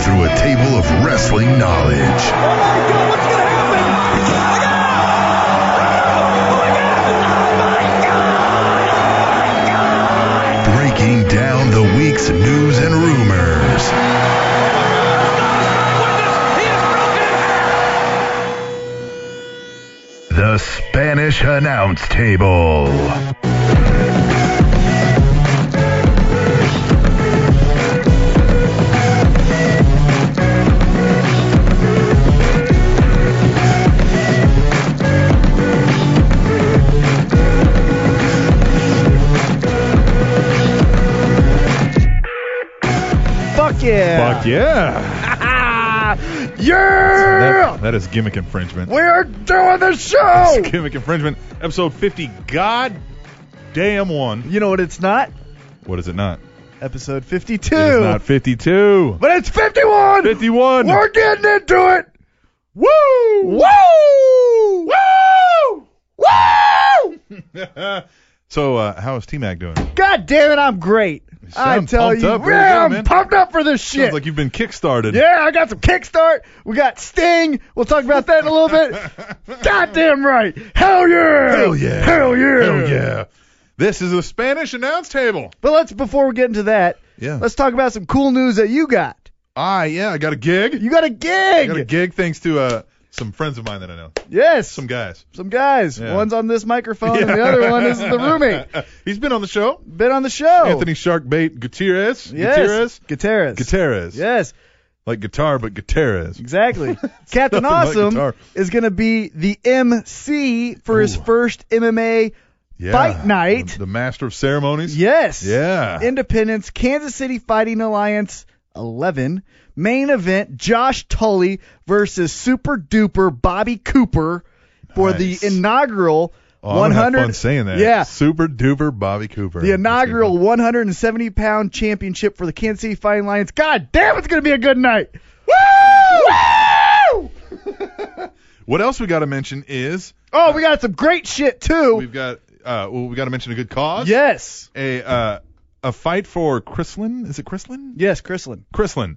through a table of wrestling knowledge. Oh my god, what's gonna happen? breaking down the week's news and rumors. The Spanish Announce Table. Fuck yeah. Fuck yeah. yeah. yeah. That, that is gimmick infringement. We are doing the That's show. gimmick infringement. Episode 50. God damn one. You know what it's not? What is it not? Episode 52. It is not 52. but it's 51. 51. We're getting into it. Woo! Woo! Woo! Woo! so, uh, how is T Mac doing? God damn it, I'm great. I sound tell pumped you, up. Really yeah, good, I'm man. pumped up for this shit. Sounds like you've been kickstarted. yeah, I got some kickstart. We got Sting. We'll talk about that in a little bit. Goddamn right. Hell yeah. Hell yeah. Hell yeah. Hell yeah. This is a Spanish announce table. But let's before we get into that, Yeah. let's talk about some cool news that you got. ah, yeah, I got a gig. You got a I gig. got a gig thanks to uh, some friends of mine that I know. yes. Some Some guys. some guys. Yeah. One's on this microphone and the Yeah. other one is the roommate. He's been on the show. Been on the show. Anthony Sharkbait Gutierrez. Oh. Yes. Gutierrez. Gutierrez. Gutierrez. Yes. Like guitar, but Gutierrez. Exactly. Captain Nothing like Awesome guitar. is going to be the MC for his Ooh. first MMA. Yeah. Fight night. The, the master of ceremonies. Yes. Yeah. Independence, Kansas City Fighting Alliance 11. Main event Josh Tully versus Super Duper Bobby Cooper for Nice. the inaugural Oh, I'm gonna have 100. fun saying that. Yeah. Super duper Bobby Cooper. The inaugural 170 pound championship for the Kansas City Fighting Lions. God damn, it's going to be a good night. Woo! Woo! What else we got to mention is Oh, we got some great shit, too. we've got uh well, we got to mention a good cause. Yes. A uh a fight for Chrislin. Is it Chrislin? Yes, Chrislin. Chrislin.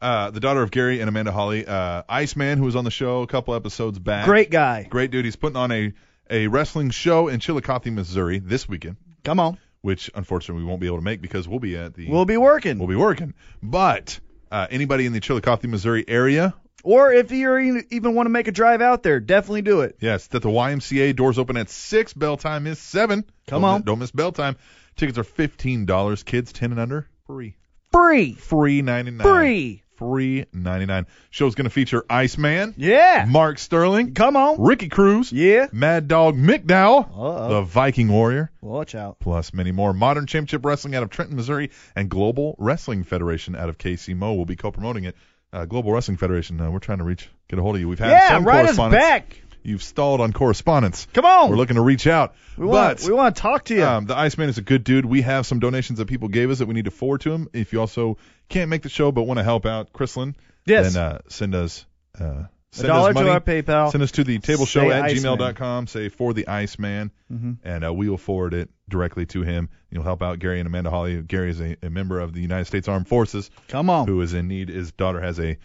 Uh, the daughter of Gary and Amanda Holly, uh, Iceman, who was on the show a couple episodes back. Great guy. Great dude. He's putting on a, a wrestling show in Chillicothe, Missouri this weekend, Come on. which unfortunately we won't be able to make because we'll be at the We'll be working. we'll be working. But uh, anybody in the Chillicothe, Missouri area, or if you even want to make a drive out there, definitely do it. yes, that the YMCA doors open at six. Bell time is seven. Come Don't- on. don't miss bell time. Tickets are fifteen dollars. Kids ten and under free. Free. Uh, Free ninety nine. Free. Free ninety nine. Show's gonna feature Iceman, Yeah. Mark Sterling, Come on. Ricky Cruz, Yeah. Mad Dog McDowell, Uh-oh. the Viking Warrior. Watch out. plus many more. Modern Championship Wrestling out of Trenton, Missouri, and Global Wrestling Federation out of KC Mo will be co-promoting it. Uh, Global Wrestling Federation, uh, we're trying to reach, get a hold of you. We've had Yeah, some right us correspondence. back. You've stalled on correspondence. Come on. We're looking to reach out. We want, but we want to talk to you. um, the Iceman is a good dude. We have some donations that people gave us that we need to forward to him. If you also can't make the show but want to help out Chrislin, Yes. then uh, send us. Uh, a Send dollar us money. to our PayPal. Send us to the table Say show at Iceman. Mm-hmm. gmail.com. Say for the Iceman, and uh, we will forward it directly to him. You'll help out Gary and Amanda Holly. Gary is a, a member of the United States Armed Forces Come on. who is in need. His daughter has a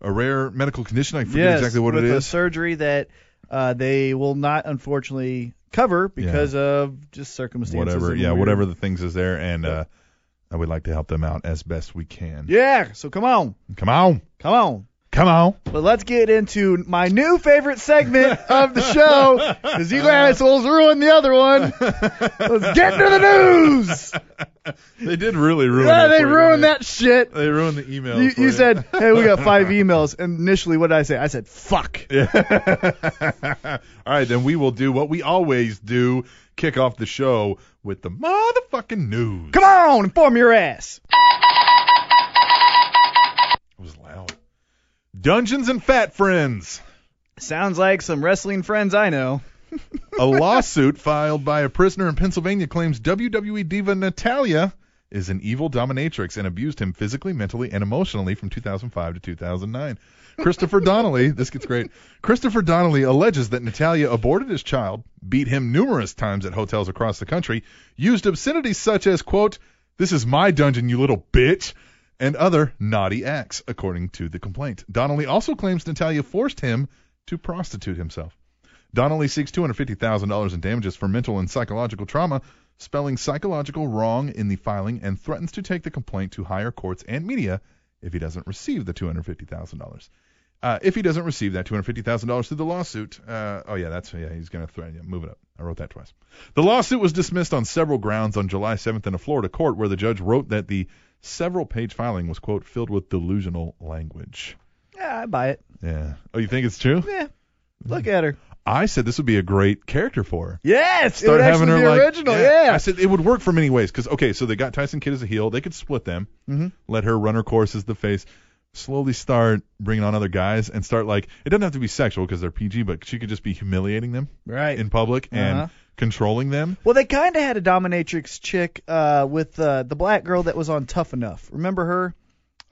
a rare medical condition. I forget yes, exactly what it with a is. surgery that uh, they will not unfortunately cover because of just circumstances. Whatever, and yeah, weird- whatever the things is there, and uh, I would like to help them out as best we can. Yeah. So come on, Come on, come on. come on. But let's get into my new favorite segment of the show. Because you assholes ruined the other one. Let's get to the news. They did really ruin. Yeah, it they for you, ruined didn't that shit. They They ruined the email. You, you said, hey, we got five emails. And initially, what did I say? I said, fuck. All right, then we will do what we always do: kick off the show with the motherfucking news. Come on, inform your ass. It was loud. Dungeons and Fat Friends. Sounds like some wrestling friends I know. A lawsuit filed by a prisoner in Pennsylvania claims WWE diva Natalia is an evil dominatrix and abused him physically, mentally, and emotionally from 2005 to 2009. Christopher Donnelly, this gets great. Christopher Donnelly alleges that Natalia aborted his child, beat him numerous times at hotels across the country, used obscenities such as, quote, "This is my dungeon, you little bitch," and other naughty acts, according to the complaint. Donnelly also claims Natalia forced him to prostitute himself. Donnelly seeks $250,000 in damages for mental and psychological trauma, spelling psychological wrong in the filing, and threatens to take the complaint to higher courts and media if he doesn't receive the $250,000. Uh, if he doesn't receive that $250,000 through the lawsuit, uh, oh yeah, that's yeah, he's gonna threaten. Yeah, move it up. I wrote that twice. The lawsuit was dismissed on several grounds on July 7th in a Florida court where the judge wrote that the several-page filing was quote filled with delusional language. Yeah, I buy it. Yeah. Oh, you think it's true? Yeah. Look at her. I said this would be a great character for her. Yes, Start it would having actually her be like, original. Yeah. I said it would work for many ways because okay, so they got Tyson Kidd as a heel. They could split them, Mhm. let her run her course as the face, slowly start bringing on other guys and start like it doesn't have to be sexual because they're PG, but she could just be humiliating them right. in public and Uh-huh. controlling them. Well, they kind of had a dominatrix chick uh, with uh, the black girl that was on Tough Enough. Remember her?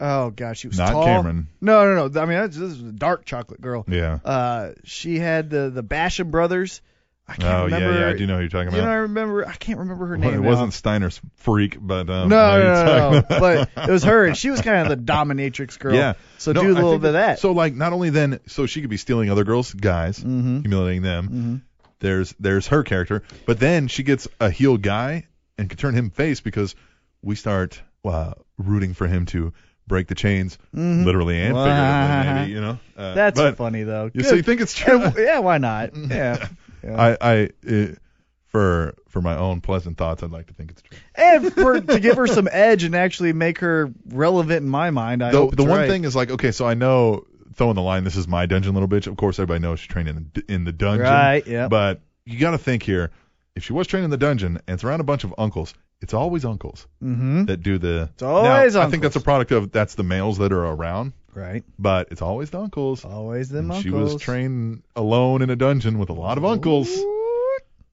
Oh gosh, she was Not tall. Cameron. No, no, no. I mean, that's- this is a dark chocolate girl. Yeah. Uh, she had the the Basham brothers. I can't Oh remember. yeah, yeah. I do know who you're talking You know, I about. remember. I can't remember her Well, name. it now. wasn't Steiner's freak, but um, No, no, I know who you're no, no. talking but about. it was her, and she was kind of the dominatrix girl. Yeah. So No, do I a little think bit of that. So like, not only then, so she could be stealing other girls' guys, Mhm. humiliating them. Mhm. There's there's her character, but then she gets a heel guy and can turn him face because we start uh, rooting for him to break the chains, Mhm. literally and Wow. figuratively, maybe you know. Uh, That's but, funny though. You, Good. so you think it's true? yeah, why not? Yeah. Yeah. I I it, for for my own pleasant thoughts, I'd like to think it's true. and for, to give her some edge and actually make her relevant in my mind. I the hope the it's one right. thing is like, okay, so I know throwing the line, this is my dungeon, little bitch. Of course, everybody knows she trained in the, in the dungeon. Right, yep. But you got to think here. If she was trained in the dungeon and it's around a bunch of uncles, it's always uncles Mm-hmm. that do the. It's always I think uncles. that's a product of that's the males that are around, Right. but it's always the uncles. Always them And uncles. She was trained alone in a dungeon with a lot of uncles,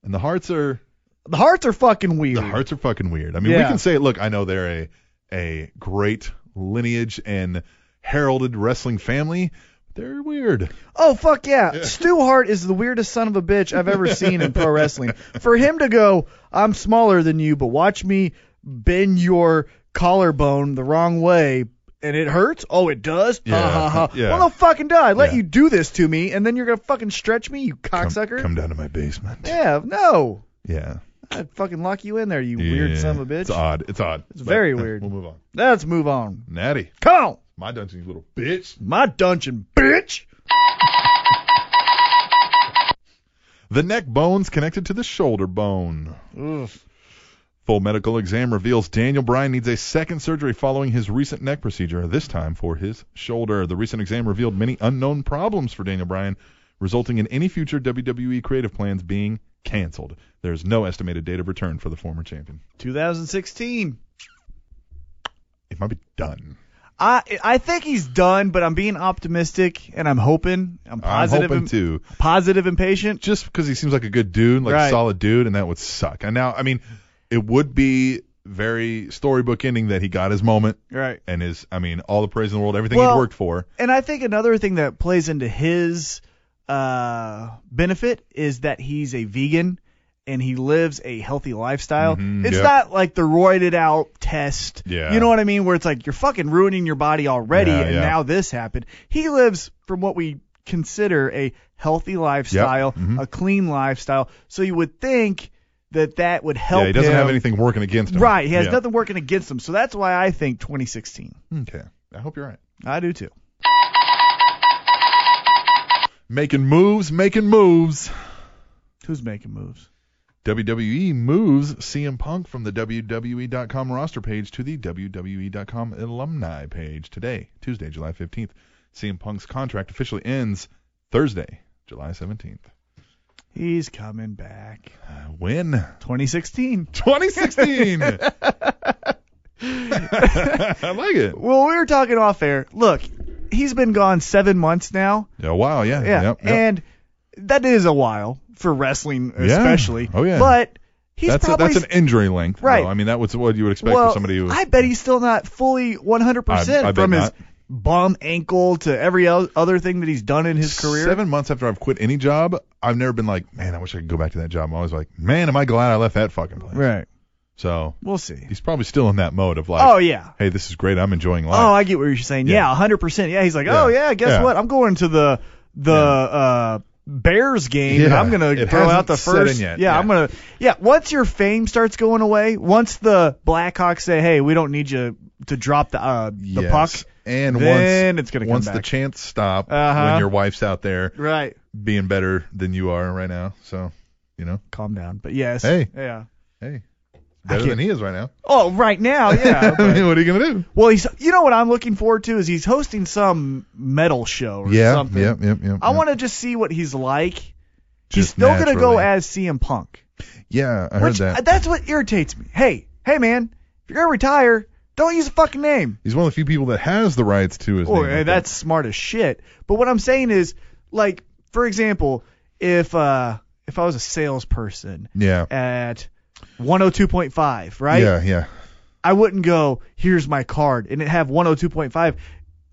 and the hearts are The hearts are fucking weird. the hearts are fucking weird. I mean, we Yeah. can say, look, I know they're a a great lineage and heralded wrestling family. They're weird. Oh fuck yeah. Stu Hart is the weirdest son of a bitch I've ever seen in pro wrestling. For him to go, I'm smaller than you, but watch me bend your collarbone the wrong way and it hurts? Oh, it does? Yeah, Ha ha ha. yeah. Well, no fucking duh. I let Yeah. you do this to me, and then you're gonna fucking stretch me, you Come, cocksucker. come down to my basement. Yeah, no. Yeah. I'd fucking lock you in there, you Yeah. weird son of a bitch. It's odd. It's odd. It's very weird. We'll move on. Let's move on. Natty, Come on, my dungeon, you little bitch. my dungeon, bitch. The neck bone's connected to the shoulder bone. Oof. Full medical exam reveals Daniel Bryan needs a second surgery following his recent neck procedure, this time for his shoulder. The recent exam revealed many unknown problems for Daniel Bryan, resulting in any future WWE creative plans being canceled. There's no estimated date of return for the former champion. 2016. It might be done. I I think he's done, but I'm being optimistic and I'm hoping. I'm positive. I'm hoping and, to. Positive and patient. just because he seems like a good dude, like a Right. solid dude, and that would suck. And now, I mean, it would be very storybook ending that he got his moment Right. and his, I mean, all the praise in the world, everything he'd Well- worked for. And I think another thing that plays into his uh, benefit is that he's a vegan and he lives a healthy lifestyle. Mhm, it's yep. not like the roided out test. Yeah. You know what I mean? Where it's like you're fucking ruining your body already Yeah, and yeah. now this happened. He lives from what we consider a healthy lifestyle, mhm. a clean lifestyle. So you would think that that would help Yeah, he doesn't him. have anything working against him. Right. He has Yeah. nothing working against him. So that's why I think 2016. Okay. I hope you're right. I do too. Making moves, making moves. Who's making moves? WWE E moves CM Punk from the WWE.com roster page to the WWE.com alumni page today, Tuesday, July 15th. CM Punk's contract officially ends Thursday, July 17th. He's coming back. Uh, when? 2016. 2016. I like it. Well, we were talking off air. Look, he's been gone seven months now. Yeah, wow, yeah. Yeah. yep, yep. And that is a while for wrestling, Yeah. especially. Oh, yeah. But he's that's a, probably. that's an injury length. Right. though. I mean, that was what you would expect well, for somebody who I bet he's still not fully 100% I- I bet from his not. bum ankle to every el- other thing that he's done in his career. Seven months after I've quit any job, I've never been like, man, I wish I could go back to that job. I'm always like, man, am I glad I left that fucking place. Right. So We'll see. he's probably still in that mode of like, Oh yeah. hey, this is great. I'm enjoying life. Oh, I get what you're saying. Yeah. Yeah, hundred percent. Yeah, he's like, Yeah. oh yeah, guess Yeah. what? I'm going to the the Yeah. uh, Bears game. and Yeah. I'm gonna It throw out hasn't the set in first. yet. Yeah, Yeah. I'm gonna. Yeah, once your fame starts going away, once the Blackhawks say, hey, we don't need you to drop the uh, the Yes. puck. And then once it's gonna come once the back. chants stop, Uh-huh. when your wife's out there Right. being better than you are right now, so you know, Calm down. But yes. Hey. Yeah. hey, better can't- than he is right now. Oh, right now, yeah. I but- mean, what are you gonna do? well, he's. You know what I'm looking forward to is he's hosting some metal show or Yeah, something. yep, yep, yep. I yep. want to just see what he's like. He's Just still gonna go naturally. as CM Punk. Yeah, I heard Which, that. uh, That's what irritates me. Hey, hey, man, if you're gonna retire, don't use a fucking name. He's one of the few people that has the rights to his Or name. I uh, think. that's smart as shit. But what I'm saying is, like, for example, if uh, if I was a salesperson yeah, at 102.5, right? yeah, yeah. I wouldn't go, here's my card, and it have 102.5.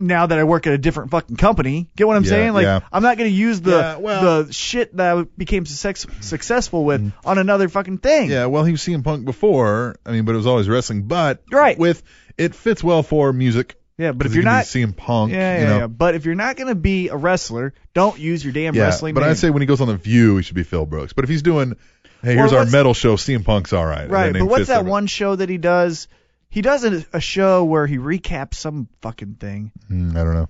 Now that I work at a different fucking company, get what I'm Yeah, saying? Like, yeah. I'm not gonna use the Yeah, well- Mm-hmm. the shit that I became success, successful with on another fucking thing. Yeah, well, he was CM Punk before. I mean, but it was always wrestling. But Right. with it fits well for music. yeah but 'cause if it you're can be not CM Punk, Yeah, yeah, you know. yeah. But if you're not gonna be a wrestler, don't use your damn Yeah, wrestling but name. I say when he goes on the View, he should be Phil Brooks. But if he's doing, hey, Well, here's our what's- metal show, CM Punk's all right. and their right. But name what's fits that their- one show that he does? He does a, a show where he recaps some fucking thing. Mm, I don't know.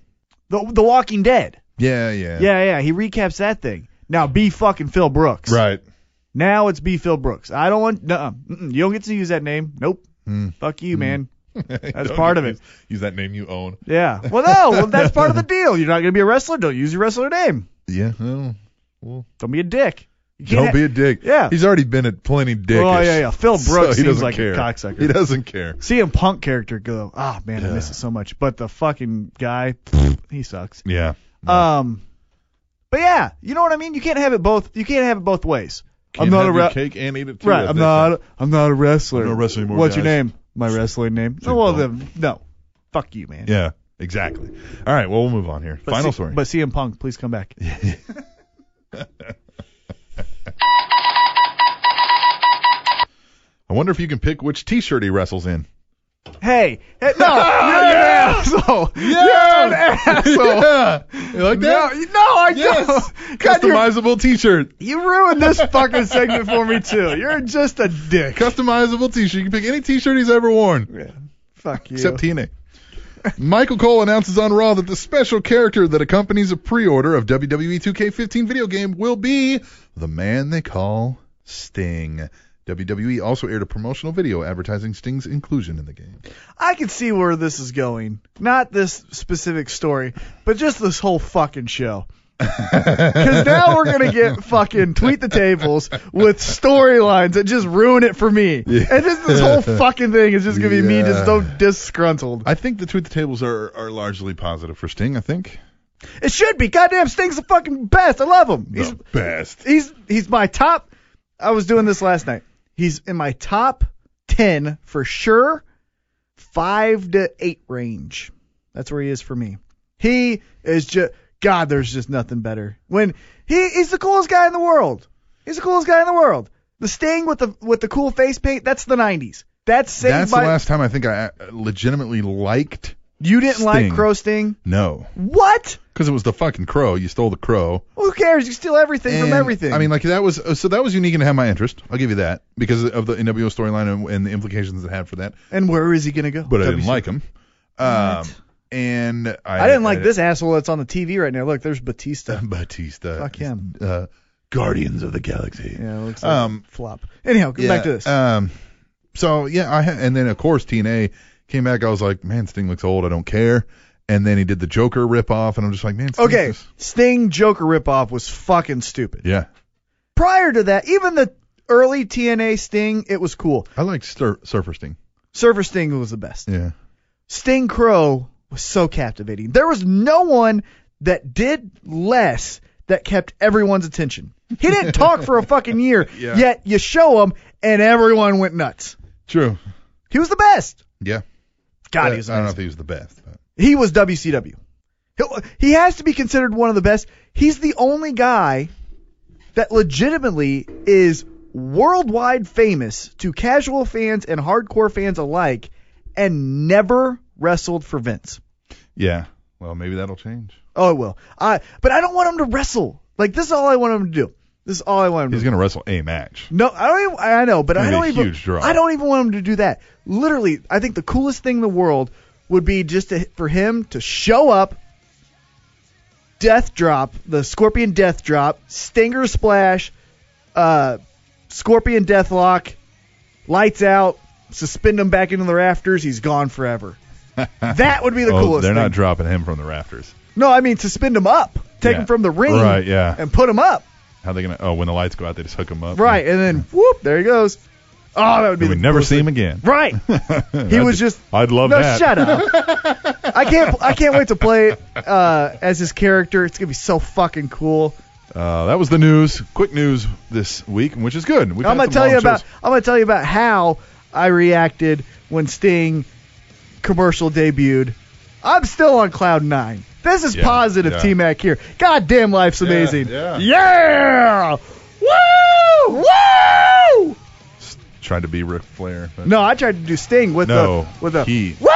The The Walking Dead. Yeah, yeah, Yeah, yeah. He recaps that thing. Now be fucking Phil Brooks. Right. Now it's be Phil Brooks. I don't want. nuh mm-mm, you don't get to use that name. Nope. Mm. Fuck you, man. That's part of it. Use, use that name you own. Yeah. Well, no. well, that's part of the deal. You're not gonna be a wrestler. Don't use your wrestler name. Yeah. well, well, Don't be a dick. You can't don't ha- be a dick. Yeah. He's already been at plenty dickish. Oh yeah, yeah. Phil So Brooks he seems doesn't like care. a cocksucker. He doesn't care. CM Punk character go, ah man, I miss it so much. But the fucking guy, he sucks. Yeah. Um, but yeah, you know what I mean. You can't have it both. You can't have it both ways. Can't I'm not have a your re- cake and eat it too. right. as I'm they not. say. A, I'm not a wrestler. I'm not wrestling anymore, What's your guys. name? My wrestling name. CM Oh, well, Punk. then no. Fuck you, man. Yeah. Exactly. All right. Well, we'll move on here. But Final C- story. But CM Punk, please come back. I wonder if you can pick which T-shirt he wrestles in. Hey, hey, no, you're Yeah! an asshole. You're an asshole. yeah. You like No, that? you- no, I Yes. don't. God, you're- Customizable T-shirt. you ruined this fucking segment for me too. You're just a dick. Customizable T-shirt. You can pick any T-shirt he's ever worn, Yeah. Fuck you. except TNA. Michael Cole announces on Raw that the special character that accompanies a pre-order of E WWE 2K15 video game will be the man they call Sting. WWE also aired a promotional video advertising Sting's inclusion in the game. I can see where this is going. Not this specific story, but just this whole fucking show. Because now we're gonna get fucking tweet the tables with storylines that just ruin it for me, and this, this whole fucking thing is just gonna be me just so Yeah. disgruntled. I think the tweet the tables are are largely positive for Sting. I think It should be. Goddamn, Sting's the fucking best. I love him. He's best. he's he's my top. I was doing this last night. He's in my top ten for sure, five to eight range. That's where he is for me. He is just God. There's just nothing better. When he he's the coolest guy in the world. He's the coolest guy in the world. The Sting with the with the cool face paint. That's the '90s. That's saved That's by the last time I think I uh, legitimately liked. you didn't like Sting. Crow Sting. No, What? because it was the fucking crow. You stole the crow. Who cares? You steal everything from And, everything. I mean, like that was uh, so that was unique and had my interest. I'll give you that because of the NWO storyline and, and the implications it had for that. and where is he gonna go? But uh, I didn't WC? like him. Um, and I, I didn't like this asshole that's on the TV right now. Look, there's Batista. Batista. Fuck him. Uh, Guardians of the Galaxy. Yeah, it looks like Um, a flop. Anyhow, go back to this. Um, so yeah, I ha- and then of course TNA came back. I was like, man, Sting looks old. I don't care. And then he did the Joker ripoff, and I'm just like, man. Sting okay, just- Sting Joker ripoff was fucking stupid. Yeah, Prior to that, even the early TNA Sting, it was cool. I liked Sur- Surfer Sting. Surfer Sting was the best. Yeah. Sting Crow was so captivating. There was no one that did less that kept everyone's attention. He didn't talk for a fucking year, Yeah. yet you show him and everyone went nuts. True. He was the best. Yeah. Uh, God, I, he was I don't know amazing. if he was the best. But. He was WCW. He'll- He has to be considered one of the best. He's the only guy that legitimately is worldwide famous to casual fans and hardcore fans alike, and never wrestled for Vince. Yeah. Well, maybe that'll change. Oh, it will. I, but I don't want him to wrestle. Like this is all I want him to do. This is all I want him to He's gonna wrestle a match. No, I don't. Even, I know, but I That'd be don't a even. huge draw. I don't even want him to do that. Literally, I think the coolest thing in the world would be just to, for him to show up, death drop, the scorpion death drop, stinger splash, uh, scorpion death lock, lights out, suspend him back into the rafters. He's gone forever. that would be the oh, coolest. they're thing. not dropping him from the rafters. no, I mean suspend him up, take Yeah. him from the ring, Right, yeah. and put him up. How they gonna? Oh, when the lights go out, they just hook him up. Right, and then whoop, there he goes. Oh, that would be. We the never coolest see thing. him again. Right. He was just. I'd love no, that. shut up. I can't. I can't wait to play it uh, as his character. It's gonna be so fucking cool. Uh, that was the news. Quick news this week, which is good. We've I'm had gonna tell some you long about. shows. I'm gonna tell you about how I reacted when Sting commercial debuted. I'm still on cloud nine. This is Yeah, positive yeah. T Mac here. Goddamn, life's amazing. yeah. yeah. Woo! Woo! Tried to be Ric Flair. But No, I tried to do Sting with No, the with the he- woo.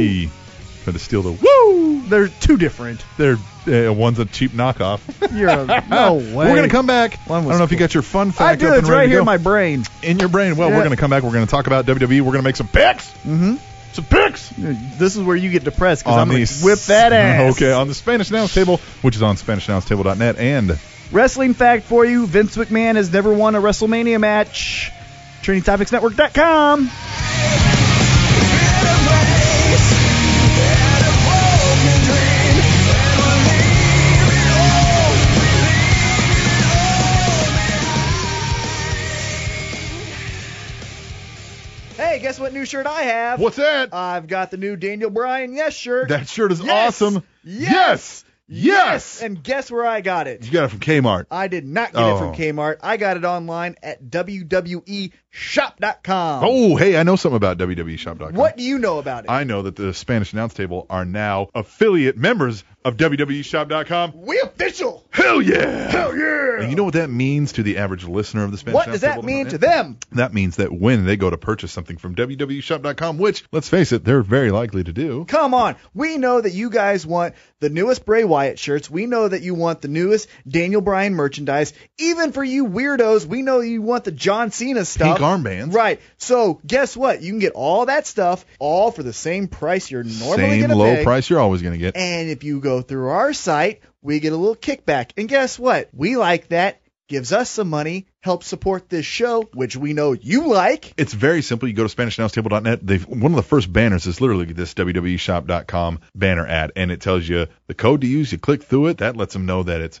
He tried to steal the. Woo! They're too different. They're uh, one's a cheap knockoff. Ah, You're a, no way. We're gonna come back. I One don't was know if you cool. got your fun I fact do. up It's and ready right to here go. in my brain. in your brain. Well, Yeah. we're gonna come back. We're gonna talk about WWE. We're gonna make some picks. Mm-hmm. Some picks. This is where you get depressed because on I'm gonna the whip that ass. Okay, on the Spanish Announce Table, which is on SpanishAnnounceTable.net, and Wrestling fact for you: Vince McMahon has never won a WrestleMania match. TrainingTopicsNetwork.com. Hey, guess what new shirt I have? what's that? I've got the new Daniel Bryan Yes shirt. that shirt is Yes! awesome. Yes! Yes. Yes. And guess where I got it? you got it from Kmart. I did not get it from Oh. Kmart. I got it online at E WWEshop.com. Oh, hey, I know something about E WWEshop.com. What do you know about it? I know that the Spanish Announce Table are now affiliate members of E WWEshop.com. we official. Hell yeah! Hell yeah! And you know what that means to the average listener of the Spanish What Announce does that Table? mean to them? That means that when they go to purchase something from E WWEshop.com, which, let's face it, they're very likely to do. Come on. We know that you guys want the newest Bray Wyatt shirts. We know that you want the newest Daniel Bryan merchandise. Even for you weirdos, we know you want the John Cena stuff. Pink armbands. Right. So guess what? You can get all that stuff all for the same price you're normally Same gonna low pay. price you're always going to get. And if you go through our site, we get a little kickback. And guess what? We like that. Gives us some money, helps support this show, which we know you like. It's very simple. You go to SpanishAnnounceTable.net. They've one of the first banners is literally this E WWEshop.com banner ad, and it tells you the code to use. You click through it. That lets them know that it's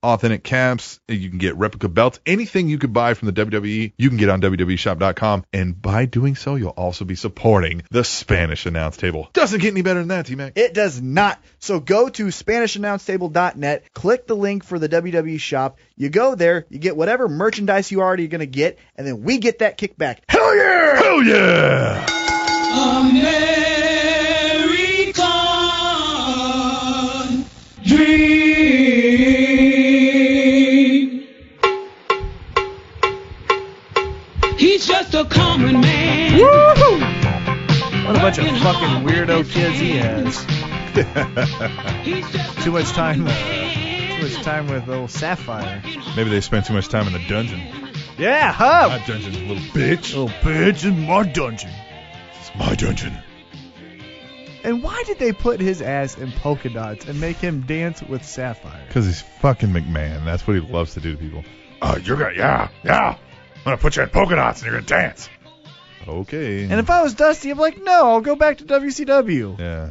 authentic caps. You can get replica belts. Anything you could buy from the WWE, you can get on E WWEshop.com. And by doing so, you'll also be supporting the Spanish announce table. Doesn't get any better than that, T Mac. It does not. So go to SpanishAnnounceTable.net, click the link for the WWE shop. You go there, you get whatever merchandise you already going to get, and then we get that kickback. Hell yeah! Hell yeah! American dream. He's just a common man. What a bunch of fucking weirdo kids he has. He's just Too a much time. common Too man. much time with old Sapphire. Maybe they spent too much time in the dungeon. Yeah, huh? My dungeon, little bitch. Little bitch in my dungeon. It's my dungeon. And why did they put his ass in polka dots and make him dance with Sapphire? Because he's fucking McMahon. That's what he loves to do to people. Uh, you're gonna, yeah, yeah. I'm gonna put you in polka dots and you're gonna dance. Okay. And if I was Dusty, I'm like, no, I'll go back to WCW. yeah.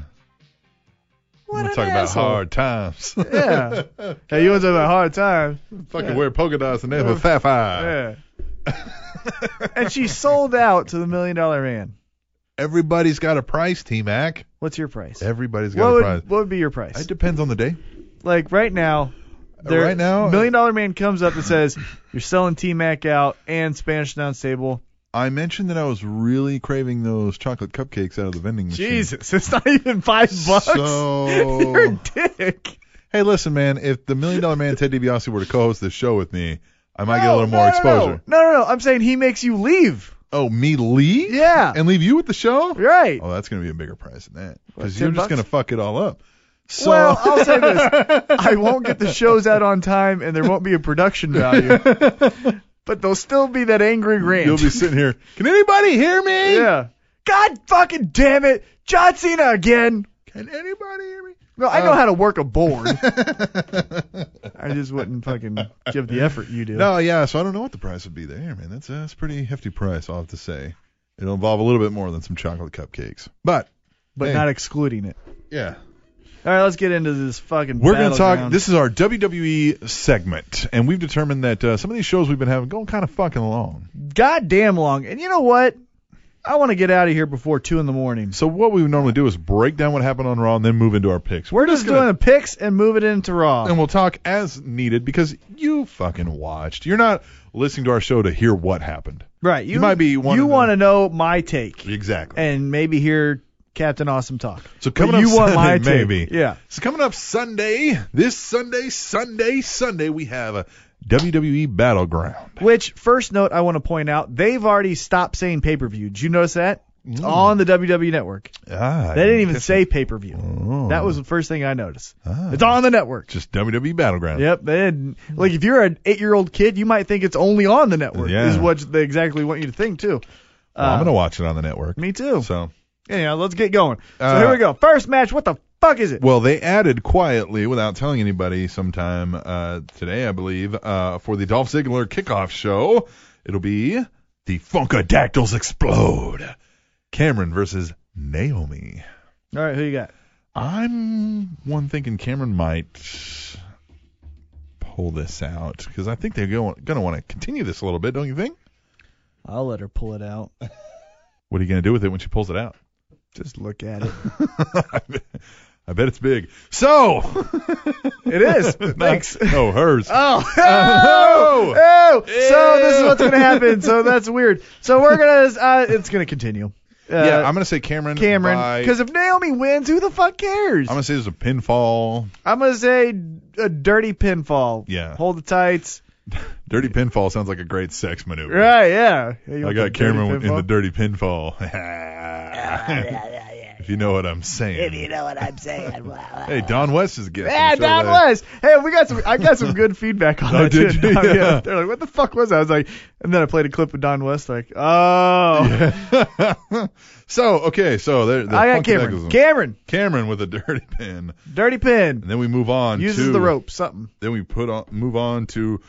What We're an talking asshole. about hard times. Yeah. Hey, you want to talk about hard time? fucking wear polka dots and have a sapphire. Yeah. and she sold out to the Million Dollar Man. Everybody's got a price, T Mac. What's your price? Everybody's got What a would price. what would be your price? It depends on the day. like right now, There- right now- Million Dollar Man comes up and says, "You're selling T Mac out and Spanish is unstable." I mentioned that I was really craving those chocolate cupcakes out of the vending machine. Jesus, it's not even five bucks. So- You're a dick. Hey, listen, man. If the Million Dollar Man Ted DiBiase were to co-host this show with me, I might get a No, little no, more no, exposure. No. no, no, no. I'm saying he makes you leave. Oh, me leave? Yeah. And leave you with the show? Right. Oh, that's gonna be a bigger price than that because 10 you're just bucks? gonna fuck it all up. So, Well, I'll say this: I won't get the shows out on time, and there won't be a production value. but there'll still be that angry rant. you'll be sitting here. Can anybody hear me? yeah. God fucking damn it, John Cena again. Can anybody hear me? No, I know Um, how to work a board. I just wouldn't fucking give the effort you do. No, yeah. So I don't know what the price would be there, man. That's that's a pretty hefty price. I'll have to say. It'll involve a little bit more than some chocolate cupcakes, but but hey. not excluding it. yeah. All right, let's get into this fucking. We're going to talk. battleground. This is our WWE segment, and we've determined that uh, some of these shows we've been having going kind of fucking long. goddamn long, and you know what? I want to get out of here before two in the morning. So what we would normally do is break down what happened on Raw and then move into our picks. We're just gonna- doing the picks and moving into Raw. and we'll talk as needed because you fucking watched. You're not listening to our show to hear what happened. right, you, might be one You of the- want to know my take Exactly. and maybe hear Captain Awesome talk. so But coming up you want my Sunday, take. maybe. Yeah. So coming up Sunday, this Sunday, Sunday, Sunday, we have a WWE Battleground. Which first note I want to point out, they've already stopped saying pay per view. Did you notice that? Mm. On the WWE network. Ah, They didn't even say pay per view. Oh. That was the first thing I noticed. Ah. It's on the network. just WWE Battleground. Yep. They didn't, like if you're an eight year old kid, you might think it's only on the network. Yeah. Is what they exactly want you to think too. Well, Uh, I'm gonna watch it on the network. Me too. So, Anyhow, let's get going. So Uh, here we go. First match. What the fuck is it? well, they added quietly without telling anybody sometime uh, today, I believe, uh, for the Dolph Ziggler kickoff show. It'll be the Funkadactyls explode. Cameron versus Naomi. All right, who you got? I'm one thinking Cameron might pull this out because I think they're going to want to continue this a little bit, don't you think? I'll let her pull it out. What are you going to do with it when she pulls it out? Just look at it. I bet- I bet it's big. So, it is. Thanks. no, hers. Oh. Oh. Oh. So this is what's gonna happen. So that's weird. So we're gonna. Uh, it's gonna continue. Uh, yeah, I'm gonna say Cameron. Cameron. by- Because if Naomi wins, who the fuck cares? I'm gonna say there's a pinfall, I'm gonna say a dirty pinfall. Yeah. Hold the tights. dirty pinfall sounds like a great sex maneuver. Right. Yeah. Yeah, you I want got the dirty Cameron in the pinfall? dirty pinfall. if you know what I'm saying. If you know what I'm saying. hey, Don West is a guest. Yeah, on the show Don today. West. Ah, Hey, we got some. I got some good feedback on Oh, that. did too. you? Yeah. Yeah. They're like, "What the fuck was that?" I was like, and then I played a clip of Don West. Like, oh, so okay, so there. The I got Funky Cameron. Knuckles- Cameron, Cameron with a dirty pin, dirty and pin, then we move on. uses to, the rope, something. Then we put on, move on to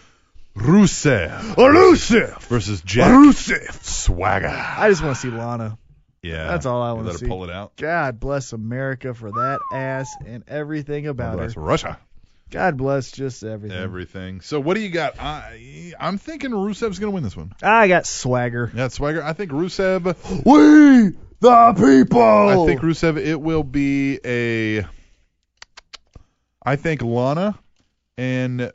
Rusev Rusev. versus Jack Rusev Swagger. I just want to see Lana. Yeah, That's all I wanna Let her see. pull it out. God bless America for that ass and everything God about bless her. Russia. God bless just everything. Everything. So what do you got? I I'm thinking Rusev's gonna win this one. I got swagger. Yeah, Swagger. I think Rusev. We the people. I think Rusev. It will be a. I think Lana and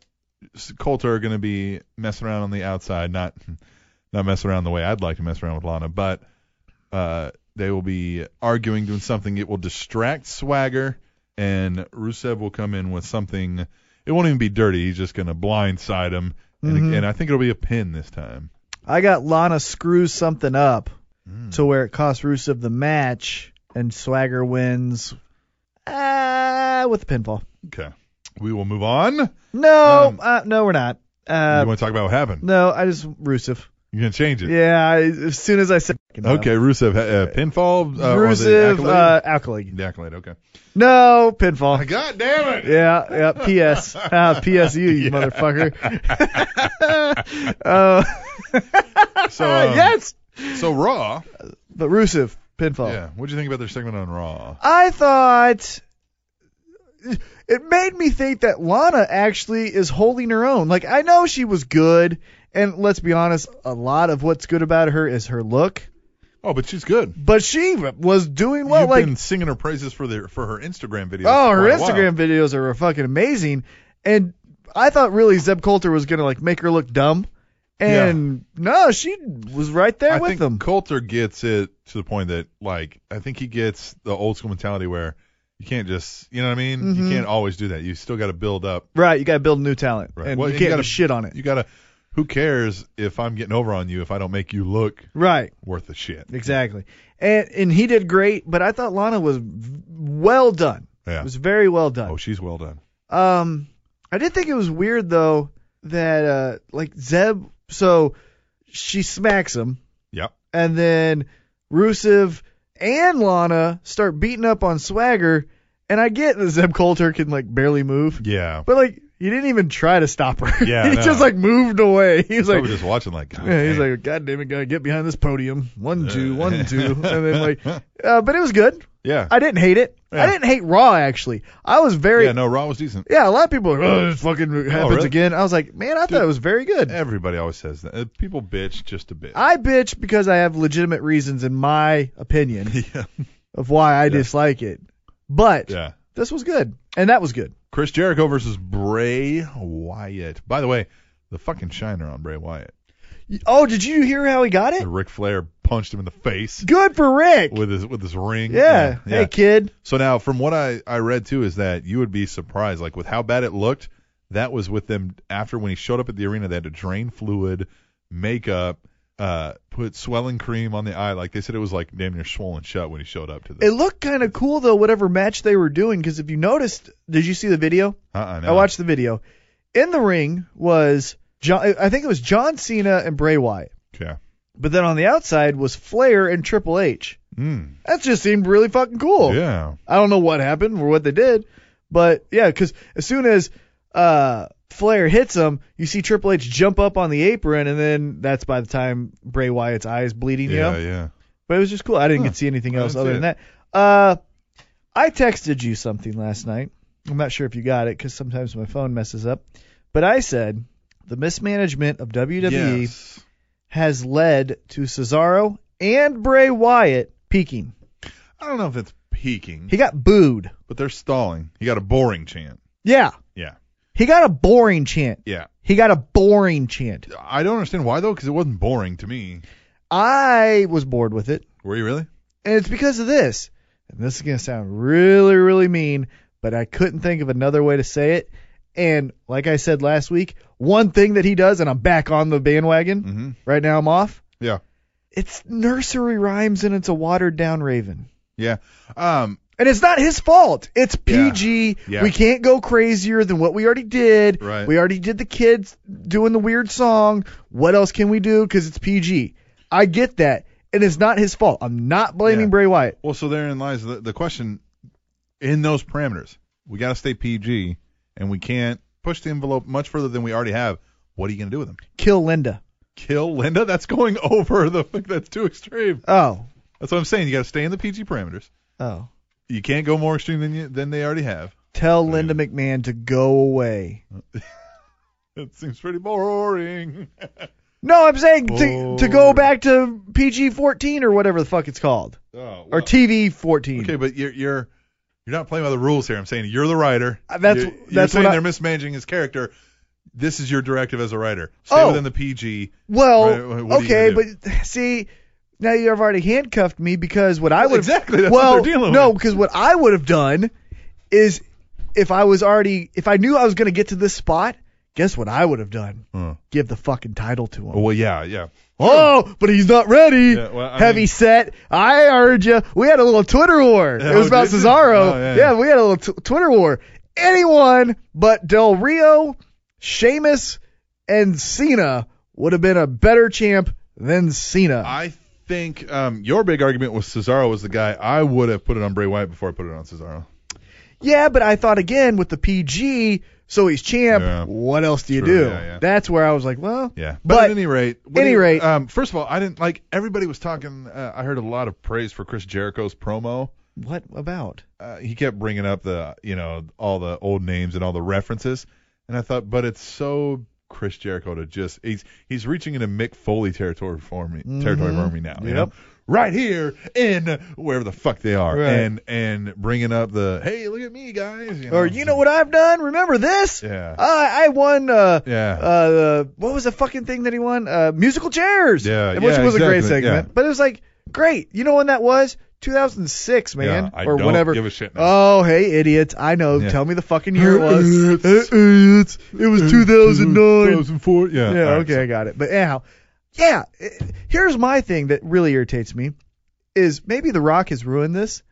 Coulter are gonna be messing around on the outside, not not messing around the way I'd like to mess around with Lana, but uh, they will be arguing, doing something. It will distract Swagger, and Rusev will come in with something. It won't even be dirty. He's just gonna blindside him, and, Mhm. and I think it'll be a pin this time. I got Lana screws something up Hmm. to where it costs Rusev the match and Swagger wins uh, with the pinfall. Okay, we will move on. No, Um, uh, no, we're not. you Uh, want to talk about what happened? no, I just Rusev. You're gonna change it. Yeah, I, as soon as I said. Okay, Rusev, uh, pinfall, uh, or the Um, Rusev, accolade? uh, accolade. the accolade, okay. No, pinfall. God damn it! Yeah, yeah. P.S. Ah, P.S. You, you motherfucker. uh, So, um, yes, Oh. so Raw, but Rusev pinfall. yeah, what'd you think about their segment on Raw? I thought it made me think that Lana actually is holding her own. Like I know she was good, and let's be honest, a lot of what's good about her is her look. Oh, but she's good. But she was doing well. You've like been singing her praises for their for her Instagram videos. oh, for her quite a while. Instagram videos are fucking amazing, and I thought really Zeb Coulter was gonna like make her look dumb, and no, she was right there I with think them. Coulter gets it to the point that like I think he gets the old school mentality where you can't just you know what I mean. You Mhm. can't always do that. You still got to build up. Right, you gotta build new talent, Right. and Well, you you can't gotta- just shit on it. You got to. Who cares if I'm getting over on you if I don't make you look right. worth a shit? Exactly. And and he did great, but I thought Lana was v- well done. It Yeah. was very well done. Oh, she's well done. Um I did think it was weird though that uh like Zeb so she smacks him Yep. and then Rusev and Lana start beating up on Swagger and I get that Zeb Coulter can like barely move. Yeah. But like he didn't even try to stop her. Yeah, he no. just like moved away. He was I like was just watching like. God yeah, he's damn. like, God damn it, guy, get behind this podium. One, two, Uh. one, two. And then, like, uh, but it was good. yeah. I didn't hate it. I Yeah. didn't hate Raw, actually. I was very, Yeah. yeah, No, Raw was decent. a lot of people are, oh, this fucking happens really? again. I was like, man, I Dude. thought it was very good. Everybody always says that. Uh, People bitch just a bit. I bitch because I have legitimate reasons, in my opinion, yeah. of why I dislike it. But Yeah. this was good. And that was good. Chris Jericho versus Bray Wyatt. By the way, the fucking shiner on Bray Wyatt. Oh, did you hear how he got it? And Ric Flair punched him in the face Good for Rick. with his with his ring. yeah. yeah. Hey, kid. So now, from what I I read too, is that you would be surprised, like with how bad it looked. That was with them after when he showed up at the arena. They had to drain fluid, makeup, uh, put swelling cream on the eye. Like they said, it was like damn near swollen shut when he showed up to It the. looked kind of cool, though, whatever match they were doing, because if you noticed, did you see the video? Uh-uh, I watched the video. In the ring was John. I think it was John Cena and Bray Wyatt. Yeah. But then on the outside was Flair and Triple H. Mm, That just seemed really fucking cool. yeah. I don't know what happened or what they did, but yeah, because as soon as uh, Flair hits him, you see Triple H jump up on the apron, and then that's by the time Bray Wyatt's eyes bleeding. you know? Yeah. Yeah. But it was just cool. I didn't Huh. get to see anything I else didn't other see than that. Uh, I texted you something last night. I'm not sure if you got it because sometimes my phone messes up. But I said the mismanagement of WWE Yes. has led to Cesaro and Bray Wyatt peaking. I don't know if it's peaking, He got booed. but they're stalling. He got a boring chant. Yeah. Yeah. He got a boring chant. Yeah. He got a boring chant. I don't understand why though, because it wasn't boring to me. I was bored with it. Were you really? And it's because of this. And this is going to sound really, really mean, but I couldn't think of another way to say it. And like I said last week, one thing that he does, and I'm back on the bandwagon. Mm-hmm. Right now I'm off. Yeah. It's nursery rhymes and it's a watered down Raven. Yeah. Um. And it's not his fault. It's Yeah. PG. Yeah. We can't go crazier than what we already did. Right. We already did the kids doing the weird song. What else can we do? Because it's PG. I get that. And it's not his fault. I'm not blaming Yeah. Bray Wyatt. Well, so therein lies the, the question. In those parameters, we got to stay PG, and we can't push the envelope much further than we already have. What are you gonna do with them? Kill Linda. Kill Linda? That's going over the. That's too extreme. Oh, That's what I'm saying. You got to stay in the PG parameters. oh. You can't go more extreme than you, than they already have. Tell Linda McMahon to go away. It seems pretty boring. Oh, No, I'm saying to, to go Bored. back to PG 14 or whatever the fuck it's called, oh, or well. TV 14. Okay, but you're you're you're not playing by the rules here. I'm saying you're the writer. Uh, that's- you're, you're that's what saying I- they're mismanaging his character. This is your directive as a writer. Stay Oh. within the PG. Well, Right, what are you okay, gonna but see, now you've already handcuffed me because what I would exactly, that's what well they're dealing no with. because what I would have done is if I was already if I knew I was going to get to this spot, guess what I would have done? Huh. Give the fucking title to him. Well, yeah, yeah. Oh, but he's not ready. Yeah, well, I Heavy mean- set. I heard you. We had a little Twitter war. it Oh, was about did you? Cesaro. Oh, yeah. yeah. we had a little t- Twitter war. Anyone but Del Rio, Sheamus, and Cena would have been a better champ than Cena. I think um, your big argument was Cesaro was the guy. I would have put it on Bray Wyatt before I put it on Cesaro. yeah, but I thought again with the PG, so he's champ. Yeah. What else do you True, do? yeah, yeah. That's where I was like, well, Yeah, But but, at any rate, what any do you- rate- um, first of all, I didn't like everybody was talking. Uh, I heard a lot of praise for Chris Jericho's promo. what about? uh, he kept bringing up the you know all the old names and all the references and i thought but it's so Chris Jericho to just he's he's reaching into Mick Foley territory for me territory for me now. You know? Mm-hmm. Yep. Right here in wherever the fuck they are, Right. and and bringing up the hey, look at me guys, you know, Or you know what I've done? Remember this? Oh, Yeah. I I won. Uh, Yeah. Uh, what was the fucking thing that he won? Uh, musical chairs. Yeah, Which yeah, was a great exactly, segment, yeah. but it was like great. You know when that was? 2006, man, I or don't whenever. give a shit Oh, hey idiots! I know. Yeah. Tell me the fucking year it was. Idiots. idiots. It was 2009. 2004, yeah. Yeah, All right, okay, I got it. But anyhow, yeah, it- here's my thing that really irritates me is maybe The Rock has ruined this,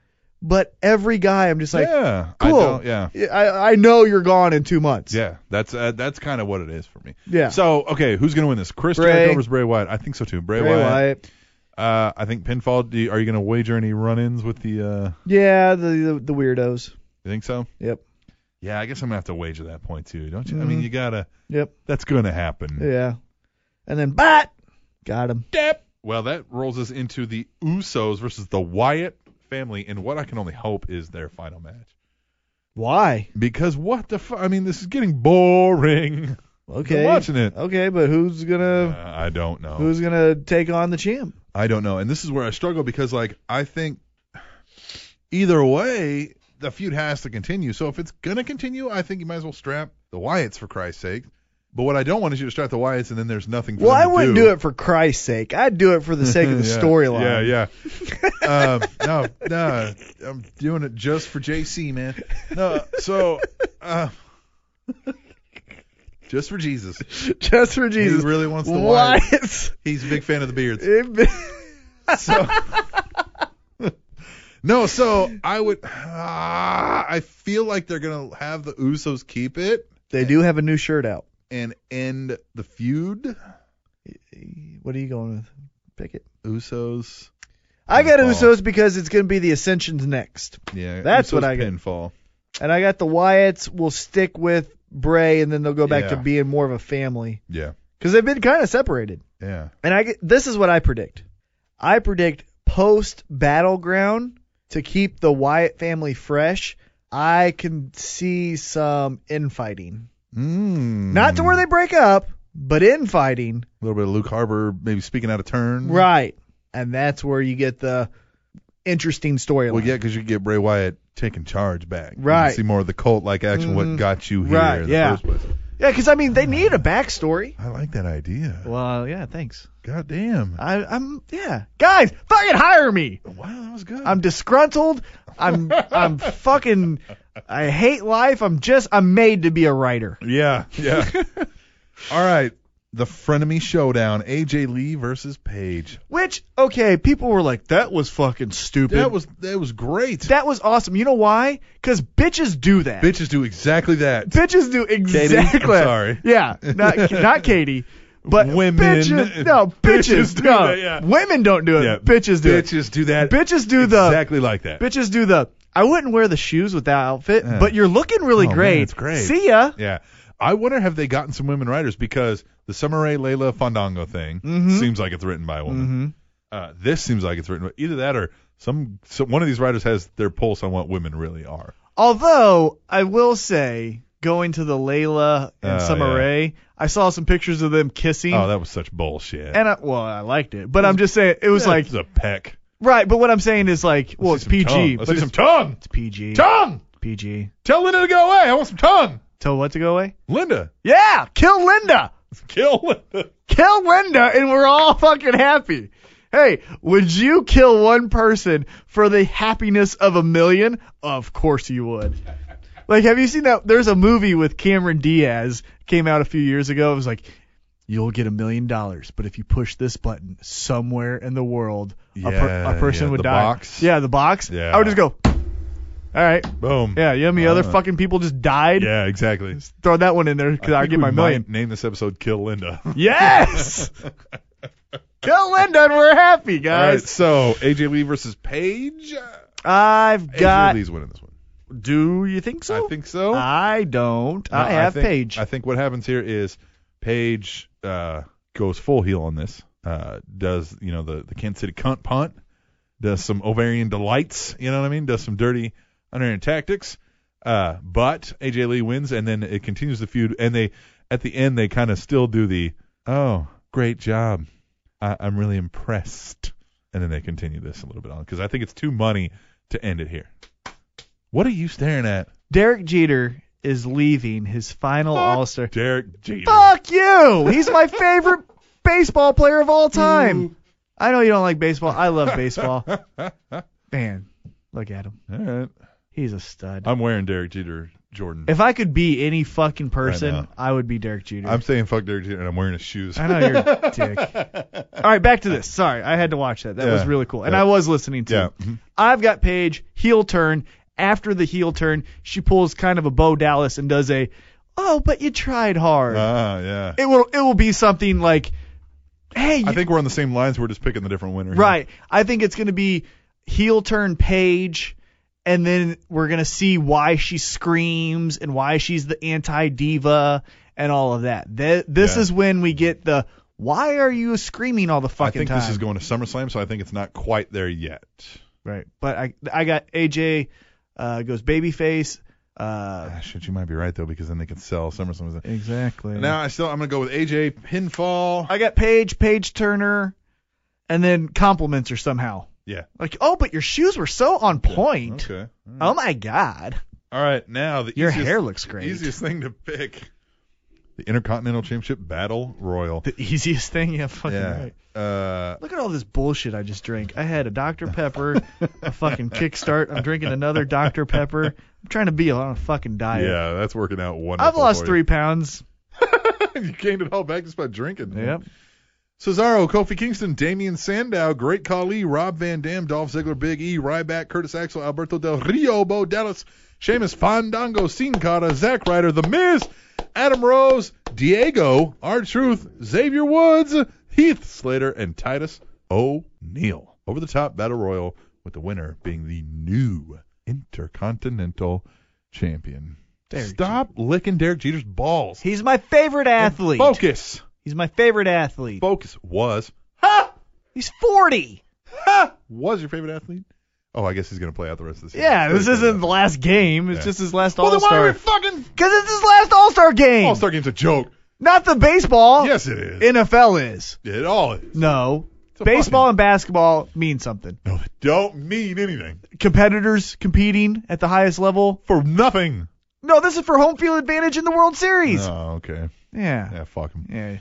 but every guy I'm just so- like, yeah, I cool. don't- yeah. I, I know you're gone in two months. Yeah, that's uh, that's kind of what it is for me. Yeah. So, okay, who's gonna win this? Chris Bray. Jericho versus Bray Wyatt. I think so too. Bray, Bray Wyatt. Uh, I think pinfall. Do you, are you gonna wager any run-ins with the? uh Yeah, the, the the weirdos. You think so? Yep. Yeah, I guess I'm gonna have to wager that point too, don't you? I mean, Mhm. you gotta. Yep. That's gonna happen. Yeah. And then bat got him. Yep. Well, that rolls us into the Usos versus the Wyatt family, and what I can only hope is their final match. Why? Because what the fu I mean, this is getting boring. Okay. I'm watching it. Okay, but who's gonna Uh, I don't know. who's gonna take on the champ? I don't know. And this is where I struggle because like I think either way the feud has to continue. So if it's gonna continue, I think you might as well strap the Wyatts for Christ's sake. But what I don't want is you to strap the Wyatts and then there's nothing for Well, I them to wouldn't do. it for Christ's sake. I'd do it for the sake of the Yeah, storyline. Yeah, yeah. um, no, no, I'm doing it just for JC, man. No, so uh, just for Jesus. Just for Jesus. He really wants the Why? Wyatts. It's, He's a big fan of the beards. it, So No, so I would ah, I feel like they're going to have the Usos keep it they do have a new shirt out. and end the feud. What are you going with? Pick it. Usos. I got Pinfall. Usos because it's going to be the Ascensions next, Yeah. That's Usos what I got. pinfall. and I got the Wyatts will stick with Bray, and then they'll go back to Yeah. being more of a family Yeah. because they've been kind of separated. Yeah. And I get- this is what I predict. I predict post battleground to keep the Wyatt family fresh. I can see some infighting, Mm. not to where they break up, but infighting. A little bit of Luke Harbour maybe speaking out of turn. Right. And that's where you get the interesting storyline. Well, yeah, because you get Bray Wyatt taking charge back. You Right. see more of the cult like action, what Mhm. got you here Right, in yeah. the first place. Yeah, because I mean they need a backstory. I like that idea. Well, yeah, thanks. God damn. I, I'm yeah, guys, fucking hire me. Wow, that was good. I'm disgruntled. I'm I'm fucking. I hate life. I'm just I'm made to be a writer. Yeah, yeah. All right. The Frenemy Showdown, AJ Lee versus Paige. Which okay, people were like that was fucking stupid. That was that was great. that was awesome. You know why? Because bitches do that. Bitches do exactly that. bitches do exactly. I'm sorry. Yeah, not not Katie. But Women- bitches, no, bitches, Bitches do no, that, yeah. women don't do it. Yeah, Bitches do it. Bitches do that. Bitches do the exactly like that. bitches do the I wouldn't wear the shoes with that outfit, Yeah. but you're looking really Oh, man, great. it's great. See ya. Yeah. I wonder have they gotten some women writers because the Summer Rae Layla Fandango thing Mhm. seems like it's written by a woman. Mm-hmm. Uh, this seems like it's written by either that or some, some one of these writers has their pulse on what women really are. Although I will say, going to the Layla and Oh, Summer yeah. Rae, I saw some pictures of them kissing, Oh, that was such bullshit. Mm-hmm. and I, well, I liked it, but I'm just saying it was like it's a peck. right. But what I'm saying is like, well, Let's it's see some PG, tongue. Let's but see some it's, tongue. it's PG, Tongue. PG. Tell Linda to go away. I want some tongue. Tell what to go away? Linda. Yeah, kill Linda. Kill Linda. kill Linda and we're all fucking happy. Hey, would you kill one person for the happiness of a million? Of course you would. Like, have you seen that? There's a movie with Cameron Diaz came out a few years ago. It was like, you'll get a million dollars, but if you push this button somewhere in the world, a, Yeah, per- a person yeah, would the die. box. Yeah, the box. Yeah. I would just go. All right. Boom. Yeah, you know how many other Uh, fucking people just died? Yeah, exactly. Throw that one in there because I, think get we my million. might Name this episode "Kill Linda." Yes. Kill Linda and we're happy, All right, guys. so AJ Lee versus Paige. I've AJ got. Uh, Lee's winning this one. Do you think so? I think so. I don't. No, I have think, Paige. I think what happens here is Paige uh, goes full heel on this. Uh, does you know the the Kansas City cunt punt? Does some ovarian delights? You know what I mean? Does some dirty underhand tactics? Uh, but AJ Lee wins, and then it continues the feud, and they at the end they kind of still do the oh great job, I- I'm really impressed, and then they continue this a little bit on because I think it's too money to end it here. What are you staring at, Derek Jeter is leaving his final All Star. Derek Jeter? Fuck you! He's my favorite baseball player of all time. I know you don't like baseball. I love baseball. Man, look at him. All right. He's a stud. I'm wearing Derek Jeter Jordan. if I could be any fucking Uh, I person, know. I, would be Derek Jeter. I'm saying fuck Derek Jeter and I'm wearing his shoes. I know you're a dick. All right, back to this. Sorry, I had to watch that. That was Yeah. really cool. And Yeah. I was listening to. Yeah. Mm-hmm. it. I've got Paige heel turn. After the heel turn, she pulls kind of a Bo Dallas and does a, oh, but you tried hard. Ah, yeah. it will it will be something like, hey, you, I think we're on the same lines. We're just picking the different winner. here. right. I think it's gonna be heel turn Paige, and then we're gonna see why she screams and why she's the anti diva and all of that. Th- this Yeah. is when we get the why are you screaming all the I fucking think time? this is going to SummerSlam, so I think it's not quite there yet. Right. But I I got AJ uh, goes babyface. Uh, Ah, shit, you might be right though, because then they could sell SummerSlam. exactly. Now I still I'm gonna go with AJ pinfall. I got Paige, Paige Turner, and then compliments her somehow. yeah. Like, oh, but your shoes were so on point. Okay. All right. Oh my God. All right. Now the Your easiest, hair looks great. Easiest thing to pick. The Intercontinental Championship Battle Royal. The easiest thing, yeah, fucking yeah. right. Uh, Look at all this bullshit I just drank. I had a Dr. Pepper, a fucking Kickstart. I'm drinking another Dr. Pepper. I'm trying to be on a fucking diet. yeah, that's working out wonderful. I've lost for three you. pounds. you gained it all back just by drinking. Yep. Cesaro, Kofi Kingston, Damian Sandow, Great Khali, Rob Van Dam, Dolph Ziggler, Big E, Ryback, Curtis Axel, Alberto Del Rio, Bo Dallas, Sheamus, Fandango, Sin Cara, Zack Ryder, The Miz, Adam Rose, Diego, R Truth, Xavier Woods, Heath Slater, and Titus O'Neil. Over the top battle royal, with the winner being the new Intercontinental Champion. Derek Stop licking Derek Jeter's balls. He's my favorite athlete. Focus. He's my favorite athlete. Focus was He's 40. was your favorite athlete? Oh, I guess he's gonna play out the rest of the season. Yeah, this isn't the Well, last game. It's Yeah. just his last then All why are we Star. fucking Because it's his last All Star game. All Star Game's a joke? Not the baseball. Yes, it is. NFL is. it all is. No. a Baseball fucking- and basketball mean something. No, they don't mean anything Competitors competing at the highest level. for nothing. No, this is for home field advantage in the World Series. Oh, okay. Yeah. Yeah, fuck him. Yeah.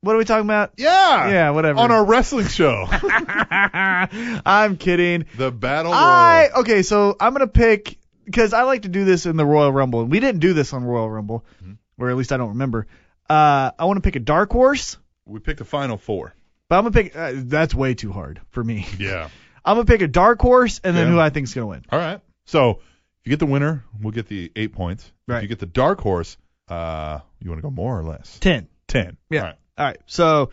What are we talking about? Yeah. Yeah, whatever. On our wrestling show, I'm kidding. the Battle I Royal. okay, so I'm gonna pick because I like to do this in the Royal Rumble, and we didn't do this on Royal Rumble, Mm-hmm. or at least I don't remember. Uh, I want to pick a dark horse, We picked the final four. but I'm gonna pick. Uh, that's way too hard for me. Yeah. I'm gonna pick a dark horse, and then Yeah. who I think's gonna win. All right. So if you get the winner, we'll get the eight points. If Right. you get the dark horse, uh, you want to go more or less? Ten. Ten. Yeah. All right. All right. So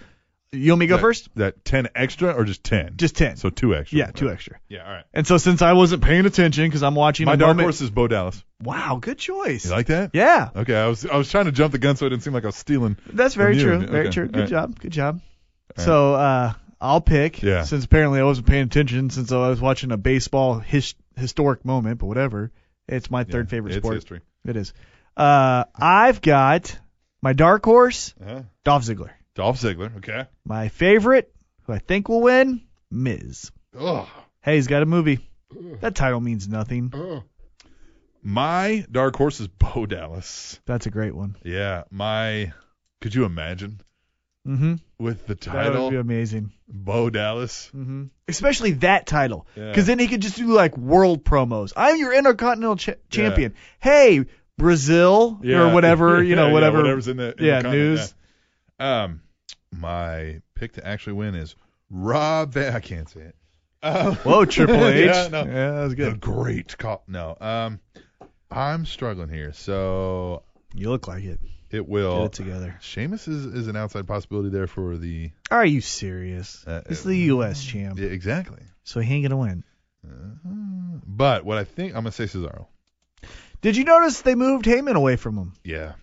you want me to go That- first? That ten extra or just ten? Just ten. So two extra. yeah, two extra. Yeah. All right. And so since I wasn't paying attention because I'm watching My a dark moment- horse is Bo Dallas. Wow, good choice. You like that? yeah, Okay, I was I was trying to jump the gun so it didn't seem like I was stealing. that's very From you, true. yeah, Very okay. true. All Good right. job. Good job. right. So uh, I'll pick. Yeah. Since apparently I wasn't paying attention, since I was watching a baseball his- historic moment, but whatever. It's my third Yeah, favorite it's sport. history. It is. Uh, I've got my dark horse, Uh-huh. Dolph Ziggler. Dolph Ziggler. Okay. My favorite, who I think will win, Miz. Ugh. Hey, he's got a movie. That title means nothing. My dark horse is Bo Dallas. That's a great one. Yeah. My. Could you imagine Mm-hmm. with the That would be title amazing. Bo Dallas? Mm-hmm. Especially that title, Yeah. because then he could just do like world promos. I'm your Intercontinental cha- Champion. Hey, Brazil Yeah. or whatever, you know, Yeah, yeah, whatever. whatever's in the in yeah, the comment, news. yeah. Um, my pick to actually win is Rob. Van- I can't say it. Um, Whoa, Triple H. yeah, no. that was The good. great cop. No. Um, I'm struggling here, so You look like it. it Get will. it together. Sheamus is, is an outside possibility there for the Are you serious? Uh, it's uh, the U.S. champ, yeah, exactly. so he ain't gonna win. But what I think I'm gonna say Cesaro. Did you notice they moved Heyman away from him? Yeah.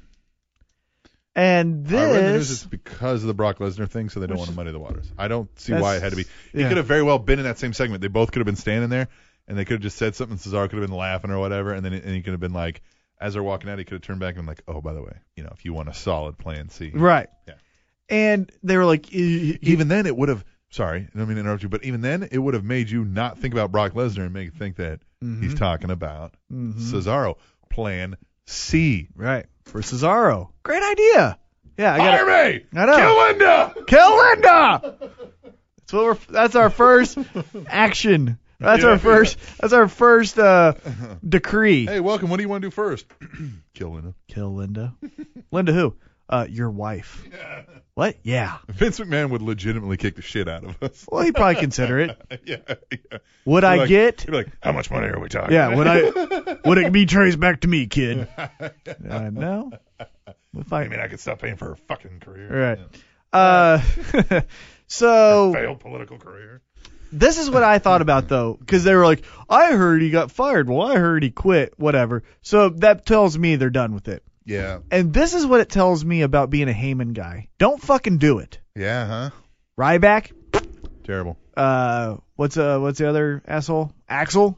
And I read the news it's this, because of the Brock Lesnar thing, so they don't want to muddy the waters. I don't see why it had to be. That's- He yeah. could have very well been in that same segment. They both could have been standing there, and they could have just said something. Cesaro could have been laughing or whatever, and then and he could have been like, as they're walking out, he could have turned back and like, oh, by the way, you know, if you want a solid plan C. Right. Yeah. And they were like, "E- e- Even then, it would have. Sorry, I don't mean to interrupt you, but even then, it would have made you not think about Brock Lesnar and make you think that Mm-hmm. he's talking about Cesaro. Plan C. right for Cesaro. Great idea. Yeah, I got Fire me! I know. Kill Linda! kill Linda. That's what we're. That's our first action. That's Yeah. our first. That's our first uh, decree. Hey, welcome. What do you want to do first? Kill Linda. Kill Linda. Linda who? Uh, your wife. What? Yeah. Vince McMahon would legitimately kick the shit out of us. Well, he'd probably consider it. yeah, yeah. Would I Like, get? he'd be like, how much money are we talking? Yeah. Would I? Would it be traced back to me, kid? Uh, no. We'll I find. mean, I could stop paying for her fucking career. Right. Uh, so. Failed political career. This is what I thought about though, because they were like, I heard he got fired. Well, I heard he quit. Whatever. So that tells me they're done with it. Yeah. And this is what it tells me about being a Heyman guy. Don't fucking do it. Yeah, huh? Ryback. Terrible. Uh, what's uh, what's the other asshole? Axel.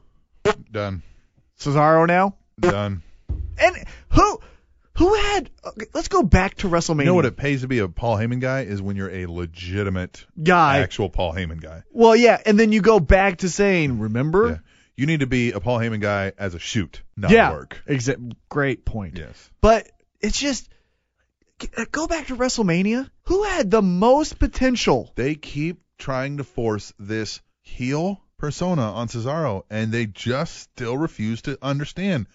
Done. Cesaro now. Done. And who, who had? Okay, let's go back to WrestleMania. You know what it pays to be a Paul Heyman guy is when you're a legitimate guy? actual Paul Heyman guy. Well, yeah, and then you go back to saying, remember? Yeah. You need to be a Paul Heyman guy as a shoot, not Yeah. work. Exa- great point. Yes. But it's just uh, go back to WrestleMania. Who had the most potential? They keep trying to force this heel persona on Cesaro, and they just still refuse to understand.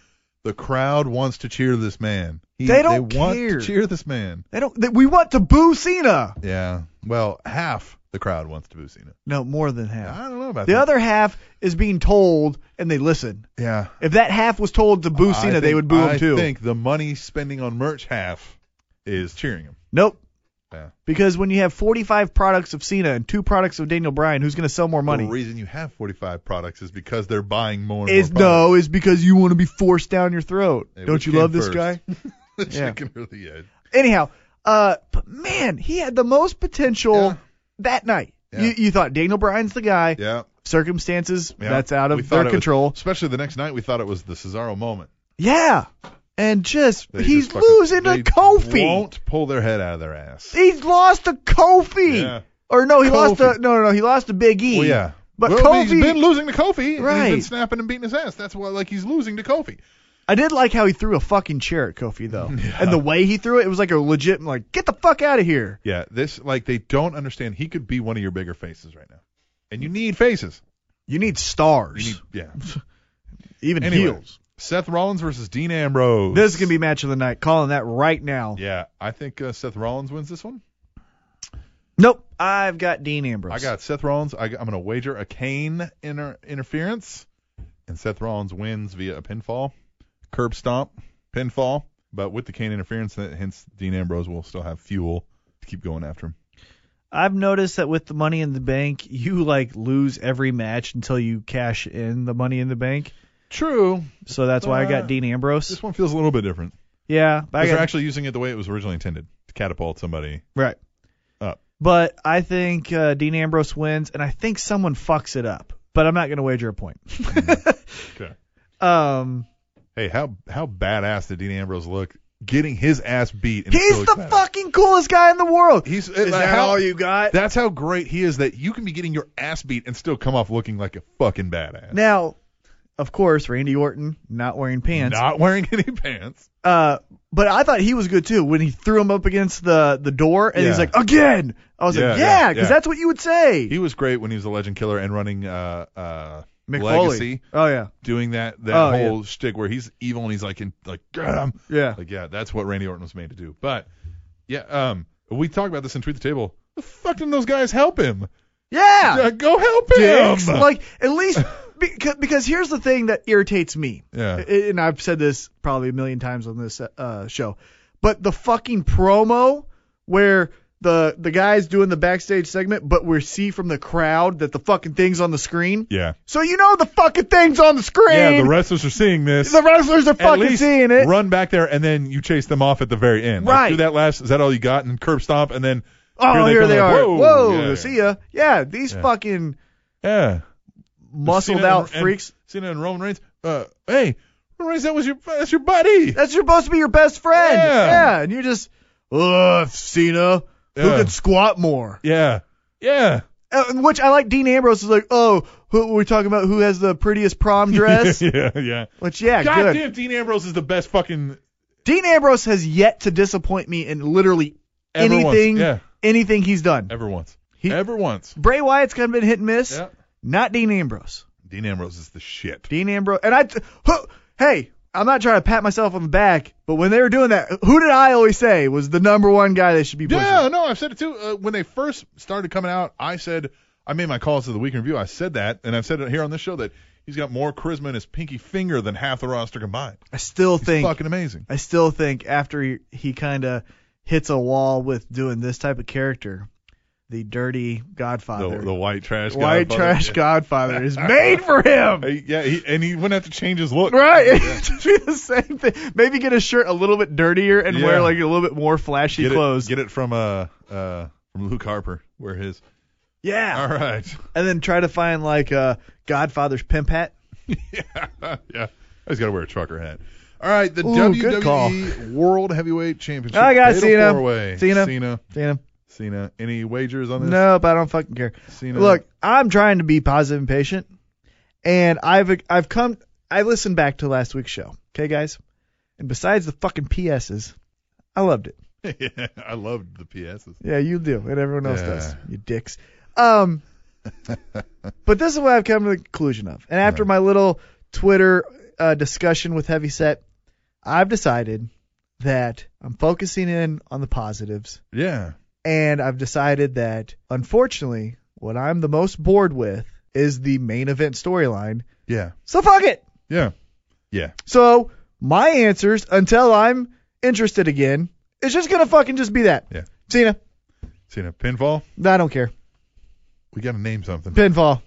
The crowd wants to cheer this man. He- They don't want care. to cheer this man. They don't. They, we want to boo Cena. Yeah. Well, half the crowd wants to boo Cena. No, more than half. I don't know about The that. other half is being told, and they listen. Yeah. If that half was told to boo I Cena, they think- would boo him too. I think the money spending on merch half is cheering him. Nope. Yeah. Because when you have 45 products of Cena and two products of Daniel Bryan, who's going to sell more The money? reason you have 45 products is because they're buying more. And Is more products. no, is because you want to be forced down your throat. Hey, Don't which you love came this guy? first? This Yeah. chicken really is. Anyhow, uh, but man, he had the most potential Yeah. that night. Yeah. You, you thought Daniel Bryan's the guy. Yeah. Circumstances, yeah. that's out We of thought it their was- control. especially the next night, we thought it was the Cesaro moment. yeah. And just, They he's just fucking- losing to they Kofi. Won't pull their head out of their ass. He's lost to Kofi. Yeah. Or no, he lost Kofi. to, no, no, no, he lost to Big E. Well, yeah. But well, Kofi, he's been losing to Kofi. And he's Right. been snapping and beating his ass. That's why, like, he's losing to Kofi. I did like how he threw a fucking chair at Kofi though, and the way he threw it, it was like a legit like get the fuck out of here. Yeah. This, like, they don't understand. He could be one of your bigger faces right now. And you need faces. You need You stars, need, yeah. even Anyway. heels. Seth Rollins versus Dean Ambrose. This is gonna be match of the night. Calling that right now. Yeah, I think uh, Seth Rollins wins this one. Nope, I've got Dean Ambrose. I got Seth Rollins. I, am going to wager a Kane inter- interference, and Seth Rollins wins via a pinfall, curb stomp, pinfall. But with the Kane interference, that hence Dean Ambrose will still have fuel to keep going after him. I've noticed that with the Money in the Bank, you like lose every match until you cash in the Money in the Bank. True. So that's why I Uh, got Dean This Ambrose. one feels a little bit different. Yeah, but I 'Cause they're got- actually using it the way it was originally intended to catapult somebody. right up. But I think uh, Dean Ambrose wins, and I think someone fucks it up. But I'm not gonna wager a point. Mm-hmm. Okay. um. Hey, how how badass did Dean Ambrose look getting his ass beat? And He's still the excited? fucking coolest guy in the world. He's Is that all you got? That's how great he is that you can be getting your ass beat and still come off looking like a fucking badass. Now, of course, Randy Orton not wearing pants. Not wearing any pants. Uh, but I thought he was good too when he threw him up against the the door and he's Yeah. like, again. I was Yeah, like, yeah, yeah, because yeah. that's what you would say. He was great when he was a legend killer and running uh uh Mick Legacy, Foley. Oh yeah, doing that that Oh, whole shtick where he's evil and he's like in, like get him. yeah. Like yeah, that's what Randy Orton was made to do. But yeah, um we talked about this in Tweet the Table. The fuck didn't those guys help him? Yeah. Yeah, go help him. Dicks. Like at least because, because here's the thing that irritates me. Yeah. A- And I've said this probably a million times on this uh, show, but the fucking promo where the the guy's doing the backstage segment, but we see from the crowd that the fucking thing's on the screen. yeah. So you know the fucking thing's on the screen. Yeah, the wrestlers are seeing this. The wrestlers are at fucking least seeing it. run back there and then you chase them off at the very end. Like, Right. do that last. Is that all you got? And curb stomp and then. oh, here come, they, like, are. Whoa. Whoa, yeah. see ya. Yeah, these fucking Yeah. muscled Cena out and- freaks. And Cena and Roman Reigns. Uh, hey, Maurice, that was your that's your buddy. That's supposed to be your best friend. Yeah. yeah and you just, ugh, Cena, who Yeah. could squat more? Yeah. Yeah. Uh, which I like. Dean Ambrose is like, oh, who we talking about? Who has the prettiest prom dress? yeah, yeah. Which yeah, God good. damn, Dean Ambrose is the best fucking Dean Ambrose has yet to disappoint me in literally ever anything, once. Yeah, anything he's done. ever once. He- ever once. Bray Wyatt's kind of been hit and miss. Yeah. Not Dean Ambrose. Dean Ambrose is the shit. Dean Ambrose. And I, who, hey, I'm not trying to pat myself on the back, but when they were doing that, who did I always say was the number one guy they should be pushing? Yeah, no, I've said it too. Uh, when they first started coming out, I said I made my calls to the week in review. I said that, and I've said it here on this show that he's got more charisma in his pinky finger than half the roster combined. I still He's think, fucking amazing. I still think after he, he kind of hits a wall with doing this type of character, the dirty Godfather, The, the white trash. white godfather. trash Godfather is made for him. Uh, Yeah, he, and he wouldn't have to change his look. Right, it'd just be the same thing. Maybe get a shirt a little bit dirtier and Yeah. wear like a little bit more flashy Get clothes. it, get it from uh uh from Luke Harper, where his. yeah, All right. and then try to find like a Godfather's pimp hat. yeah, yeah. I just gotta wear a trucker hat. All right, the Ooh, good call. WWE World Heavyweight Championship. All right, guys, fatal Cena. four-way. Cena. Cena. Damn. Cena. Any wagers on this? Nope, I don't fucking care. Cena. Look, I'm trying to be positive and patient, and I've I've come I listened back to last week's show. Okay, guys, and besides the fucking PSs, I loved it. yeah, I loved the PSs. Yeah, you do, and everyone else Yeah. does. You dicks. Um, but this is what I've come to the conclusion of, and after my little Twitter uh, discussion with Heavyset, I've decided that I'm focusing in on the positives. Yeah. And I've decided that, unfortunately, what I'm the most bored with is the main event storyline. Yeah. So fuck it. Yeah. Yeah. So my answers, until I'm interested again, is just gonna fucking just be that. Yeah. Cena, Cena. Pinfall. I don't care. We gotta name something. Pinfall.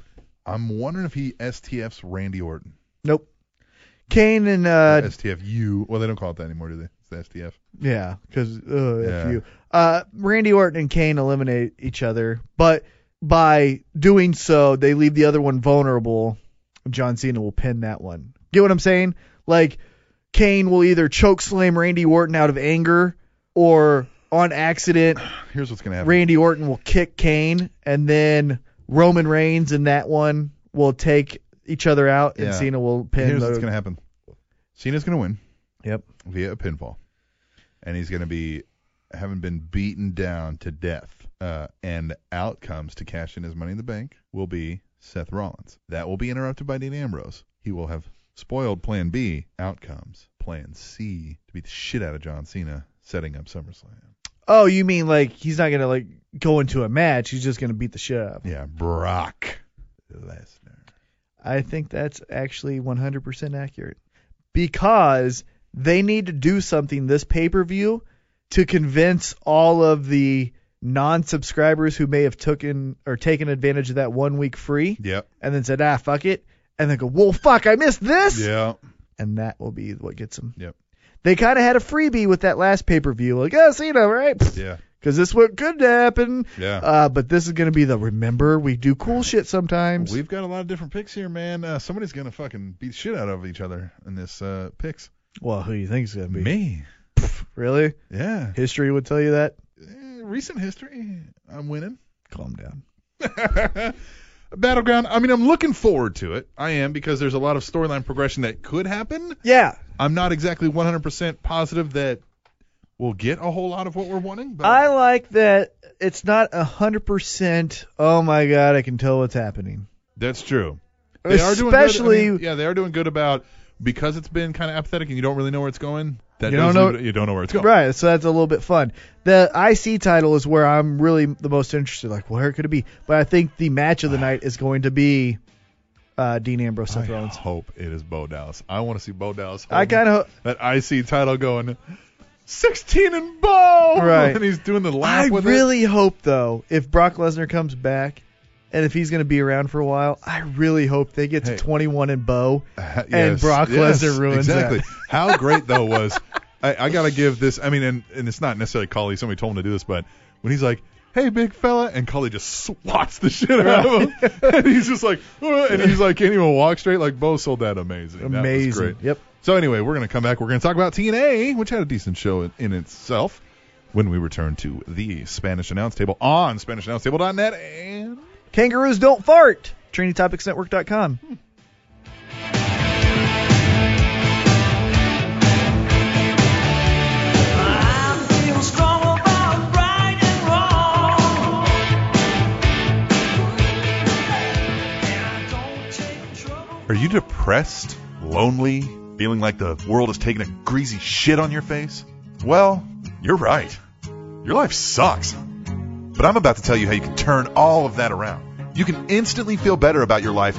I'm wondering if he STF's Randy Orton. Nope. Kane and Or uh STFU. Well, they don't call it that anymore, do they? It's the STF. yeah, because uh, Yeah. F you. Uh, Randy Orton and Kane eliminate each other, but by doing so, they leave the other one vulnerable. John Cena will pin that one. Get what I'm saying? Like Kane will either choke slam Randy Orton out of anger, or on accident, Here's what's gonna happen. Randy Orton will kick Kane, and then Roman Reigns in that one will take each other out, and Yeah. Cena will pin. Here's the- what's gonna happen. Cena's gonna win. Yep. via a pinfall, and he's going to be having been beaten down to death. Uh, and out comes to cash in his money in the bank will be Seth Rollins. That will be interrupted by Dean Ambrose. He will have spoiled Plan B. Out comes Plan C to beat the shit out of John Cena, setting up SummerSlam. Oh, you mean like he's not gonna like go into a match? He's just gonna beat the shit out of him. Yeah, Brock Lesnar. I think that's actually 100% accurate because they need to do something this pay per view to convince all of the non-subscribers who may have taken or taken advantage of that one week free Yep. and then said ah fuck it and then go well fuck I missed this Yeah. and that will be what gets them. Yep. They kind of had a freebie with that last pay per view like oh Cena right because Yeah. this what could happen Yeah. uh, but this is gonna be the remember we do cool shit sometimes. We've got a lot of different picks here, man. Uh, somebody's gonna fucking beat the shit out of each other in this uh, picks. well, who do you think's gonna be? Me. Really? Yeah. History would tell you that. Eh, recent history, I'm winning. Calm down. Battleground, I mean, I'm looking forward to it. I am because there's a lot of storyline progression that could happen. Yeah, I'm not exactly 100% positive that we'll get a whole lot of what we're wanting, but I like that. It's not a hundred percent. Oh my god, I can tell what's happening. that's true. Especially- doing good. I mean, yeah, they are doing good about because it's been kind of apathetic and you don't really know where it's going. That You don't does know- leave it- you don't know where it's going. Right, so that's a little bit fun. The IC title is where I'm really the most interested. Like, where could it be? But I think the match of the night is going to be uh, Dean Ambrose I Seth Rollins. hope it is Bo Dallas. I want to see Bo Dallas. I kind of. that IC title going 16 and Bo. Right. And he's doing the I laugh with it. really hope though, if Brock Lesnar comes back, and if he's going to be around for a while, I really hope they get to Hey. 21 and Bo. Ha- Brock Lesnar ruins exactly. that. How great though was I, I gotta give this. I mean, and, and it's not necessarily Cully. Somebody told him to do this, but when he's like, "Hey, big fella," and Cully just swats the shit out of him, "Uh," and he's just like, "Ugh," and he's like, can't even walk straight. Like Bo sold that amazing. That was Amazing. great. Yep. So anyway, we're going to come back. We're going to talk about TNA, which had a decent show in, in itself, when we return to the Spanish Announce Table on SpanishAnnounceTable.net and Kangaroos don't fart. TrainingTopicsNetwork.com. Are you depressed, lonely, feeling like the world is taking a greasy shit on your face? Well, you're right. Your life sucks. But I'm about to tell you how you can turn all of that around. You can instantly feel better about your life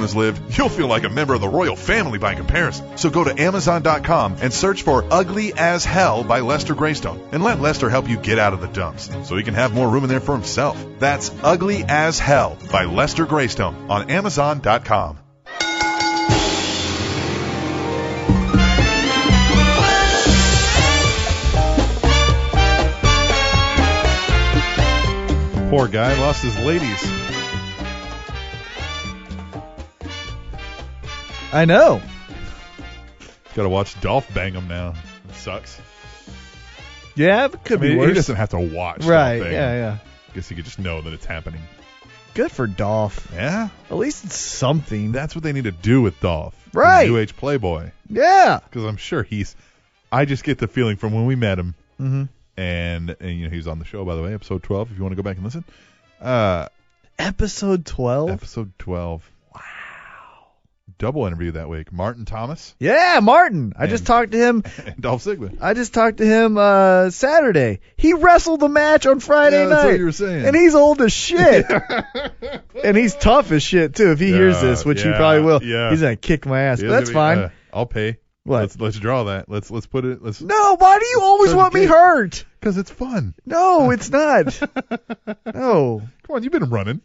has lived, you'll feel like a member of the royal family by comparison. So go to Amazon.com and search for Ugly as Hell by Lester Greystone and let Lester help you get out of the dumps so he can have more room in there for himself. That's Ugly as Hell by Lester Greystone on Amazon.com. Poor guy lost his ladies. I know. Got to watch Dolph bang him now. It sucks. Yeah, it could I mean, be he worse. doesn't have to watch. right. The Yeah, thing. yeah. Guess he could just know that it's happening. Good for Dolph. Yeah. At least it's something. That's what they need to do with Dolph. Right. New Age Playboy. Yeah. Because I'm sure he's. I just get the feeling from when we met him, Mm-hmm. and, and you know he was on the show by the way, episode 12. If you want to go back and listen. Uh, Episode 12. episode 12. Wow. Double interview that week. Martin Thomas yeah, Martin. I just And- talked to him. and Dolph Ziggler. I just talked to him uh, Saturday. He wrestled the match on Friday Yeah, that's night. what you were saying. And he's old as shit. and he's tough as shit too. If he hears Yeah, this, which he yeah, probably will, yeah. he's gonna kick my ass. Yeah, but that's I mean, fine. uh, I'll pay. What? Let's let's draw that. Let's let's put it. Let's no, why do you always Trying to want me get- hurt? because it's fun. No, it's not. no, Come on, you've been running.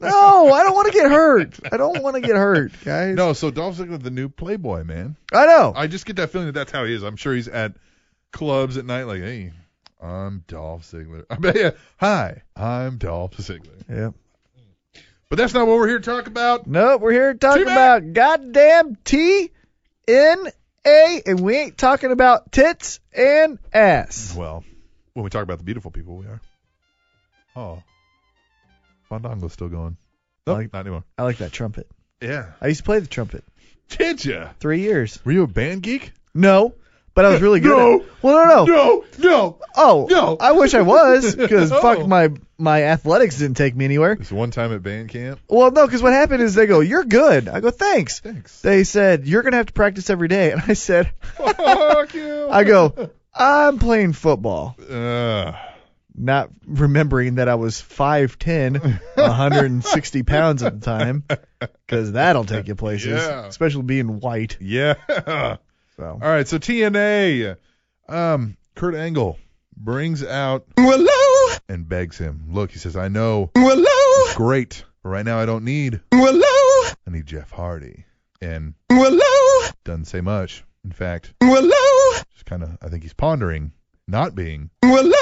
no, I don't want to get hurt. I don't want to get hurt, guys. No, so Dolph Ziggler, the new Playboy man. I know. I just get that feeling that that's how he is. I'm sure he's at clubs at night, like, hey, I'm Dolph Ziggler. I bet you, hi, I'm Dolph Ziggler. yeah. But that's not what we're here to talk about. Nope, we're here talking Too bad. about goddamn T N A, and we ain't talking about tits and ass. Well, when we talk about the beautiful people, we are. Oh, Fandango's still going. Nope, Like- not anymore. I like that trumpet. Oh. Yeah. I used to play the trumpet. Did ya? Three years. Were you a band geek? No, but I was really good. No. At it. Well, no, no. No, no. Oh, No. I wish I was because Oh. fuck my my athletics didn't take me anywhere. This one time at band camp. Well, no, because what happened is they go, "You're good." I go, "Thanks." Thanks. They said you're gonna have to practice every day, and I said, Fuck you. "I go, I'm playing football." Uh, not remembering that I was 5'10, 160 pounds at the time, because that'll take you places, Yeah. especially being white. yeah. So All right, so TNA. Um, Kurt Angle brings out Willow, and begs him. Look, he says, I know, Willow, great, but right now I don't need. Willow, I need Jeff Hardy. And Willow, doesn't say much. In fact, Willow, just kind of, I think he's pondering not being, Willow,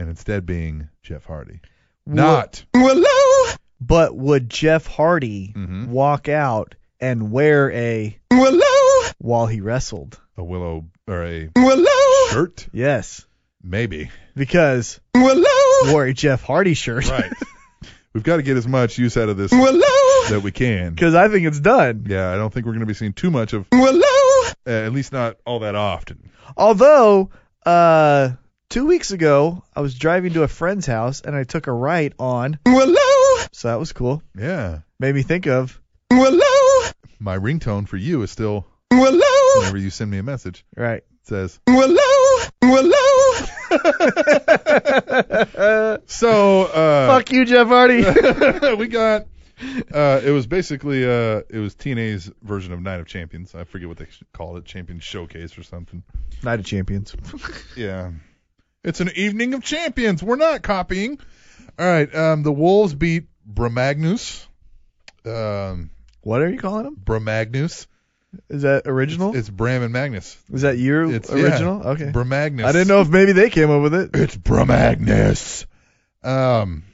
and instead being Jeff Hardy. Wo- Not. Willow, but would Jeff Hardy Mhm. walk out and wear a Willow, while he wrestled? A willow or a Willow, shirt? Yes, Maybe. because Willow, wore a Jeff Hardy shirt. Right. We've got to get as much use out of this Willow, that we can. Because I think it's done. Yeah, I don't think we're going to be seeing too much of, Willow, uh, at least not all that often. Although, uh, two weeks ago I was driving to a friend's house and I took a right on, Willow, so that was cool. Yeah. Made me think of Willow, my ringtone for you is still Willow, whenever you send me a message right. it says Willow, Willow, so uh Fuck you, Jeff Hardy. we got Uh, it was basically uh, it was TNA's version of Night of Champions. I forget what they sh- called it, Champions Showcase or something. Night of Champions. Yeah. It's an evening of champions. We're not copying. All right. Um, the Wolves beat Bramagnus. Um, What are you calling them? Bramagnus. Is that original? It's Bram and Magnus. Is that your It's yeah, original? okay. Bramagnus. I didn't know if maybe they came up with it. It's Bramagnus. Um,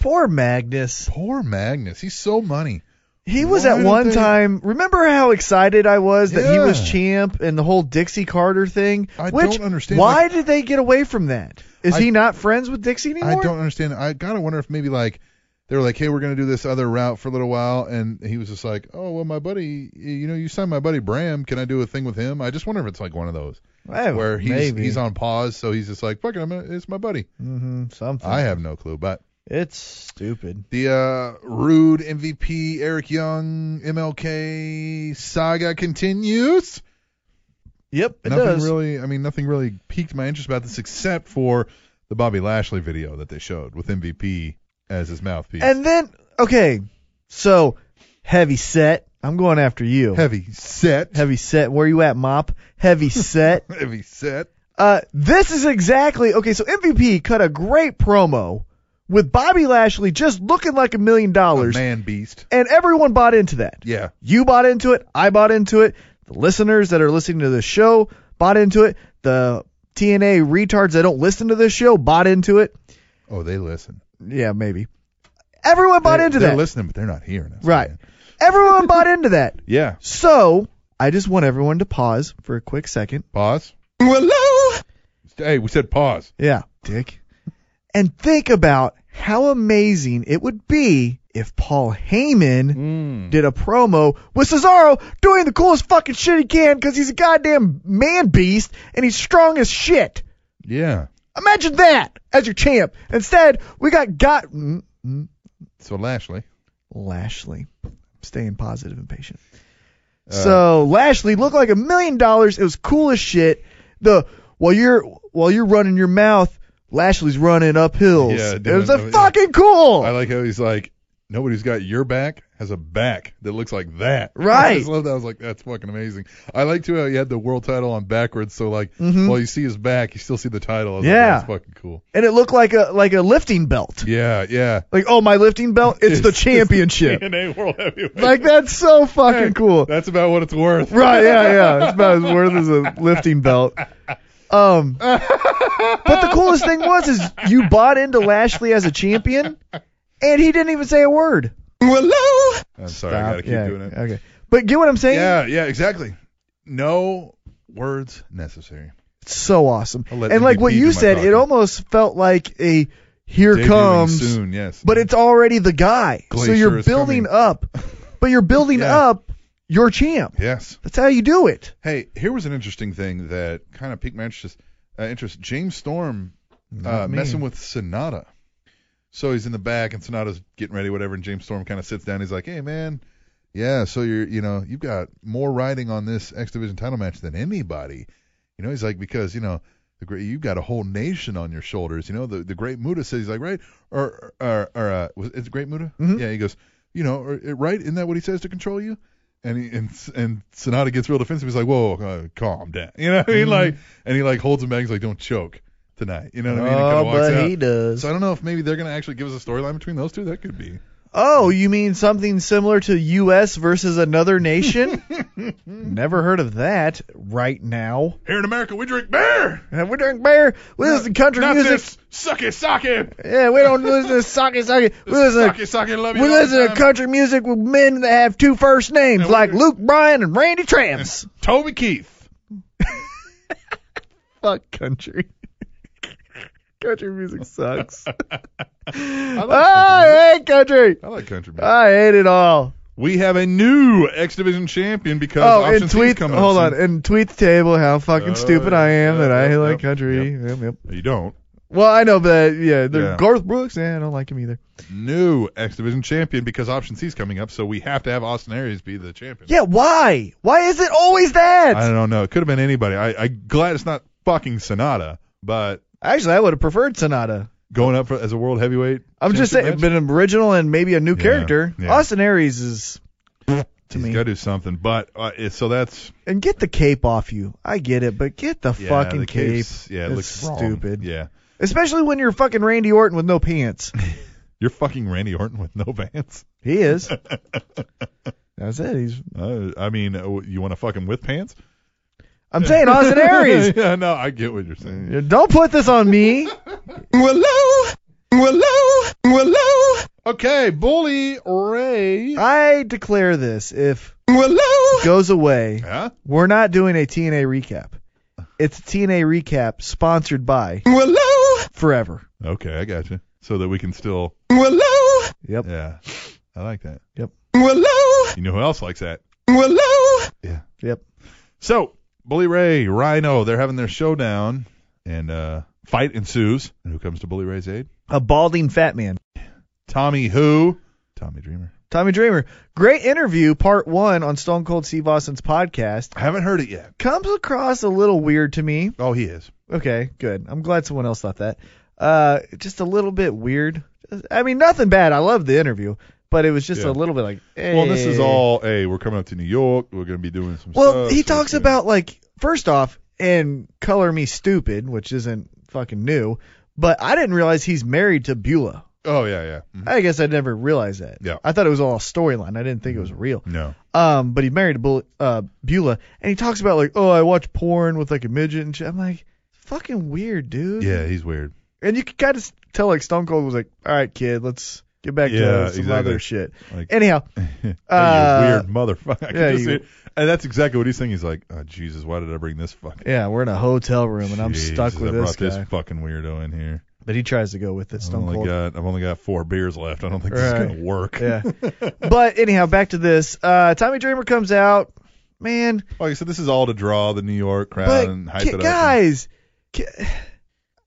Poor Magnus. poor Magnus. He's so money. He was Why at don't one they- time. Remember how excited I was that he was Yeah. champ and the whole Dixie Carter thing? I Which, don't understand, Why like- did they get away from that? Is I- he not friends with Dixie anymore? I don't understand. I gotta wonder if maybe like they were like, hey, we're gonna do this other route for a little while, and he was just like, oh well, my buddy, you know, you signed my buddy Bram. Can I do a thing with him? I just wonder if it's like one of those. Eh, where he's maybe. he's on pause, so he's just like, "Fuck it, I'm gonna, it's my buddy." Mhm, something. I have no clue, but It's stupid. the uh, rude MVP Eric Young MLK saga continues. Yep, it nothing does. really, I mean, nothing really piqued my interest about this except for the Bobby Lashley video that they showed with MVP as his mouthpiece. And then okay, so heavy set. I'm going after you. heavy set, Heavy set. Where you at, mop? Heavy set. heavy set. Uh, this is exactly okay. So MVP cut a great promo with Bobby Lashley just looking like a million A dollars, Oh, man beast. and everyone bought into that. Yeah, You bought into it. I bought into it. The listeners that are listening to this show bought into it. The TNA retards that don't listen to this show bought into it. oh, they listen. Yeah, maybe. Everyone bought they, into they're that. listening, but they're not hearing us. Right. man. Everyone bought into that. Yeah. So I just want everyone to pause for a quick second. Pause. Hello. Hey, we said pause. Yeah, Dick. And think about how amazing it would be if Paul Heyman Hmm. did a promo with Cesaro doing the coolest fucking shit he can because he's a goddamn man beast and he's strong as shit. Yeah. Imagine that as your champ. Instead, we got got mm, mm, So Lashley. Lashley. Staying positive and patient. Uh, so Lashley looked like a million dollars. It was cool as shit. The while you're while you're running your mouth, Lashley's running up hills. Yeah, it doing was the- a yeah. fucking cool. I like how he's like, nobody's got your back has a back that looks like that. I Right. just love that. I was like, that's fucking amazing. I like too how he had the world title on backwards, so like, while you see his back, you still see the title. I was like, Mm-hmm. Yeah. that's fucking cool. and it looked like a like a lifting belt. Yeah, yeah. Like oh my lifting belt, it's, the championship. TNA World Heavyweight. like that's so fucking cool. that's about what it's worth. Right, yeah, yeah. It's about as worth as a lifting belt. Um, but the coolest thing was is you bought into Lashley as a champion, and he didn't even say a word. I'm sorry, I gotta keep yeah, doing it. Okay, but get what I'm saying? Yeah, yeah, exactly. No words necessary. It's so awesome. I'll let And like MVP what do you my said, talking. it almost felt like a here Debuting comes, soon, yes. but it's already the guy. so Glacier you're is building coming. up, but you're building Yeah. up your champ. yes. That's how you do it. Hey, here was an interesting thing that kind of piqued my interest. Uh, interest. James Storm uh, me. messing with Sonata. So he's in the back, and Sonata's getting ready, whatever. And James Storm kind of sits down. He's like, "Hey, man, yeah. So you're, you know, you've got more riding on this X Division title match than anybody. You know, he's like because you know the great, you've got a whole nation on your shoulders. You know, the the great Muda says he's like right or or or uh, was it's great Muda? Mm-hmm. Yeah, he goes, you know, or, uh, right? Isn't that what he says to control you? And he, and and Sonata gets real defensive. He's like, whoa, uh, calm down. You know what I Mm-hmm. mean? Like, and he like holds him back. He's like, don't choke tonight. You know what I mean? And kinda oh, walks but out. he does. So I don't know if maybe they're gonna actually give us a storyline between those two. That could be. Oh, you mean something similar to U.S. versus another nation? Never heard of that right now. Uh, Here in America, we drink beer, And we drink beer. We listen to country not music. this sucky sake. Yeah, we don't listen to sake sake. We listen, Sucky sake, love you. we all the listen to time. country music with men that have two first names, we- like Luke Bryan and Randy Travis. Toby Keith. Fuck country. country music sucks. Ah, I like, I hate country. I like country music. I hate it all. we have a new X Division champion because Oh, Option and C is tweet. coming Hold up on, soon. and tweet the table how fucking Oh, stupid I am yeah, that I yep, like yep, country. Yep, yep. You don't. Well, I know, but yeah, they're Yeah. Garth Brooks. Yeah, I don't like him either. New X Division champion because Option C is coming up, so we have to have Austin Aries be the champion. Yeah, why? Why is it always that? I don't know. It could have been anybody. I, I'm glad it's not fucking Sonata, but Actually, I would have preferred Sonata. going up for, as a world heavyweight. I'm just saying, championship match? been an original and maybe a new Yeah, character. yeah. Austin Aries is to he's me. got to do something. But uh, it- so that's And get the cape off you. I get it, but get the yeah, fucking the cape. capes- Yeah, it That's looks wrong. stupid. Yeah, Especially when you're fucking Randy Orton with no pants. you're fucking Randy Orton with no pants. He is. That's it. He's. Uh, I mean, uh, you want to fuck him with pants? I'm saying Austin Aries. yeah, no, I get what you're saying. Don't put this on me. Willow, Willow, Willow. Okay, Bully Ray. I declare this if Willow. goes away, Huh? we're not doing a TNA recap. It's a TNA recap sponsored by Willow. Forever. Okay, I got you. So that we can still. Willow, Yep. Yeah, I like that. Willow, You know who else likes that? Willow. Yep. So, Bully Ray, Rhino, they're having their showdown, and uh, fight ensues. And who comes to Bully Ray's aid? A balding fat man. Tommy who? Tommy Dreamer. Tommy Dreamer. Great interview, part one on Stone Cold Steve Austin's podcast. I haven't heard it yet. Comes across a little weird to me. Oh, he is. Okay, good. I'm glad someone else thought that. Uh, just a little bit weird. I mean, nothing bad. I love the interview, but it was just Yeah. a little bit like. Well, this is eh. all. Hey, we're coming up to New York. We're gonna be doing some. Well, stuff, he so talks it's gonna- about like first off, and color me stupid, which isn't fucking new, but I didn't realize he's married to Beulah. Oh yeah, yeah. Mhm. I guess I never realized that. Yeah. I thought it was all a storyline. I didn't think it was real. No. Um, but he married a bull, uh, Beulah, and he talks about like, oh, I watch porn with like a midget and shit. I'm like, fucking weird, dude. Yeah, he's weird. And you could kind of tell like Stone Cold was like, all right, kid, let's get back Yeah, to some exactly. other shit. Like, Anyhow, hey, you uh, weird motherfucker. I can yeah, just you- see it. And that's exactly what he's saying. He's like, oh, Jesus, why did I bring this fucking? yeah, we're in a hotel room and I'm stuck Jesus, with I this brought guy. this Oh fucking weirdo in here. But he tries to go with it, Stone I've only Cold. got I've only got four beers left. I don't think this Right. is gonna work. Yeah. but anyhow, back to this. Uh, Tommy Dreamer comes out, man. Like I said, this is all to draw the New York crowd and But hype ki- it up. guys, ki-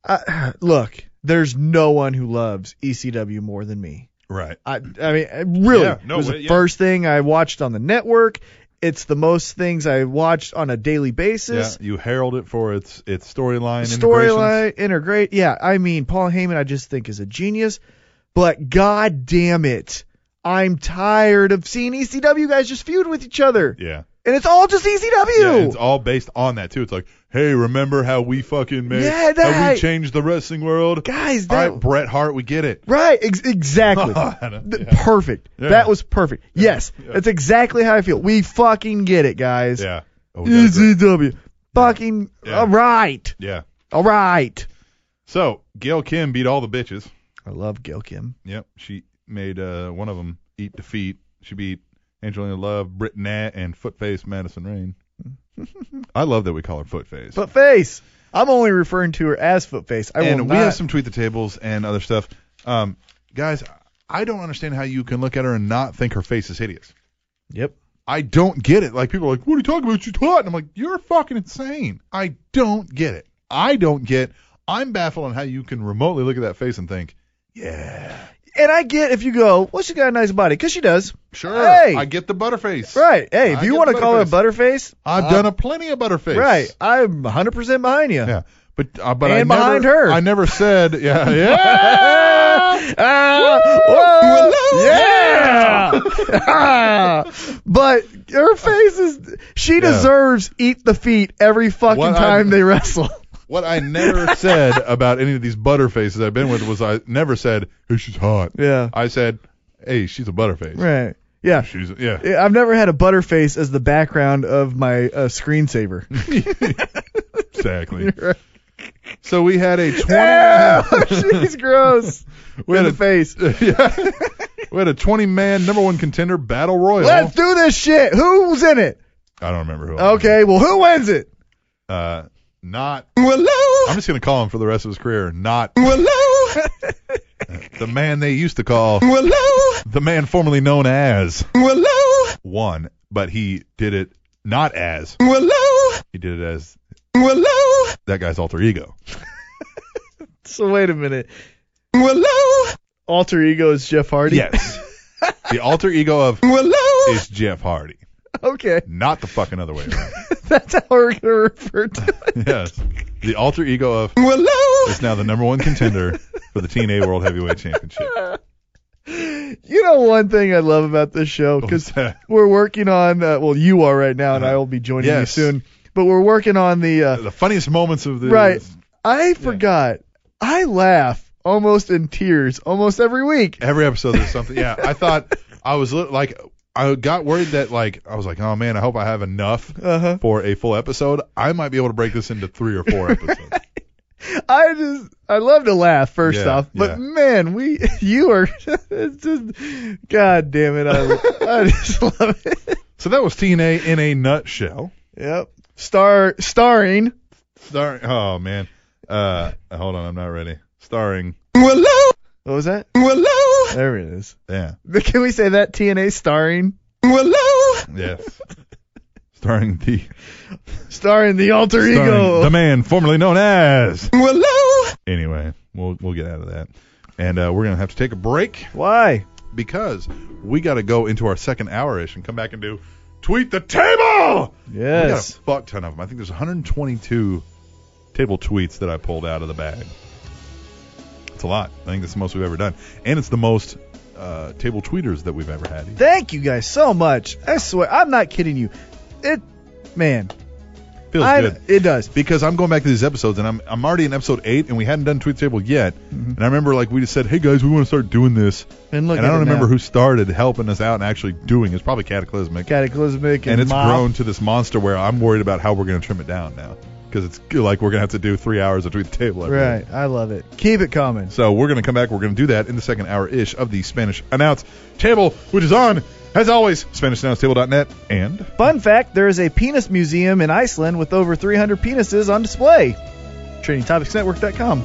I, look, there's no one who loves ECW more than me. right. I, I mean, I- really, Yeah, no, it was uh, the yeah. first thing I watched on the network. It's the most things I watched on a daily Yeah, basis. you herald it for its its storyline. integrations. Storyline, integrate. Yeah, I mean, Paul Heyman, I just think is a genius. But god damn it, I'm tired of seeing ECW guys just feud with each other, Yeah. and it's all just E ECW. Yeah, and it's all based on that too. It's like, hey, remember how we fucking made Yeah, how that- we changed the wrestling world? guys, all that right, Bret Hart, we get it. Right, ex- exactly. God, Th- yeah. Perfect. Yeah. That was perfect. Yes, Yeah. that's exactly how I feel. We fucking get it, guys. Yeah. Oh, we got a great- ECW. Fucking Yeah. all right, yeah. all right. So Gail Kim beat all the bitches. I love Gil Kim. Yep. She made uh, one of them eat defeat. She beat Angelina Love, Britt Nat, and Footface Madison Rain. I love that we call her Footface. But face, I'm only referring to her as Footface. I will and we not. have some tweet the tables and other stuff. Um, guys, I don't understand how you can look at her and not think her face is hideous. yep. I don't get it. Like people are like, "What are you talking about? She's hot." And I'm like, "You're fucking insane." I don't get it. I don't get. I'm baffled on how you can remotely look at that face and think, "Yeah, And I get if you go, well, she got a nice body, 'cause she does. sure, Hey. I get the butterface." Right. Hey, if I you get want to call her Butterface, I've I- done a plenty of butterface. Uh, right, I'm 100% behind you. Yeah. But uh, but And I never, behind her. I never said yeah yeah. Ah, whoa, yeah. Ah. but her face is she deserves eat the feet every fucking What I- time they wrestle. What I never said about any of these butterfaces I've been with was I never said, "Hey, she's hot." Yeah. I said, "Hey, she's a butterface." Right. Yeah. She's a- yeah. Yeah, I've never had a butterface as the background of my uh, screensaver. Exactly. So we had a 20 She's gross. we In had the a, face. yeah. we had a 20 man number 1 contender battle royal. Let's do this shit. Who's in it? I don't remember who. else. Okay, well, who wins it? Uh not Willow, I'm just going to call him for the rest of his career, not Willow, the man they used to call Willow, the man formerly known as Willow, one, but he did it not as. Willow, He did it as Willow, that guy's alter ego. So wait a minute. Willow, Alter ego is Jeff Hardy. Yes. the alter ego of Willow, is Jeff Hardy, Okay, not the fucking other way around. that's how we're gonna refer to. It. yes. The alter ego of Willow, Willow. is now the number one contender for the TNA World Heavyweight Championship. You know one thing I love about this show What because was that? we're working on. Uh, well, you are right now, and Uh-huh. I will be joining Yes. you soon. But we're working on the. Uh, The funniest moments of the Right. I forgot. I laugh almost in tears almost every week. every episode there's something. Yeah, I thought I was li- like I got worried that like I was like, oh man, I hope I have enough Uh huh. for a full episode. I might be able to break this into three or four episodes. I just I love to laugh first Yeah, off, but yeah. man, we you are it's just God damn it, I I just love it. So that was TNA in a nutshell. Yep. Star starring Starring, oh man, uh, hold on, I'm not ready. Starring, Willow. what was that? Willow. There it is. yeah, Can we say that TNA starring Willow. yes, starring the starring the alter starring ego? the man formerly known as. Willow. Anyway, we'll we'll get out of that, and uh, we're gonna have to take a break. Why? because we got to go into our second hour ish and come back and do tweet the table. We got a Yes. fuck ton of them. I think there's 122 table tweets that I pulled out of the bag. It's a lot. I think that's the most we've ever done, and it's the most uh, table tweeters that we've ever had. Thank you guys so much. I swear, I'm not kidding you. It, man, Feels I, good. it does. Because I'm going back to these episodes, and I'm I'm already in episode eight, and we hadn't done tweet the table yet. And I remember like we just said, hey guys, we want to start doing this, And Mm-hmm. look, and I at don't it remember now. who started helping us out and actually doing. it. It's probably cataclysmic. cataclysmic and, and it's Mop. grown to this monster where I'm worried about how we're going to trim it down now because it's like we're going to have to do three hours of tweet the table. Every Right, day. I love it. Keep it coming. So we're going to come back. We're going to do that in the second hour ish of the Spanish announce table, which is on as always SpanishAnnounceTable.net and Fun fact there is a penis museum in Iceland with over 300 penises on display. TrainingTopicsNetwork.com.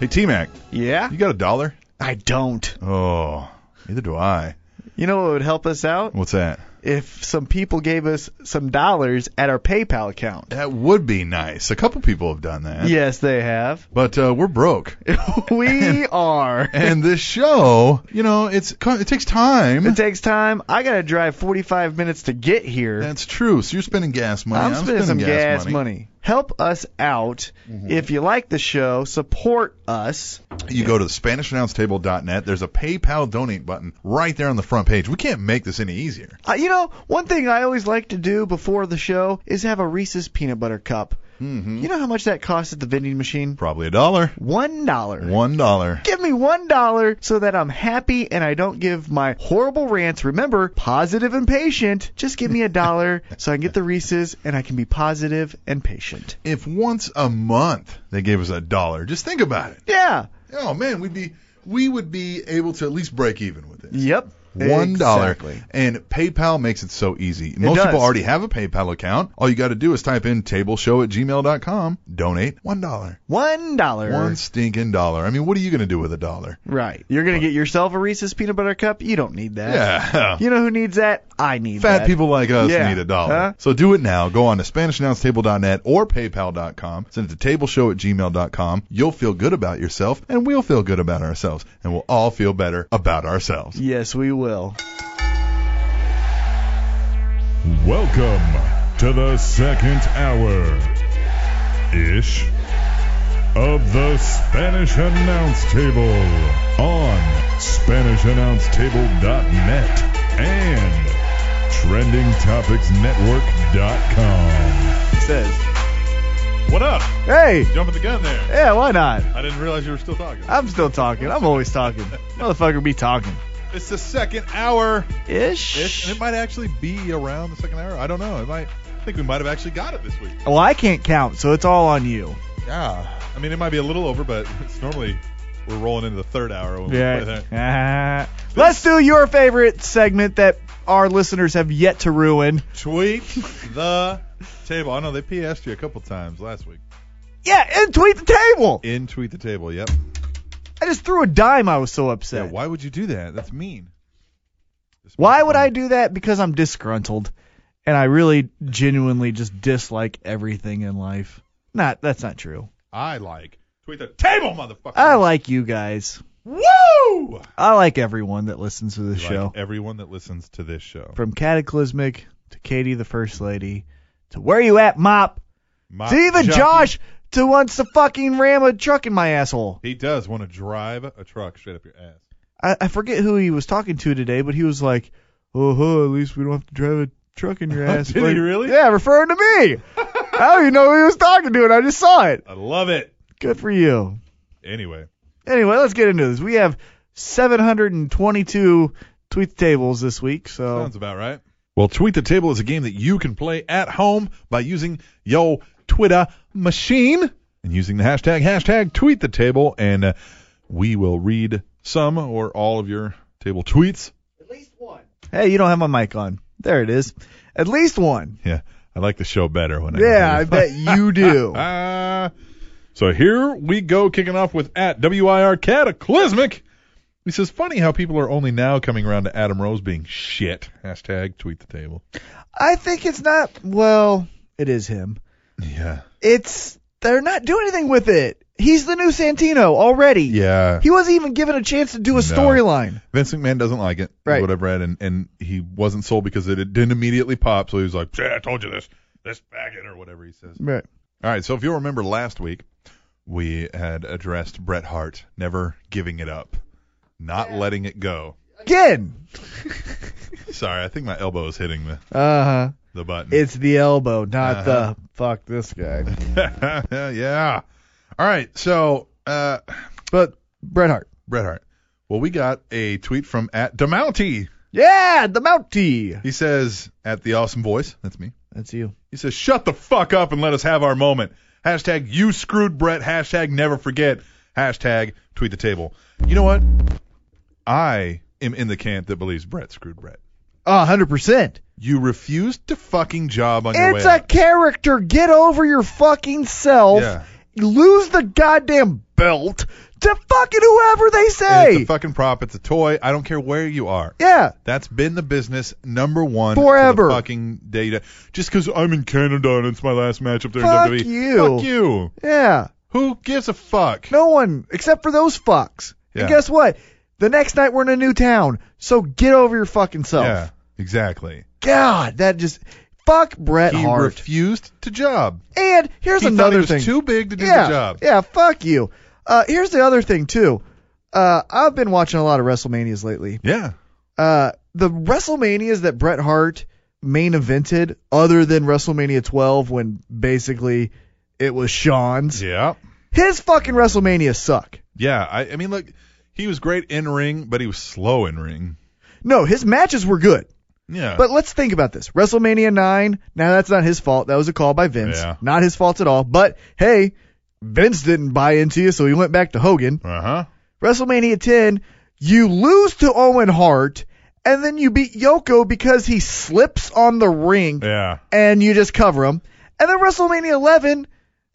hey T Mac, Yeah? you got a dollar? I don't. Oh, neither do I. You know what would help us out? What's that? If some people gave us some dollars at our PayPal account. That would be nice. A couple people have done that. Yes, they have. But uh, we're broke, we are. and this show, you know, it's it takes time. It takes time. I got to drive 45 minutes to get here. That's true. So you're spending gas money. I'm, spending, some gas, money. money. Help us out. Mm-hmm. If you like the show, support us. You go to SpanishAnnounceTable.net. There's a PayPal donate button right there on the front page. We can't make this any easier. Uh, you know, one thing I always like to do before the show is have a Reese's peanut butter cup. Mm-hmm. You know how much that costs at the vending machine? Probably a dollar. One dollar. One dollar. Give me one dollar so that I'm happy and I don't give my horrible rants. Remember, positive and patient. Just give me a dollar so I can get the Reese's and I can be positive and patient. If once a month they gave us a dollar, just think about it. Yeah. Oh man, we'd be we would be able to at least break even with it. Yep. One dollar. Exactly. And PayPal makes it so easy. Most does. people already have a PayPal account. All you got to do is type in tableshow at gmail.com, donate one dollar. One dollar. One stinking dollar. I mean, what are you going to do with a dollar? Right. You're gonna get yourself a Reese's peanut butter cup. You don't need that. Yeah. You know who needs that? I need Fat that. people like us Yeah. need a dollar. Huh? So do it now. Go on to SpanishAnnounceTable.net or PayPal.com. Send it to tableshow at gmail.com. You'll feel good about yourself, and we'll feel good about ourselves, and we'll all feel better about ourselves. Yes, we will. Welcome to the second hour ish of the Spanish Announce Table on SpanishAnnounceTable.net and TrendingTopicsNetwork.com. It says. What up? Hey, Jumping the gun there. yeah, why not? I didn't realize you were still talking. I'm still talking. I'm always talking. Motherfucker be talking. It's the second hour. Ish. Ish, and it might actually be around the second hour. I don't know. It might. I think we might have actually got it this week. Well, I can't count, so it's all on you. Yeah. I mean, it might be a little over, but it's normally we're rolling into the third hour. When We play that. Yeah. Let's do your favorite segment that our listeners have yet to ruin. Tweet the table. I know they PS'd you a couple times last week. Yeah, and tweet the table. In tweet the table. Yep. I just threw a dime. I was so upset. Yeah. Why would you do that? That's mean. Just Why make would fun. I do that? Because I'm disgruntled, and I really genuinely just dislike everything in life. Not that's not true. I like tweet the table, motherfucker. I like you guys. Woo! I like everyone that listens to this show. Like everyone that listens to this show. From Cataclysmic to Katie the First Lady to Where You At Mop My to even junkie. Josh to wants to fucking ram a truck in my asshole. He does want to drive a truck straight up your ass. I, I forget who he was talking to today, but he was like, "Oh, huh, at least we don't have to drive a truck in your ass." Did Like, he really? Yeah, referring to me. I don't even know who he was talking to, and I just saw it. I love it. Good for you. Anyway, Anyway, let's get into this. We have 722 tweet the tables this week, so sounds about right. Well, Tweet the Table is a game that you can play at home by using yo Twitter machine and using the hashtag hashtag Tweet the Table, and uh, we will read some or all of your table tweets. hey, you don't have my mic on. There it is. At least one. Yeah, I like the show better when I can Yeah, do I this. bet you do. Ah. so here we go, kicking off with at WIR Cataclysmic. He says, funny how people are only now coming around to Adam Rose being shit. Hashtag tweet the table. I think it's not. Well, it is him. Yeah. It's they're not doing anything with it. He's the new Santino already. Yeah. He wasn't even given a chance to do a No. storyline. Vince McMahon doesn't like it, Right. is what I've read, and, and he wasn't sold because it, it didn't immediately pop, so he was like, yeah, I told you this, this faggot, or whatever he says. Right. All right, so if you'll remember last week, we had addressed Bret Hart never giving it up, not letting it go. Again. Sorry, I think my elbow is hitting the, Uh huh. the button. It's the elbow, not Uh-huh. the fuck this guy. yeah. All right. So, uh, But Bret Hart. Bret Hart. Well, we got a tweet from at Demounty. Yeah, the Mountie. He says at the awesome voice. That's me. That's you. He says, shut the fuck up and let us have our moment. Hashtag you screwed Bret. Hashtag never forget. Hashtag tweet the table. You know what? I am in the camp that believes Bret screwed Bret. A hundred percent. You refused to fucking job on your It's way a out. character. Get over your fucking self. Yeah. Lose the goddamn belt to fucking whoever they And say. It's a fucking prop. It's a toy. I don't care where you are. yeah. That's been the business number one Forever. For the fucking data. Just 'cause I'm in Canada and it's my last match up there Fuck in WWE. you. Fuck you. Yeah. Who gives a fuck? No one except for those fucks. Yeah. And guess what? The next night we're in a new town. So get over your fucking self. Yeah, exactly. God, that just fuck Bret he Hart. refused to job. and here's he thought another he was thing. too big to do yeah, the job. yeah, fuck you. Uh, here's the other thing too. Uh, I've been watching a lot of WrestleManias lately. Yeah. Uh, the WrestleManias that Bret Hart main evented, other than WrestleMania 12, when basically it was Sean's, Yeah. his fucking WrestleMania suck. Yeah. I, I mean, look, he was great in ring, but he was slow in ring. No, his matches were good. Yeah. But let's think about this. WrestleMania 9, now that's not his fault. That was a call by Vince. Yeah. Not his fault at all. But hey, Vince didn't buy into you, so he went back to Hogan. uh huh. WrestleMania 10, you lose to Owen Hart, and then you beat Yoko because he slips on the ring Yeah. and you just cover him. And then WrestleMania 11,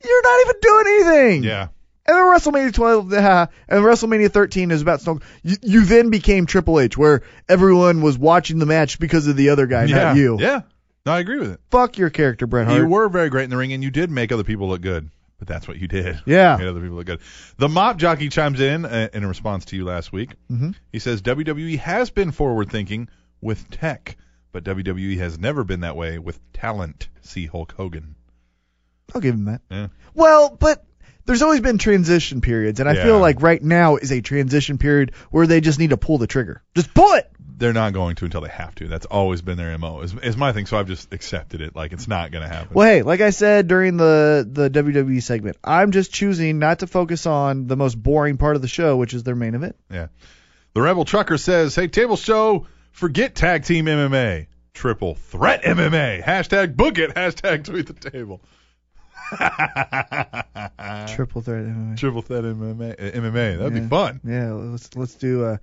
you're not even doing anything. Yeah. And then WrestleMania 12, uh, and WrestleMania 13 is about Stone. You, you then became Triple H, where everyone was watching the match because of the other guy, yeah. not you. Yeah. No, I agree with it. Fuck your character, Bret Hart. You were very great in the ring, and you did make other people look good. But that's what you did. Yeah. Made other people look good. The mop jockey chimes in uh, in response to you last week. Mhm. He says WWE has been forward thinking with tech, but WWE has never been that way with talent. See Hulk Hogan. I'll give him that. Yeah. Well, but there's always been transition periods, and I Yeah. feel like right now is a transition period where they just need to pull the trigger. Just pull it. They're not going to until they have to. That's always been their mo. Is, is my thing. So I've just accepted it. Like it's not going to happen. Well, hey, like I said during the the WWE segment, I'm just choosing not to focus on the most boring part of the show, which is their main event. Yeah. The Rebel Trucker says, Hey, Table Show, forget tag team MMA. Triple threat MMA. Hashtag book it. Hashtag tweet the table. Uh-huh. Triple threat MMA. Triple threat MMA. uh, MMA. That'd be Yeah. fun. Yeah, let's let's do a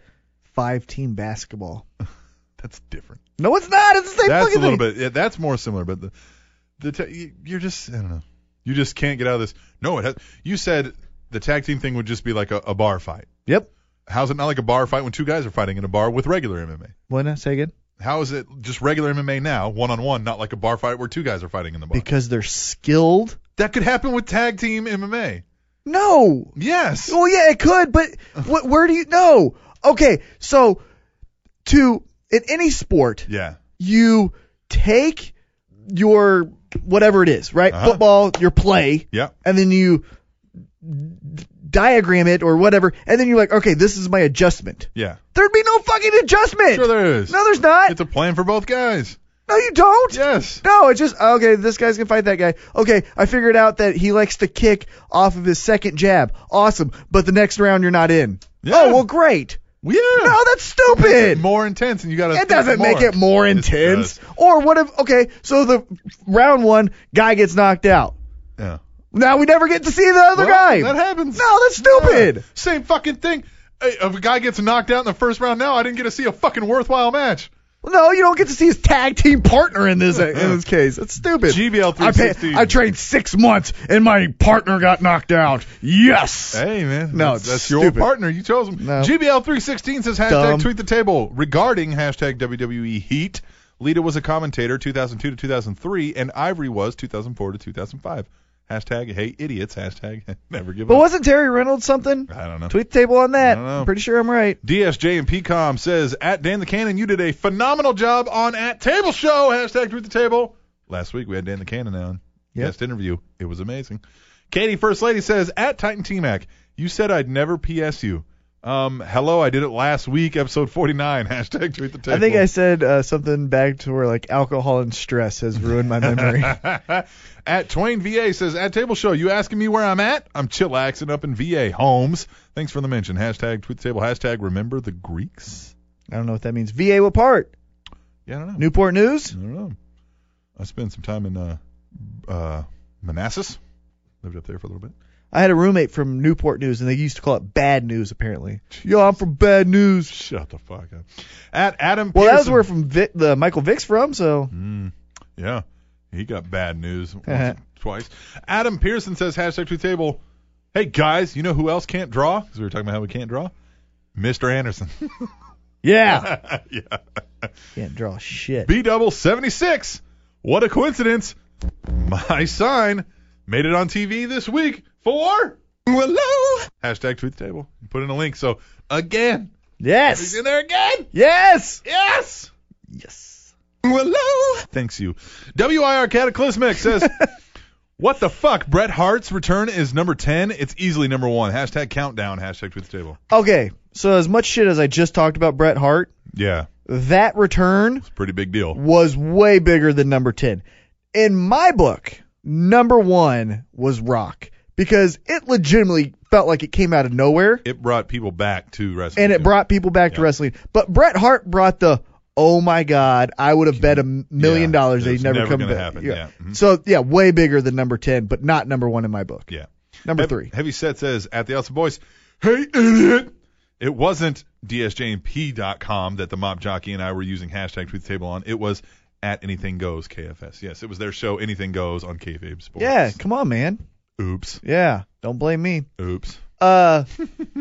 five team basketball. That's different. No, it's not. It's the same That's a fucking little thing. bit. Yeah, that's more similar, but the the ta- you- you're just I don't know. You just can't get out of this. No, it has. You said the tag team thing would just be like a, a bar fight. Yep. How's it not like a bar fight when two guys are fighting in a bar with regular MMA? When I say again, How is it just regular MMA now, one on one, not like a bar fight where two guys are fighting in the bar? because they're skilled. That could happen with tag team MMA. No. Yes. Well, Oh, yeah, it could, but what, where do you know? Okay, so to in any sport, Yeah. you take your whatever it is, right? Uh-huh. Football, your play, Yeah. and then you diagram it or whatever, and then you're like, okay, this is my adjustment. Yeah. There'd be no fucking adjustment. Sure there is. no, there's not. It's a plan for both guys. no, you don't. Yes. No, it's just okay. This guy's gonna fight that guy. Okay, I figured out that he likes to kick off of his second jab. Awesome, but the next round you're not in. Yeah. Oh well, great. Yeah. No, that's It's stupid. more intense, and you got to. It doesn't make it more intense. does. Or what if? Okay, so the round one guy gets knocked out. Yeah. Now we never get to see the other Well, guy. That happens. no, that's stupid. Same fucking thing. Hey, If a guy gets knocked out in the first round, now I didn't get to see a fucking worthwhile match. No, you don't get to see his tag team partner in this in this case. That's stupid. GBL I, paid, 316. I trained six months and my partner got knocked out. Yes. Hey man, No, that's, it's that's your stupid. partner. You chose him. No. GBL316 says hashtag Dumb. tweet the table regarding hashtag WWE Heat. Lita was a commentator 2002 to 2003, and Ivory was 2004 to 2005. Hashtag hey idiots. Hashtag never give But up. wasn't Terry Reynolds something? I don't know. Tweet the table on that. I don't know. I'm pretty sure I'm right. DSJ and PCOM says at Dan the Cannon, you did a phenomenal job on at table show hashtag tweet the table. Last week we had Dan the Cannon on Yep. guest interview. It was amazing. Katie First Lady says at Titan T Mac, you said I'd never PS you. Um, hello, I did it last week, episode 49 hashtag tweet the table. I think I said uh, something back to where like alcohol and stress has ruined my memory. at Twain VA says at table show, you asking me where I'm at? I'm chillaxing up in VA Holmes. Thanks for the mention. Hashtag tweet the table. Hashtag remember the Greeks. I don't know what that means. VA what part? Yeah, I don't know. Newport News? I don't know. I spent some time in uh, uh, Manassas. Lived up there for a little bit. I had a roommate from Newport News and they used to call it bad news apparently. Yo, I'm from bad news. Shut the fuck up. At Adam. Well, that was Pearson- where from Vic, the Michael Vick's from, so Mm, yeah, he got bad news once, Uh-huh. twice. Adam Pearson says hashtag to the table. Hey guys, you know who else can't draw? Because we were talking about how we can't draw. Mr. Anderson. yeah. yeah. Can't draw shit. B double seventy six. What a coincidence. My sign made it on TV this week for Hello. hashtag tweet the table. Put in a link. So again, He's Yes. in there again. Yes. Yes. Yes. Hello. Thanks you. WIR Cataclysmic says, "What the fuck? Bret Hart's return is number ten. It's easily number one. Hashtag countdown. Hashtag tweet the table. Okay. So as much shit as I just talked about Bret Hart, Yeah, that return it's a pretty big deal. was way bigger than number 10. In my book, number 1 was Rock because it legitimately felt like it came out of nowhere It brought people back to wrestling, and it too. brought people back to Yeah. wrestling. But Bret Hart brought the oh my god, I would have bet a million Yeah, dollars it that he'd was never, never come gonna back. happen, yeah. Mhm. So yeah, way bigger than number 10, but not number 1 in my book. Yeah. Number Hev- 3. Heavy set says at the Elsa Boys, "Hey idiot." It wasn't dsjnp.com that the mob jockey and I were using hashtag tweet the table on. It was at anything goes KFS. Yes, it was their show Anything Goes on Kayfabe Sports. Yeah, come on man. Oops. Yeah, don't blame me. Oops. Uh,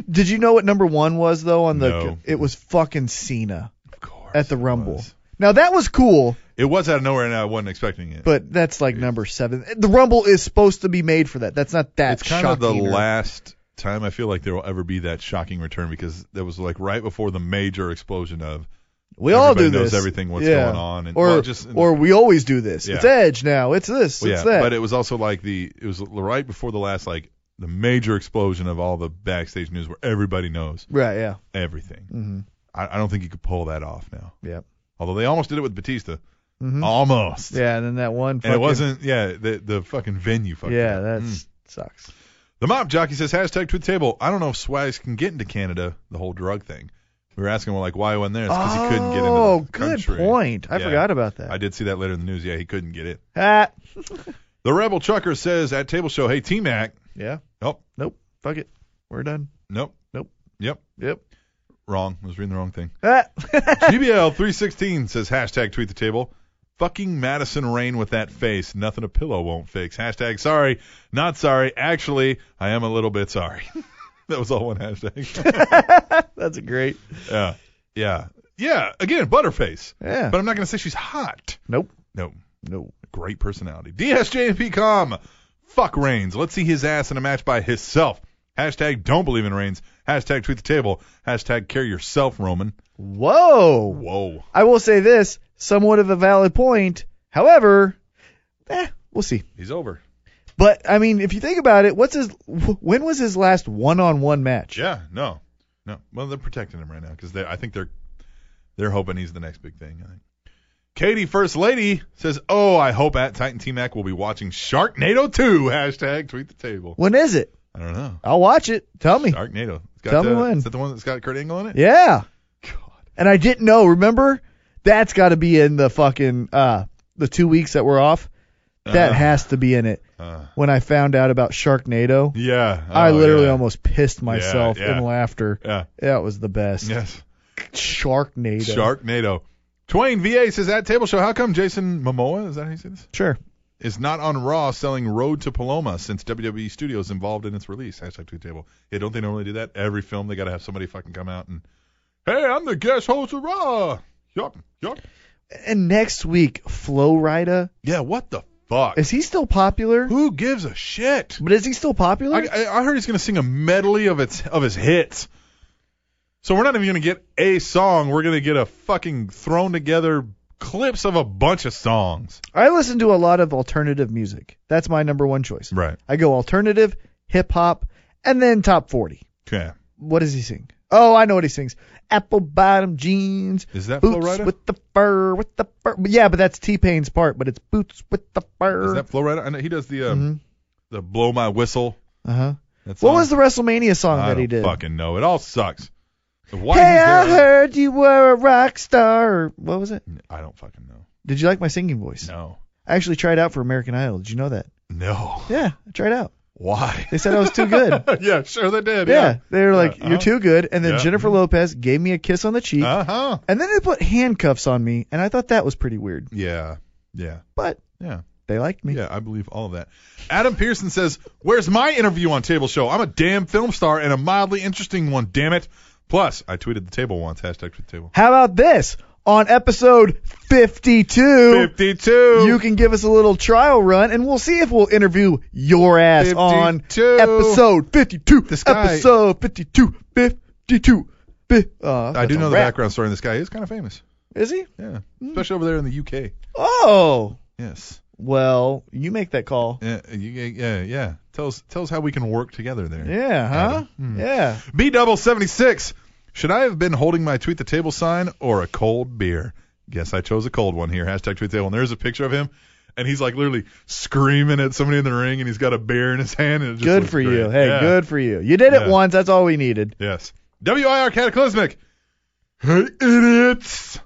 did you know what number one was though on the? No. It was fucking Cena Of course. at the it Rumble. was. Now that was cool, It was out of nowhere, and I wasn't expecting it. but that's like number seven. The Rumble is supposed to be made for that. That's not that it's kind of shocking. the or- last time I feel like there will ever be that shocking return because that was like right before the major explosion of we all do everybody this. knows everything what's Yeah. going on and or well, just or we always do this. Yeah. It's Edge now. It's this. well, yeah, it's that. but it was also like the it was right before the last like the major explosion of all the backstage news where everybody knows right. Yeah. everything. hmm I, I don't think you could pull that off now. Yep. Although they almost did it with Batista, hmm almost. Yeah. And then that one. And fucking- it wasn't, yeah, the the fucking venue fucked Yeah. up. That Mm. sucks. The mop jockey says hashtag tweet table. I don't know if Swags can get into Canada, the whole drug thing. We were asking, well, like, why he wasn't there? It's because he couldn't get into the oh, good country. point. I Yeah. forgot about that. I did see that later in the news. Yeah, he couldn't get it. ah. The Rebel Trucker says at table show, hey, T Mac. Yeah. Oh. Nope. Fuck it. We're done. Nope. Nope. Yep. Yep. Wrong. I was reading the wrong thing. Ah. GBL316 says hashtag tweet the table. Fucking Madison Rain with that face. Nothing a pillow won't fix. Hashtag sorry. Not sorry. Actually, I am a little bit sorry. that was all one hashtag. That's great. Yeah. Yeah. Yeah. Again, Butterface. Yeah. But I'm not going to say she's hot. Nope. No. No. Great personality. DSJMP.com. Fuck Reigns. Let's see his ass in a match by himself. Hashtag don't believe in Reigns. Hashtag tweet the table. Hashtag care yourself, Roman. Whoa. Whoa. I will say this, somewhat of a valid point. However, eh, we'll see. He's over. But I mean, if you think about it, what's his? wh- When was his last one-on-one match? Yeah, no. No. Well, they're protecting him right now because I think they're they're hoping he's the next big thing. I think. Katie, First Lady, says, Oh, I hope at Titan T Mac will be watching Sharknado 2. Hashtag tweet the table. When is it? I don't know. I'll watch it. Tell me. Sharknado. It's got, Tell me uh, when. Is that the one that's got Kurt Angle in it? Yeah. God. And I didn't know. Remember? That's got to be in the fucking uh the two weeks that we're off. That Uh, has to be in it. uh. when I found out about Sharknado, Yeah. I Oh, literally yeah. almost pissed myself yeah. in laughter. Yeah. That was the best. Yes. Sharknado. Sharknado. Twain VA says at table show, how come Jason Momoa, is that how you say this? Sure. Is not on Raw selling Road to Paloma since WWE Studios involved in its release. Hashtag tweet table. Yeah, don't they normally do that? Every film they gotta have somebody fucking come out and Hey, I'm the guest host of Raw. Yup, yup. And next week, Flo Rida. Yeah, what the fuck? Is he still popular? Who gives a shit? But is he still popular? I, I I heard he's gonna sing a medley of its of his hits. So we're not even gonna get a song. We're gonna get a fucking thrown together clips of a bunch of songs. I listen to a lot of alternative music. That's my number one choice. Right. I go alternative, hip hop, and then top 40. Okay. What does he sing? Oh, I know what he sings. Apple bottom jeans. Is that Flo boots Rida? with the fur, with the fur. But yeah, but that's T Pain's part, but it's boots with the fur. Is that Flo Rida? I know he does the um, the blow my whistle. uh huh. That What song. was the WrestleMania song I that don't he did? fucking know. It all sucks. Why Hey, I he's there- Mm. heard you were a rock star. What was it? I don't fucking know. Did you like my singing voice? No. I actually tried out for American Idol. Did you know that? No. Yeah, I tried out. Why? They said I was too good. yeah, sure they did. Yeah. They were like, Yeah, you're uh, too good. And then yeah. Mm-hmm. Jennifer Lopez gave me a kiss on the cheek. Uh huh. and then they put handcuffs on me. And I thought that was pretty weird. Yeah. Yeah. But Yeah. they liked me. Yeah, I believe all of that. Adam Pearson says, "Where's my interview on Table Show? I'm a damn film star and a mildly interesting one. Damn it! Plus, I tweeted the table once. Hashtag tweet the table. How about this? On episode 52, 52. you can give us a little trial run and we'll see if we'll interview your ass on 52. episode 52. This guy- Episode 52. 52. Fi- Uh, I that's do a know the rap. Mm. background story on this guy. He's kind of famous. Is he? Yeah, especially over there in the UK. Oh. Yes. Well, you make that call. Yeah, you- yeah, yeah. Tell us, tell us how we can work together there. Yeah, huh? Hmm. Yeah. B double seventy six. Should I have been holding my tweet the table sign or a cold beer? Guess I chose a cold one here. Hashtag tweet the table. And there's a picture of him, and he's like literally screaming at somebody in the ring, and he's got a beer in his hand. And it just Good looks for you. great. Hey, Yeah. good for you. You did it Yeah. once. That's all we needed. Yes. WIR Cataclysmic. Hey, idiots.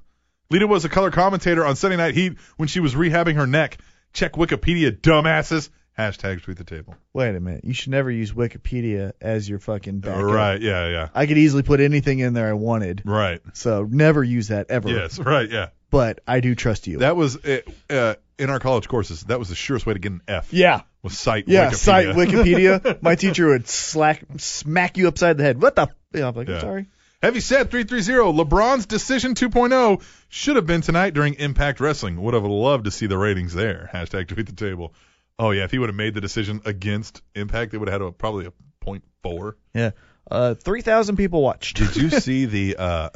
Lita was a color commentator on Sunday Night Heat when she was rehabbing her neck. Check Wikipedia, dumbasses. Hashtag tweet the table. Wait a minute. You should never use Wikipedia as your fucking backup. right. Yeah, yeah. I could easily put anything in there I wanted. Right. So never use that ever. Yes, right. Yeah. But I do trust you. That was uh, uh, in our college courses. That was the surest way to get an F. yeah. Was cite Yeah. Wikipedia. Site Wikipedia. My teacher would slack smack you upside the head. What the? You know, I'm like, Yeah. I'm sorry. Heavy set 330. LeBron's decision 2.0 should have been tonight during Impact Wrestling. Would have loved to see the ratings there. Hashtag tweet the table. Oh yeah, if he would have made the decision against Impact, they would have had a, probably a point four. Yeah. Uh, 3,000 people watched. Did you see the? uh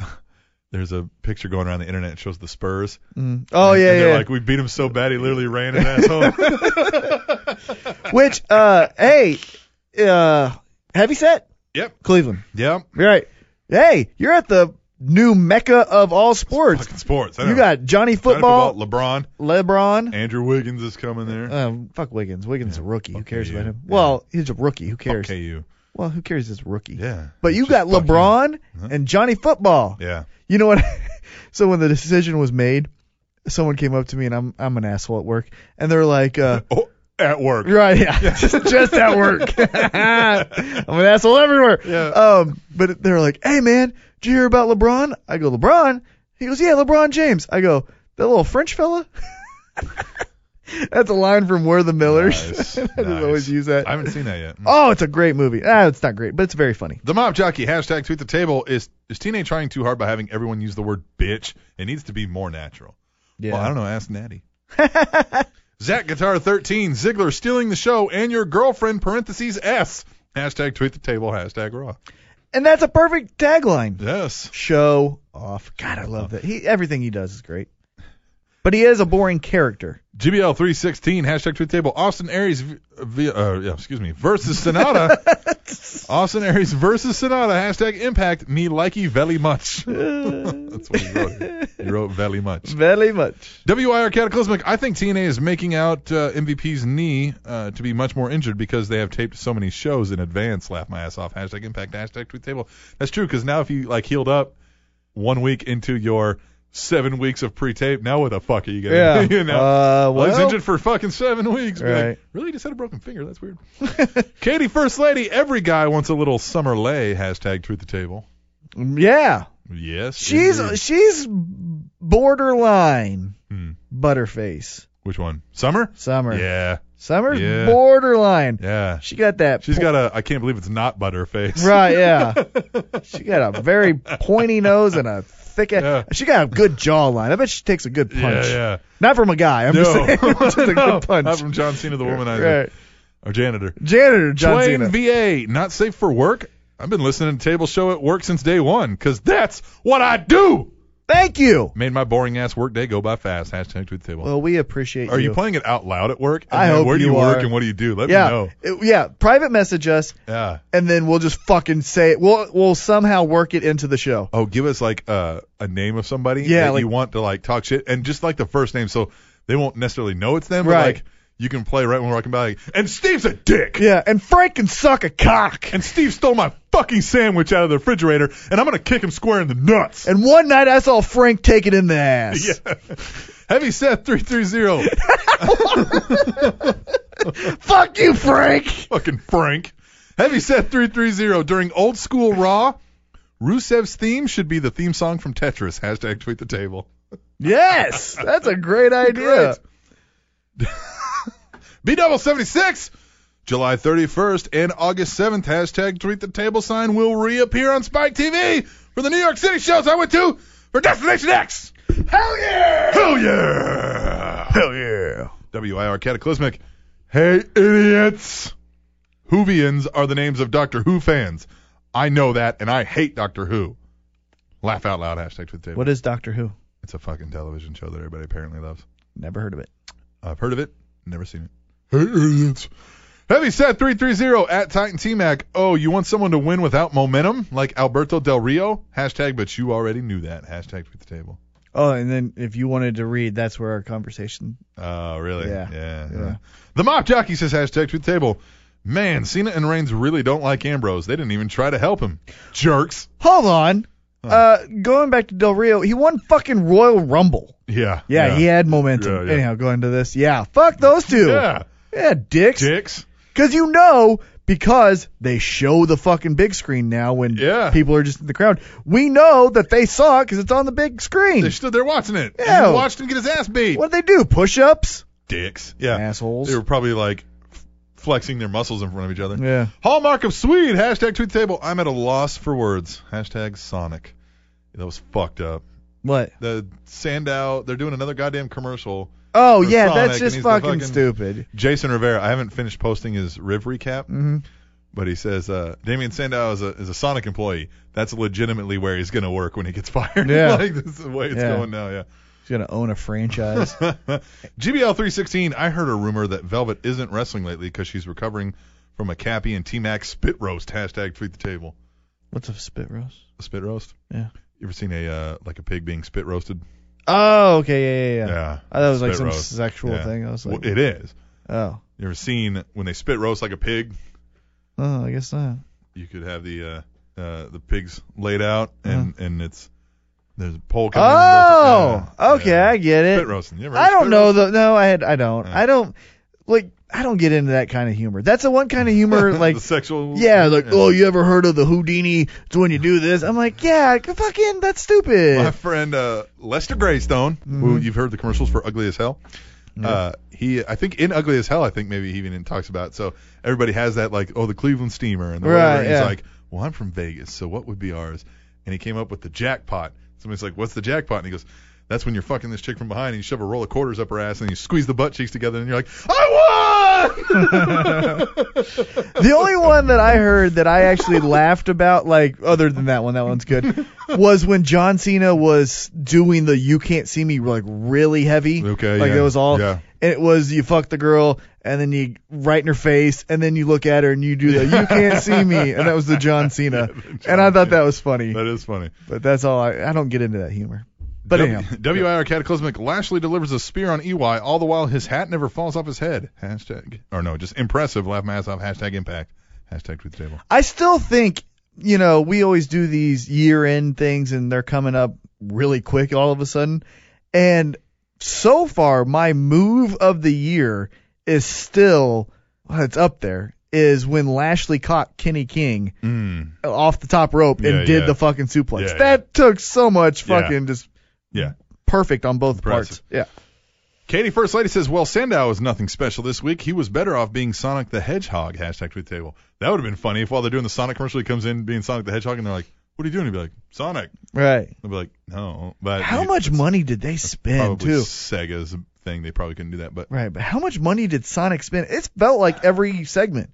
There's a picture going around the internet. It shows the Spurs. Oh, yeah, and they're yeah. like, we beat him so bad he literally ran his ass home. Which, uh, hey, uh, heavy set? Yep. Cleveland. yep. You're right. Hey, you're at the new mecca of all sports. Fucking sports. I You know. got Johnny Johnny Football, LeBron, LeBron. Andrew Wiggins is coming there. Um, fuck Wiggins. Wiggins is a rookie. Who cares you. about him? Yeah. Well, he's a rookie. Who cares? KU. Well, who cares? He's a rookie. Yeah. But you Just got fuck LeBron and Johnny Football. you. Yeah. You know what? so when the decision was made, someone came up to me and I'm I'm an asshole at work, and they're like, uh, Oh, at work. You're Right, yeah. just, just at work. I'm an asshole everywhere. Yeah. Um, but they're like, hey, man, did you hear about LeBron? I go, LeBron? He goes, yeah, LeBron James. I go, that little French fella? That's a line from We're the Millers. Nice, I just nice. always use that. I haven't seen that yet. oh, it's a great movie. Ah, it's not great, but it's very funny. The mob jockey hashtag tweet the table is is TNA trying too hard by having everyone use the word bitch? It needs to be more natural. Yeah. Well, I don't know. Ask Natty. Zach Guitar 13, Ziggler stealing the show, and your girlfriend, parentheses S. Hashtag tweet the table, hashtag raw. And that's a perfect tagline. Yes. Show off. God, I love that. He everything he does is great. But he is a boring character. GBL 316, hashtag tweet the table. Austin Aries, v- v- uh, yeah, excuse me, versus Sonata. Austin Aries versus Sonata, hashtag impact, me likey veli much. That's what he wrote. He wrote veli much. Very much. WIR Cataclysmic, I think TNA is making out uh, MVP's knee uh, to be much more injured because they have taped so many shows in advance. Laugh my ass off. Hashtag impact, hashtag tweet table. That's true because now if you like healed up one week into your seven weeks of pre tape, now what the fuck are you going to Yeah. you know? Uh, Well, he's well- injured for fucking seven weeks. Be like, Right. really? Just had a broken finger. That's weird. Katie, first lady. Every guy wants a little summer lay. Hashtag truth the table. Yeah. Yes. She's indeed. she's borderline Mm-hmm. Hmm. butterface. Which one? Summer. Summer. Yeah. Summer's Yeah. borderline. Yeah. She got that She's po- got a. I can't believe it's not butter face. Right, yeah. she got a very pointy nose and a thick ass. Yeah. She got a good jawline. I bet she takes a good Yeah, punch. yeah. Not from a guy. I'm just saying. No. Just a No, good punch. Not from John Cena, the womanizer Right. or janitor. Janitor John Twain Cena. VA, not safe for work. I've been listening to Table Show at work since day one, 'cause that's what I do. Thank you. Made my boring ass work day go by fast. Hashtag tweet the table. Well, we appreciate Are you. you playing it out loud at work? And I then hope Where do you work are. and what do you do? Let yeah. me know. It- yeah. Private message us, Yeah. and then we'll just fucking say it. We'll we'll somehow work it into the show. Oh, give us like uh, a name of somebody Yeah, that like- you want to like talk shit, and just like the first name, so they won't necessarily know it's them. Right. But, like you can play right when we're talking about like, and Steve's a dick. Yeah. And Frank can suck a cock. And Steve stole my fucking sandwich out of the refrigerator, and I'm gonna kick him square in the nuts. And one night I saw Frank take it in the ass. yeah. Heavy Seth three three zero. Fuck you, Frank. Fucking Frank. Heavy Seth three three zero during old school Raw. Rusev's theme should be the theme song from Tetris. Hashtag tweet the table. Yes. That's a great idea. B double seventy six. July 31st and August 7th, hashtag tweet the table sign will reappear on Spike TV for the New York City shows I went to for Destination X. Hell yeah! Hell yeah! Hell yeah! WIR Cataclysmic. Hey, idiots! Whovians are the names of Doctor Who fans. I know that, and I hate Doctor Who. Laugh out loud, hashtag tweet the table. What is Doctor Who? It's a fucking television show that everybody apparently loves. Never heard of it. I've heard of it, never seen it. Hey, idiots. Heavy set 330 at Titan T Mac. Oh, you want someone to win without momentum? Like Alberto Del Rio? Hashtag, but you already knew that. Hashtag tweet the table. Oh, and then if you wanted to read, that's where our conversation. Oh, really? Yeah. Yeah. Yeah. The Mop Jockey says hashtag tweet the table. Man, Cena and Reigns really don't like Ambrose. They didn't even try to help him. Jerks. Hold on. Uh, going back to Del Rio, he won fucking Royal Rumble. Yeah. Yeah, he had momentum. Yeah, yeah. Anyhow, going to this. Yeah, fuck those two. Yeah. Yeah, dicks. Dicks. Because you know, because they show the fucking big screen now when Yeah. people are just in the crowd. We know that they saw it because it's on the big screen. They stood there watching it. And Yeah. you watched him get his ass beat. what do they do? Push ups? Dicks. Yeah. Assholes. They were probably like f- flexing their muscles in front of each other. Yeah. Hallmark of Swede. Hashtag tweet the table. I'm at a loss for words. Hashtag Sonic. That was fucked up. What? The Sandow, they're doing another goddamn commercial. Oh, Or yeah, Sonic, that's and just he's the fucking, fucking- stupid. Jason Rivera, I haven't finished posting his Riv recap, Mm-hmm. but he says uh, Damian Sandow is a, is a Sonic employee. That's legitimately where he's going to work when he gets fired. Yeah. like, this is the way it's Yeah. going now, yeah. He's going to own a franchise. GBL316, I heard a rumor that Velvet isn't wrestling lately because she's recovering from a Cappy and T-Mac spit roast. Hashtag tweet the table. What's a spit roast? A spit roast? Yeah. You ever seen a uh, like a pig being spit roasted? Oh, okay, yeah, yeah, yeah. I thought it was like spit some roast. sexual Yeah. thing. I was Well, like, it is. oh, You ever seen when they spit roast like a pig? oh, I guess not. You could have the uh, uh, the pigs laid out Uh-huh. and and it's there's a pole coming. in, Oh, roasted- yeah, okay, yeah. I get it. Spit roasting. You ever heard I of don't spit know roast? though. No, I had, I don't. Yeah. I don't like. I don't get into that kind of humor. That's the one kind of humor like. the sexual. Yeah, like, oh, you ever heard of the Houdini? It's when you do this. I'm like, yeah, c- fucking, that's stupid. My friend uh, Lester Greystone, Mm-hmm. who you've heard the commercials for Ugly as Hell. Uh, he, I think in Ugly as Hell, I think maybe he even talks about. So everybody has that like, oh, the Cleveland Steamer, and the Right, whatever. And yeah. He's like, well, I'm from Vegas, so what would be ours? And he came up with the jackpot. Somebody's like, what's the jackpot? And he goes, That's when you're fucking this chick from behind and you shove a roll of quarters up her ass and you squeeze the butt cheeks together and you're like, I won! The only one that I heard that I actually laughed about, like other than that one, that one's good, was when John Cena was doing the "You Can't See Me" like really heavy. Okay, like yeah, it was all. yeah. And it was you fuck the girl and then you right in her face and then you look at her and you do the "You Can't See Me" and that was the John Cena. and I thought that was funny, that is funny. but that's all. I, I don't get into that humor. But W- anyhow, WIR Cataclysmic Lashley delivers a spear on EY, all the while his hat never falls off his head. Hashtag. Or no, just impressive. Laugh my ass off. Hashtag impact. Hashtag tweet the table. I still think, you know, we always do these year end things and they're coming up really quick all of a sudden. And so far, my move of the year is still, well, it's up there, is when Lashley caught Kenny King Mm. off the top rope and Yeah, did yeah. the fucking suplex. Yeah, that took so much Yeah. fucking just Yeah. perfect on both parts. Impressive. Yeah. Katie First Lady says, Well, Sandow is nothing special this week. He was better off being Sonic the Hedgehog. Hashtag tweet the table. That would have been funny if while they're doing the Sonic commercial, he comes in being Sonic the Hedgehog and they're like, What are you doing? He'd be like, Sonic. Right. I'd be like, No. But How he- much it's money did they spend Probably too? Sega's thing. They probably couldn't do that. But Right, but how much money did Sonic spend? It felt like every segment.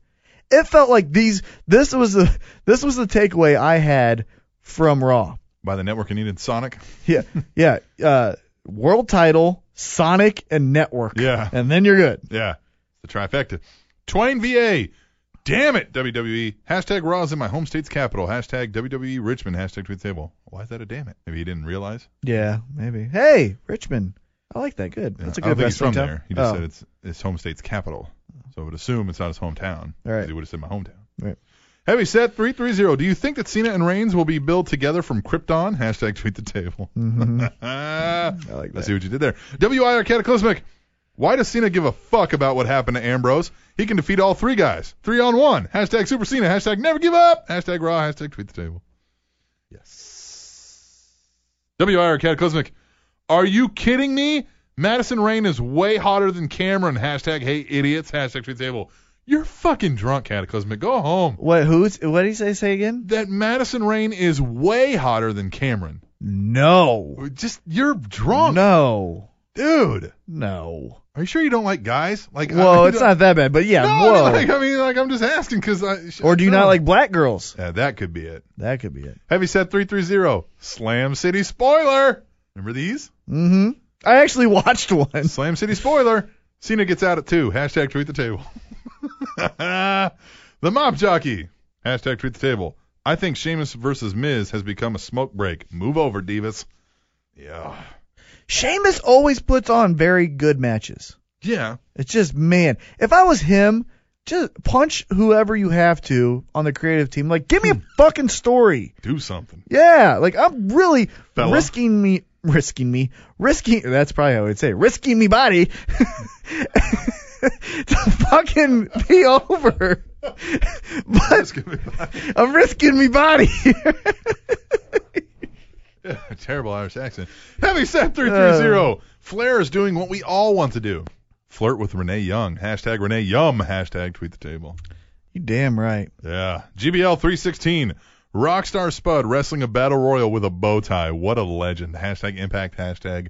It felt like these. This was the this was the takeaway I had from Raw. by the network, he needed Sonic. Yeah, yeah. Uh, world title, Sonic, and network. Yeah. and then you're good. Yeah, the trifecta. Twain VA. Damn it, WWE. Hashtag Raw is in my home state's capital. Hashtag WWE Richmond. Hashtag tweet the table. Why is that a damn it? Maybe he didn't realize. Yeah, maybe. Hey, Richmond. I like that. Good. That's a I good don't think he's wrestling from town. there. He just Oh, said it's his home state's capital. So I would assume it's not his hometown. 'cause Right. He would have said my hometown. Right. Heavy set 330. Do you think that Cena and Reigns will be billed together from Krypton? Hashtag tweet the table. Mm-hmm. I like I that. see what you did there. WIR Cataclysmic. Why does Cena give a fuck about what happened to Ambrose? He can defeat all three guys. Three on one. Hashtag Super Cena. Hashtag never give up. Hashtag Raw. Hashtag tweet the table. Yes. WIR Cataclysmic. Are you kidding me? Madison Rain is way hotter than Cameron. Hashtag hey idiots. Hashtag tweet the table. You're fucking drunk, Cataclysmic. Go home. What? Who's? What did he say? Say again? That Madison Rain is way hotter than Cameron. No. Just you're drunk, No. dude. No. Are you sure you don't like guys? Like, Whoa, I- it's not that bad, but yeah. No, whoa. like, I mean, like, I'm just asking because I. sh- or do you no. not like black girls? Yeah, that could be it. That could be it. Heavy set 330. Slam City spoiler. Remember these? Mm-hmm. I actually watched one. Slam City spoiler. Cena gets out at two. Hashtag tweet the table. the mob jockey. Hashtag tweet the table. I think Sheamus versus Miz has become a smoke break. Move over, Divas. Yeah. Sheamus always puts on very good matches. Yeah. It's just man, if I was him, just punch whoever you have to on the creative team. Like, give me a fucking story. Do something. Yeah, like I'm really Fella. risking me, risking me, risking. That's probably how I would say, it, risking me body to fucking be over. but I'm risking me body. Terrible Irish accent. Heavy set Uh. 330. Flair is doing what we all want to do. Flirt with Renee Young. Hashtag Renee Yum. Hashtag tweet the table. you damn right. Yeah. GBL 316. Rockstar Spud wrestling a battle royal with a bow tie. What a legend. Hashtag impact. Hashtag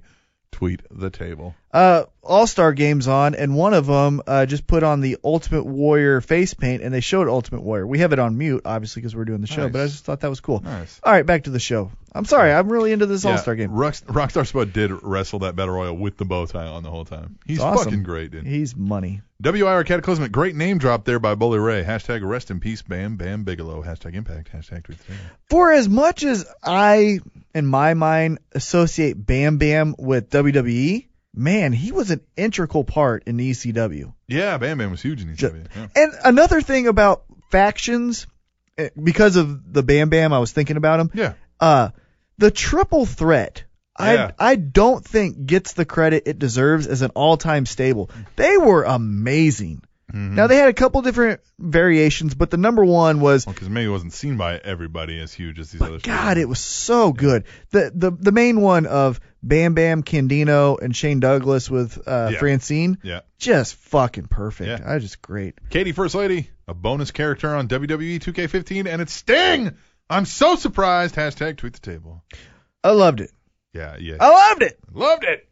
tweet the table. uh, All Star games on, and one of them uh, just put on the Ultimate Warrior face paint, and they showed Ultimate Warrior. We have it on mute, obviously, because we're doing the show, but I Nice. just thought that was cool. Nice. All right, back to the show. I'm sorry, I'm really into this Yeah, All Star game. Rock- Rockstar Spud did wrestle that battle royal with the bow tie on the whole time. He's It's awesome. fucking great, dude. He's money. WIR Cataclysmic. Great name drop there by Bully Ray. Hashtag rest in peace. Bam Bam Bigelow. Hashtag impact. Hashtag tweet the table. For as much as I, in my mind, associate Bam Bam with WWE, man, he was an integral part in ECW. Yeah, Bam Bam was huge in ECW. Yeah. And another thing about factions, eh, because of the Bam Bam, I was thinking about him. yeah. uh the triple threat I Yeah. I don't think gets the credit it deserves as an all-time stable. They were amazing. Mm-hmm. Now they had a couple different variations, but the number one was Well, because maybe it wasn't seen by everybody as huge as these other. God, it was so good. The the the main one of Bam Bam Candino and Shane Douglas with uh, Yeah. Francine, Yeah. just fucking perfect. Yeah. I just great. Katie, first lady, a bonus character on E WWE 2K15, and it's Sting. I'm so surprised. Hashtag tweet the table. I loved it. Yeah, yeah. I loved it. Loved it.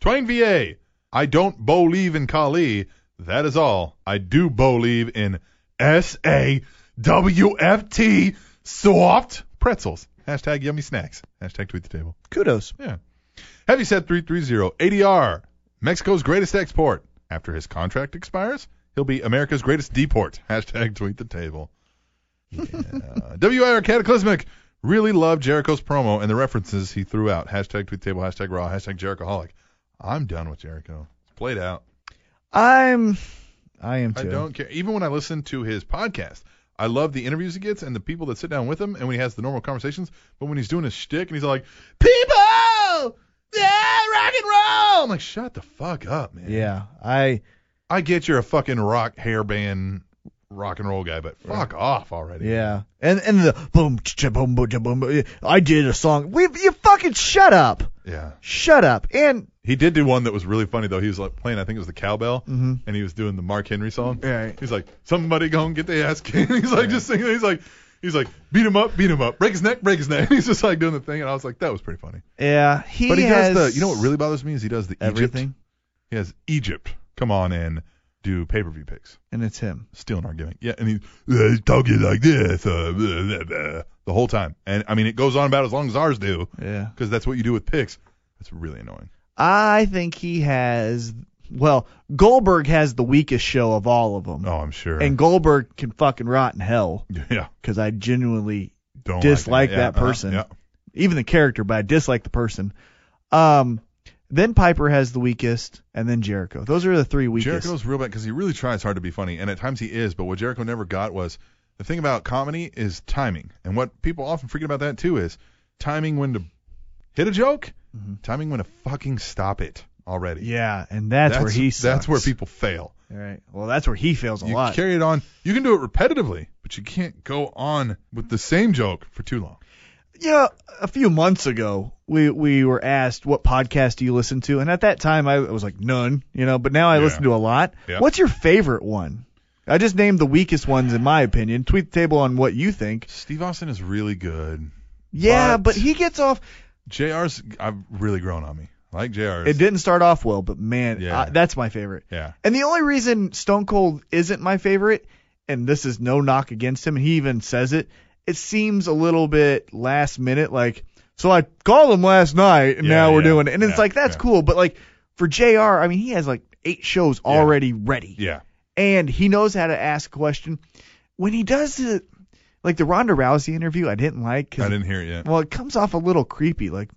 Twain VA. I don't believe in Kali. That is all. I do believe in S A W F T soft pretzels. Hashtag yummy snacks. Hashtag tweet the table. Kudos. Heavy set 330 ADR. Mexico's greatest export. After his contract expires, he'll be America's greatest deport. Hashtag tweet the table. Yeah. WIR Cataclysmic. Really loved Jericho's promo and the references he threw out. Hashtag tweet the table. Hashtag raw. Hashtag Jerichoholic. I'm done with Jericho. It's played out. I'm. I am too. I don't care. Even when I listen to his podcast, I love the interviews he gets and the people that sit down with him and when he has the normal conversations. But when he's doing his shtick and he's like, people, yeah, rock and roll. I'm like, shut the fuck up, man. Yeah, I. I get you're a fucking rock hair band rock and roll guy, but fuck off already. Yeah, and and the boom, cha boom, boom, cha boom. I did a song. We, you fucking shut up. Yeah. Shut up. And He did do one that was really funny though. He was like playing, I think it was the cowbell, and he was doing the Mark Henry song. Right. He's like, somebody gonna get their ass kicked. He's like, just singing. He's like, he's like, beat him up, beat him up, break his neck, break his neck. He's just like doing the thing, and I was like, that was pretty funny. yeah, he, But he has. does the. You know what really bothers me is he does the Egypt. everything, He has Egypt. Come on in, do pay per view picks. and it's him. Stealing our gimmick. Yeah, and he's, uh, he's talking like this uh, blah, blah, blah, the whole time, and I mean it goes on about as long as ours do, Yeah. because that's what you do with picks. That's really annoying. I think he has. Well, Goldberg has the weakest show of all of them, Oh, I'm sure. and Goldberg can fucking rot in hell yeah, because I genuinely don't Dislike Yeah, that uh-huh, person. yeah. even the character, but I dislike the person. Um, then Piper has the weakest, and then Jericho. Those are the three weakest. Jericho's real bad because he really tries hard to be funny, and at times he is. But what Jericho never got was the thing about comedy is timing, and what people often forget about that too is timing when to hit a joke, timing when to fucking stop it already. Mm-hmm. yeah, and that's, where he. Sucks. that's where people fail. All right. Well, that's where he fails a You lot. carry it on. You can do it repetitively, but you can't go on with the same joke for too long. yeah, a few months ago, we we were asked what podcast do you listen to, and at that time I was like none, you know. But now I Yeah. listen to a lot. Yeah. What's your favorite one? I just named the weakest ones in my opinion. Tweet the table on what you think. Steve Austin is really good. Yeah, but, But- he gets off. JR's I've really grown on me. I like JR's. It didn't start off well, but man, Yeah. I- that's my favorite. Yeah. And the only reason Stone Cold isn't my favorite, and this is no knock against him, and he even says it, it seems a little bit last minute. Like, so I called him last night, and Yeah, now we're yeah, doing it. And yeah, it's like, that's yeah. cool. But like for JR, I mean, he has like eight shows already ready, Yeah. and he knows how to ask a question. When he does it, like the Ronda Rousey interview, I didn't like I because didn't Hmm. hear it yet. well, it comes off a little creepy. Like,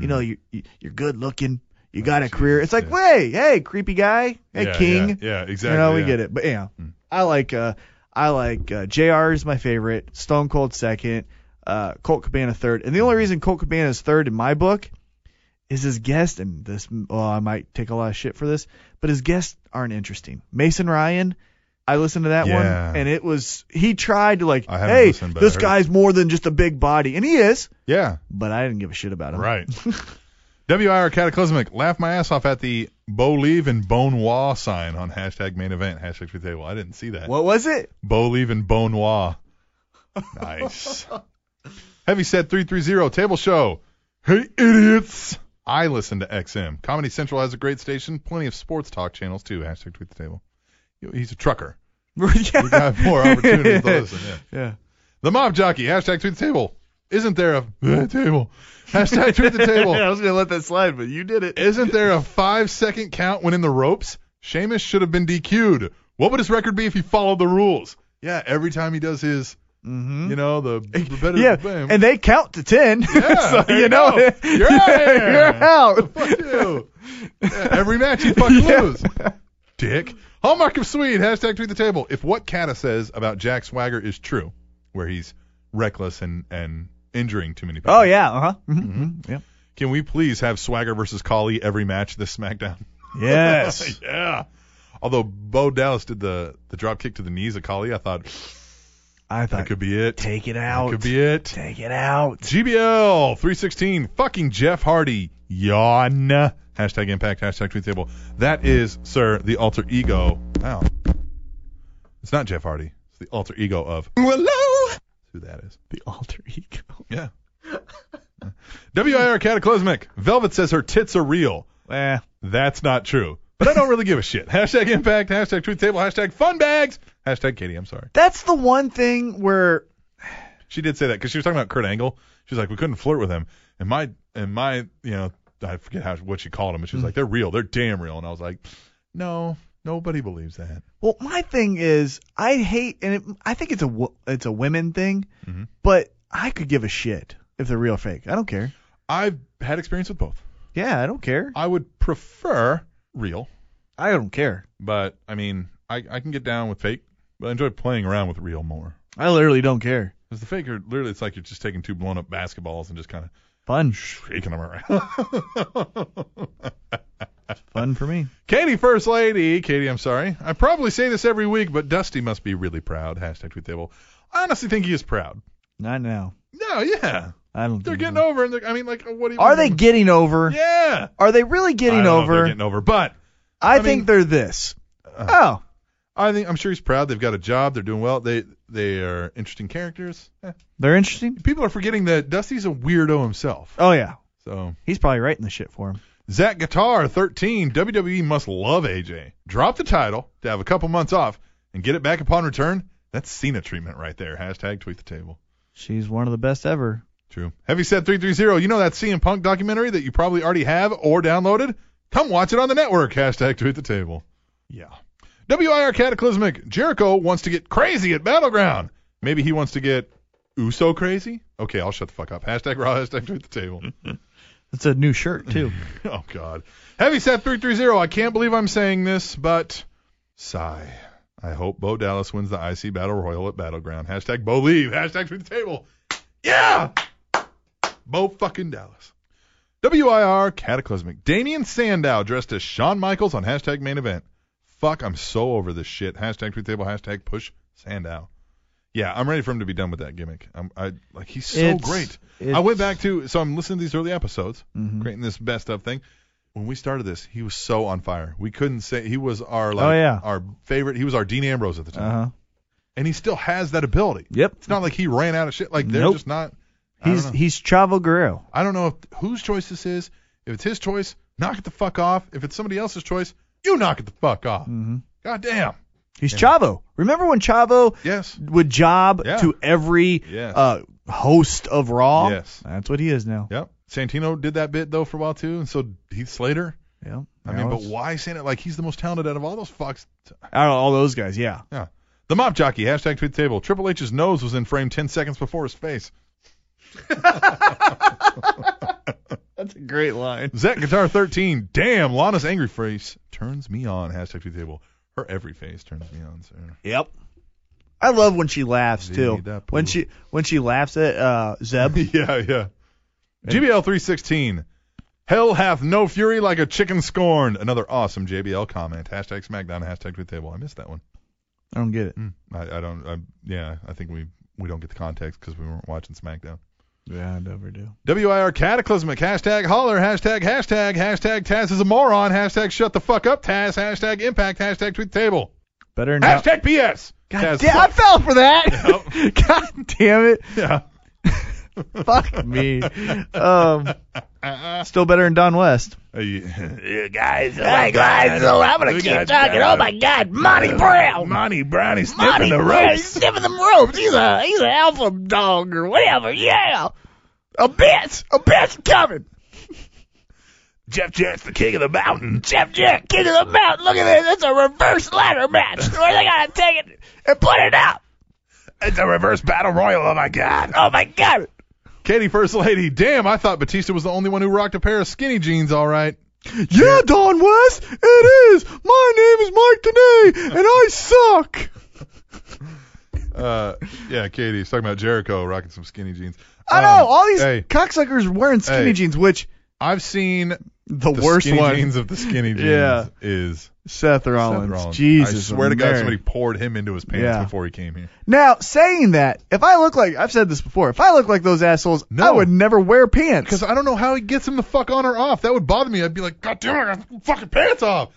you know, you you- you're good looking, you got a Jesus, career. It's like, Oh, yeah. hey, hey, creepy guy, hey, yeah, king. Yeah, yeah, exactly. You know, we yeah. Mm. get it. But yeah, I like uh, I like uh, Jr. is my favorite. Stone Cold second. Uh, Colt Cabana third. And the only reason Colt Cabana is third in my book is his guest. And this, oh, I might take a lot of shit for this, but his guests aren't interesting. Mason Ryan. I listened to that Yeah. one, and it was he tried to like, I haven't hey, listened, but I this heard- guy's more than just a big body, and he is, Yeah. but I didn't give a shit about him. Right. WIR Cataclysmic, laugh my ass off at the Believe in Bone Wah sign on hashtag main event, hashtag tweet the table. I didn't see that. What was it? Believe in Bone Wah. Nice. Heavy set 330, table show. Hey, idiots. I listen to XM. Comedy Central has a great station, plenty of sports talk channels too, hashtag tweet the table. He's a trucker. yeah. We got more opportunities to listen, yeah. Yeah. The mob jockey, hashtag tweet the table. Isn't there a uh, table? Hashtag tweet the table. I was gonna let that slide, but you did it. Isn't there a five second count when in the ropes? Sheamus should have been DQ'd. What would his record be if he followed the rules? Yeah, every time he does his, Mm-hmm. you know, the, the better. Yeah, bam. and they count to ten. Yeah, so there you you know go. You're out of here. You're out. Fuck you. Yeah, every match he fucking Yeah. lose. Dick. Hallmark of Swede, hashtag tweet the table. If what Kata says about Jack Swagger is true, where he's reckless and, and injuring too many people. Oh yeah. Uh huh. Mm-hmm. Yep. Can we please have Swagger versus Kali every match this SmackDown? Yes. yeah. Although Bo Dallas did the the drop kick to the knees of Kali, I thought I that thought could be it. take it That out. could be it. Take it out. GBL 316, fucking Jeff Hardy, yawn. Hashtag impact, hashtag tweet table. That is, sir, the alter ego. Wow. It's not Jeff Hardy. It's the alter ego of Hello. who that is. The alter ego. Yeah. WIR Cataclysmic. Velvet says her tits are real. Eh. That's not true. But I don't really give a shit. Hashtag impact, hashtag truth table, hashtag fun bags, hashtag Katie, I'm sorry. That's the one thing where She did say that because she was talking about Kurt Angle. She's like, we couldn't flirt with him. And my, and my, you know, I forget how what she called him, but she was like, they're real, they're damn real. And I was like, no, nobody believes that. Well, my thing is, I hate, and it, I think it's a wo- it's a women thing, Mm-hmm. but I could give a shit if they're real or fake. I don't care. I've had experience with both. Yeah, I don't care. I would prefer real, I don't care. but I mean, I, I can get down with fake, but I enjoy playing around with real more. I literally don't care. Because the fake are literally, it's like you're just taking two blown up basketballs and just kind of Fun, shaking them around. fun for me. Katie, First Lady. Katie, I'm sorry. I probably say this every week, but Dusty must be really proud. Hashtag tweet table. I honestly think he is proud. Not now. No, yeah. I don't. They're think getting so. over, and they're, I mean, like, what do Mm-hmm. you Are they getting over? Yeah. Are they really I don't getting know if they're over? getting over, but I, mean- uh. think they're this. oh, I think I'm sure he's proud. They've got a job. They're doing well. They they are interesting characters. Eh. they're interesting. People are forgetting that Dusty's a weirdo himself. Oh yeah, So he's probably writing the shit for him. Zach Guitar 13. WWE E must love AJ. Drop the title to have a couple months off and get it back upon return. That's Cena treatment right there. Hashtag tweet the table. She's one of the best ever. True. Heavy set 330. You know that CM Punk documentary that you probably already have or downloaded? Come watch it on the network. Hashtag tweet the table. Yeah. WIR Cataclysmic. Jericho wants to get crazy at Battleground. Maybe he wants to get Uso crazy? Okay, I'll shut the fuck up. Hashtag raw. Hashtag tweet the table. It's a new shirt too. oh, God. Heavy set 330. I can't believe I'm saying this, but sigh. I hope Bo Dallas wins the IC Battle Royal at Battleground. Hashtag Bo Leave. Hashtag tweet the table. Yeah! Bo fucking Dallas. WIR Cataclysmic. Damian Sandow dressed as Shawn Michaels on hashtag main event. Fuck, I'm so over this shit. Hashtag tweet table, hashtag push Sandow. Yeah, I'm ready for him to be done with that gimmick. I'm, I like he's so It's- great. I it's- Mm-hmm. went back to so I'm listening to these early episodes, creating this best of thing. When we started this, he was so on fire. We couldn't say he was our like Oh, yeah. our favorite. He was our Dean Ambrose at the time, Uh huh. and he still has that ability. Yep. It's not like he ran out of shit. Like they're Nope. just not. I don't He's know. he's Chavo Guerrero. I don't know if, whose choice this is. If it's his choice, knock it the fuck off. If it's somebody else's choice, you knock it the fuck off. Mhm. God damn. He's Chavo. Remember when Chavo Yes. would job Yeah. to every Yes. uh, host of Raw. Yes. That's what he is now. Yep. Santino did that bit though for a while too, and so Heath Slater. Yeah. I mean, but Dallas. why Santino? Like he's the most talented out of all those fucks. Out of all those guys, yeah. Yeah. The mop jockey hashtag tweet the table. Triple H's nose was in frame 10 seconds before his face. That's a great line. Zach Guitar 13. Damn, Lana's angry face turns me on. Hashtag tweet the table. Her every face turns me on, sir. Yep. I love when she laughs too. Zee-da-poo. When she when she laughs at uh, Zeb. yeah, yeah. GBL 316. Hell hath no fury like a chicken scorned. Another awesome JBL comment. Hashtag SmackDown. Hashtag tweet the table. I missed that one. I don't get it. Hmm. I, I don't. I, yeah, I think we we don't get the context because we weren't watching SmackDown. Yeah, I never do. WIR Cataclysmic. Hashtag holler. Hashtag hashtag. Hashtag Taz is a moron. Hashtag shut the fuck up Taz. Hashtag impact. Hashtag tweet the table. Better than Dal- Hashtag PS. God Taz damn, I sucks. fell for that. God damn it. Yeah. Fuck me. Um, still better than Don West. Uh, yeah. Oh Oh Katie First Lady. Damn, I thought Batista was the only one who rocked a pair of skinny jeans, all right. Yeah, Don West, it is. My name is Mike today, and I suck. Uh, yeah, Katie, he's talking about Jericho rocking some skinny jeans. I know Um, all these Hey, cocksuckers wearing skinny Hey. jeans, which I've seen the, the worst skinny one, jeans of the skinny jeans Yeah. is Seth Seth Rollins. Rollins. Jesus, I swear to God, Mary. somebody poured him into his pants Yeah. before he came here. Now saying that, if I look like I've said this before, if I look like those assholes, No. I would never wear pants. Because I don't know how he gets him the fuck on or off. That would bother me. I'd be like, God damn it, I got the fucking pants off.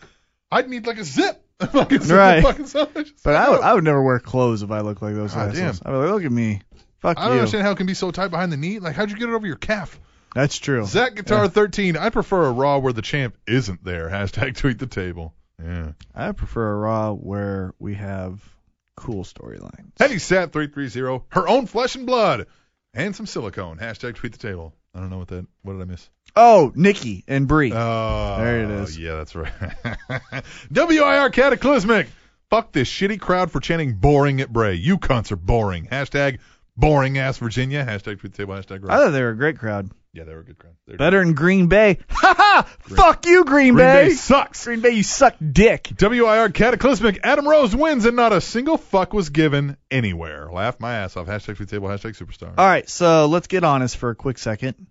I'd need like a zip. like a zip Right. fucking sandwich. But I would, I would never wear clothes if I look like those God assholes. I'd be like, look at me, fuck I don't you. understand how it can be so tight behind the knee. Like, how'd you get it over your calf? That's true. Zach Guitar 13. I prefer a Raw where the champ isn't there. Hashtag tweet the table. Yeah. I prefer a Raw where we have cool storylines. Hetty Sat 330. Her own flesh and blood. And some silicone. Hashtag tweet the table. I don't know what that. What did I miss? Oh, Nikki and Brie. Oh, There it is. Yeah, that's right. WIR Cataclysmic. Fuck this shitty crowd for chanting boring at Bray. You cunts are boring. Hashtag boring ass Virginia. Hashtag tweet the table. Hashtag I Raw. thought they were a great crowd. yeah, they were a good crowd. They were- Better than Green Bay. Ha ha! Fuck you, Green, Green Bay. Bay sucks. Green Bay, you suck dick. WIR Cataclysmic. Adam Rose wins and not a single fuck was given anywhere. Laugh my ass off. Hashtag tweet the table. Hashtag superstar. All right, so let's get honest for a quick second.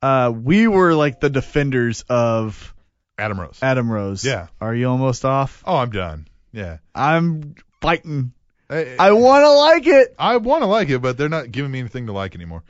Uh, we were like the defenders of Adam Rose. Adam Rose. Yeah. Are you almost off? oh, I'm done. Yeah. Uh, I'm fighting. I- I want to like it. I want to like it, but they're not giving me anything to like anymore.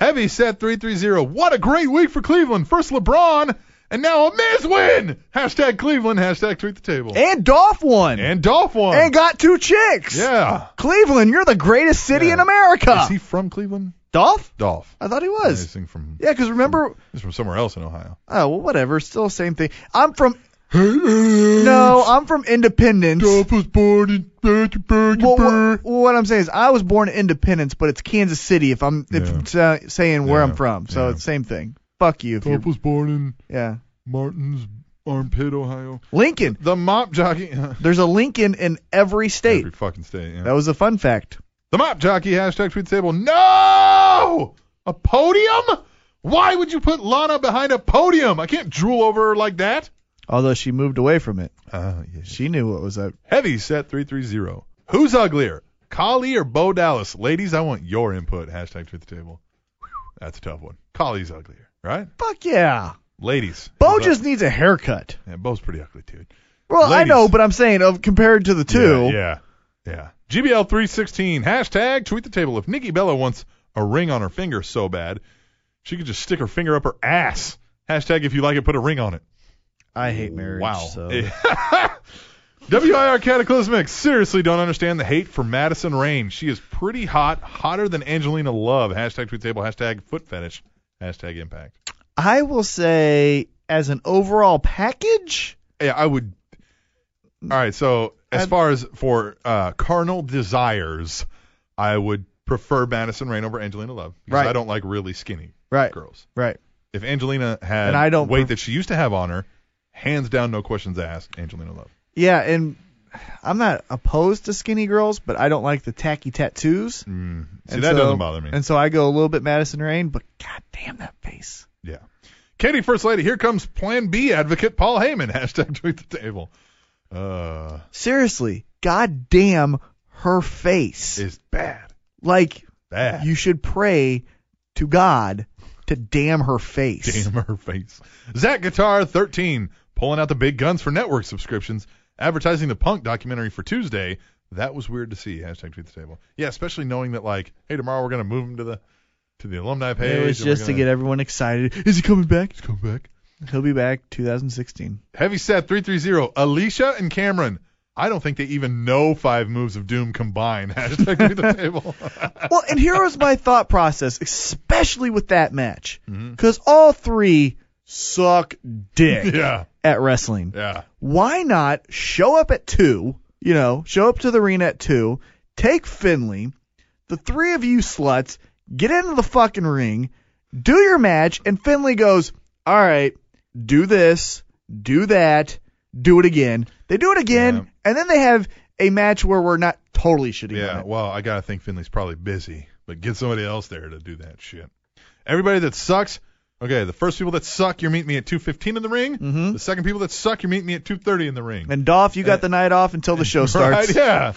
Heavy set 330. What a great week for Cleveland. First LeBron, and now a Miz win. Hashtag Cleveland. Hashtag tweet the table. And Dolph won. And Dolph won. And got two chicks. yeah. Cleveland, you're the greatest city Yeah. in America. Is he from Cleveland? Dolph? Dolph. I thought he Yeah, was. He's from, Yeah, because remember, he's from somewhere else in Ohio. oh, well, whatever. Still same thing. I'm from, no, I'm from Independence. was born in Well, what, what I'm saying is, I was born in Independence, but it's Kansas City. If I'm if Yeah. it's, uh, saying where Yeah, I'm from, so yeah. it's same thing. Fuck you. if you're- was born in yeah, Martin's armpit, Ohio. Lincoln. The mop jockey. There's a Lincoln in every state. Every fucking state. yeah. That was a fun fact. The mop jockey hashtag tweet the table. No! A podium? Why would you put Lana behind a podium? I can't drool over her like that. Although she moved away from it, Uh, yes. she knew what was up. Heavy set 330. Who's uglier? Kali or Bo Dallas? Ladies, I want your input. Hashtag tweet the table. Whew, That's a tough one. Kali's uglier, right? Fuck yeah. Ladies. Bo who's just needs a haircut. up? Yeah, Bo's pretty ugly, dude. Well, I Ladies. know, but I'm saying of compared to the two. Yeah, yeah. yeah. GBL316, hashtag tweet the table. If Nikki Bella wants a ring on her finger so bad, she could just stick her finger up her ass. Hashtag if you like it, put a ring on it. I hate marriage. Wow. So. WIR Cataclysmic, seriously don't understand the hate for Madison Rain. She is pretty hot, hotter than Angelina Love. Hashtag tweet the table, hashtag foot fetish, hashtag impact. I will say, as an overall package, Yeah, I would. All right, so Mm. as I'd- far as for uh, carnal desires, I would prefer Madison Rain over Angelina Love because Right. I don't like really skinny right, girls. right. If Angelina had And I don't weight pref- that she used to have on her, hands down, no questions asked, Angelina Love. Yeah, and I'm not opposed to skinny girls, but I don't like the tacky tattoos. Mm. See, And that so- doesn't bother me. And so I go a little bit Madison Rain, but god damn that face. Yeah. Katie, first lady, here comes Plan B advocate Paul Heyman. Hashtag tweet the table. Uh, Seriously, god damn her face. is bad, like bad. you should pray to God to damn her face. Damn her face. Zach Guitar 13, pulling out the big guns for network subscriptions, advertising the punk documentary for Tuesday. That was weird to see. Hashtag tweet the table. Yeah, especially knowing that like, hey, tomorrow we're gonna move him to the to the alumni page. It was and we're just to gonna- get everyone excited. Is he coming back? Let's go back. He'll be back 2016. Heavy set 330. Alicia and Cameron. I don't think they even know five moves of doom combined. Hashtag tweet the table. Well, and here was my thought process, especially with that match, Mhm. because all three suck dick yeah, at wrestling. yeah. Why not show up at two? You know, show up to the arena at two. Take Finley, the three of you sluts, get into the fucking ring, do your match, and Finley goes, "All right, do this, do that, do it again." They do it again, Yeah. and then they have a match where we're not totally shitting on Yeah, it. well, I gotta think Finley's probably busy, but get somebody else there to do that shit. Everybody that sucks. Okay, the first people that suck, you're meeting me at 2:15 in the ring. Mhm. The second people that suck, you're meeting me at 2:30 in the ring. And Dolph, you got the night off until the show starts. Uh, Right? Yeah.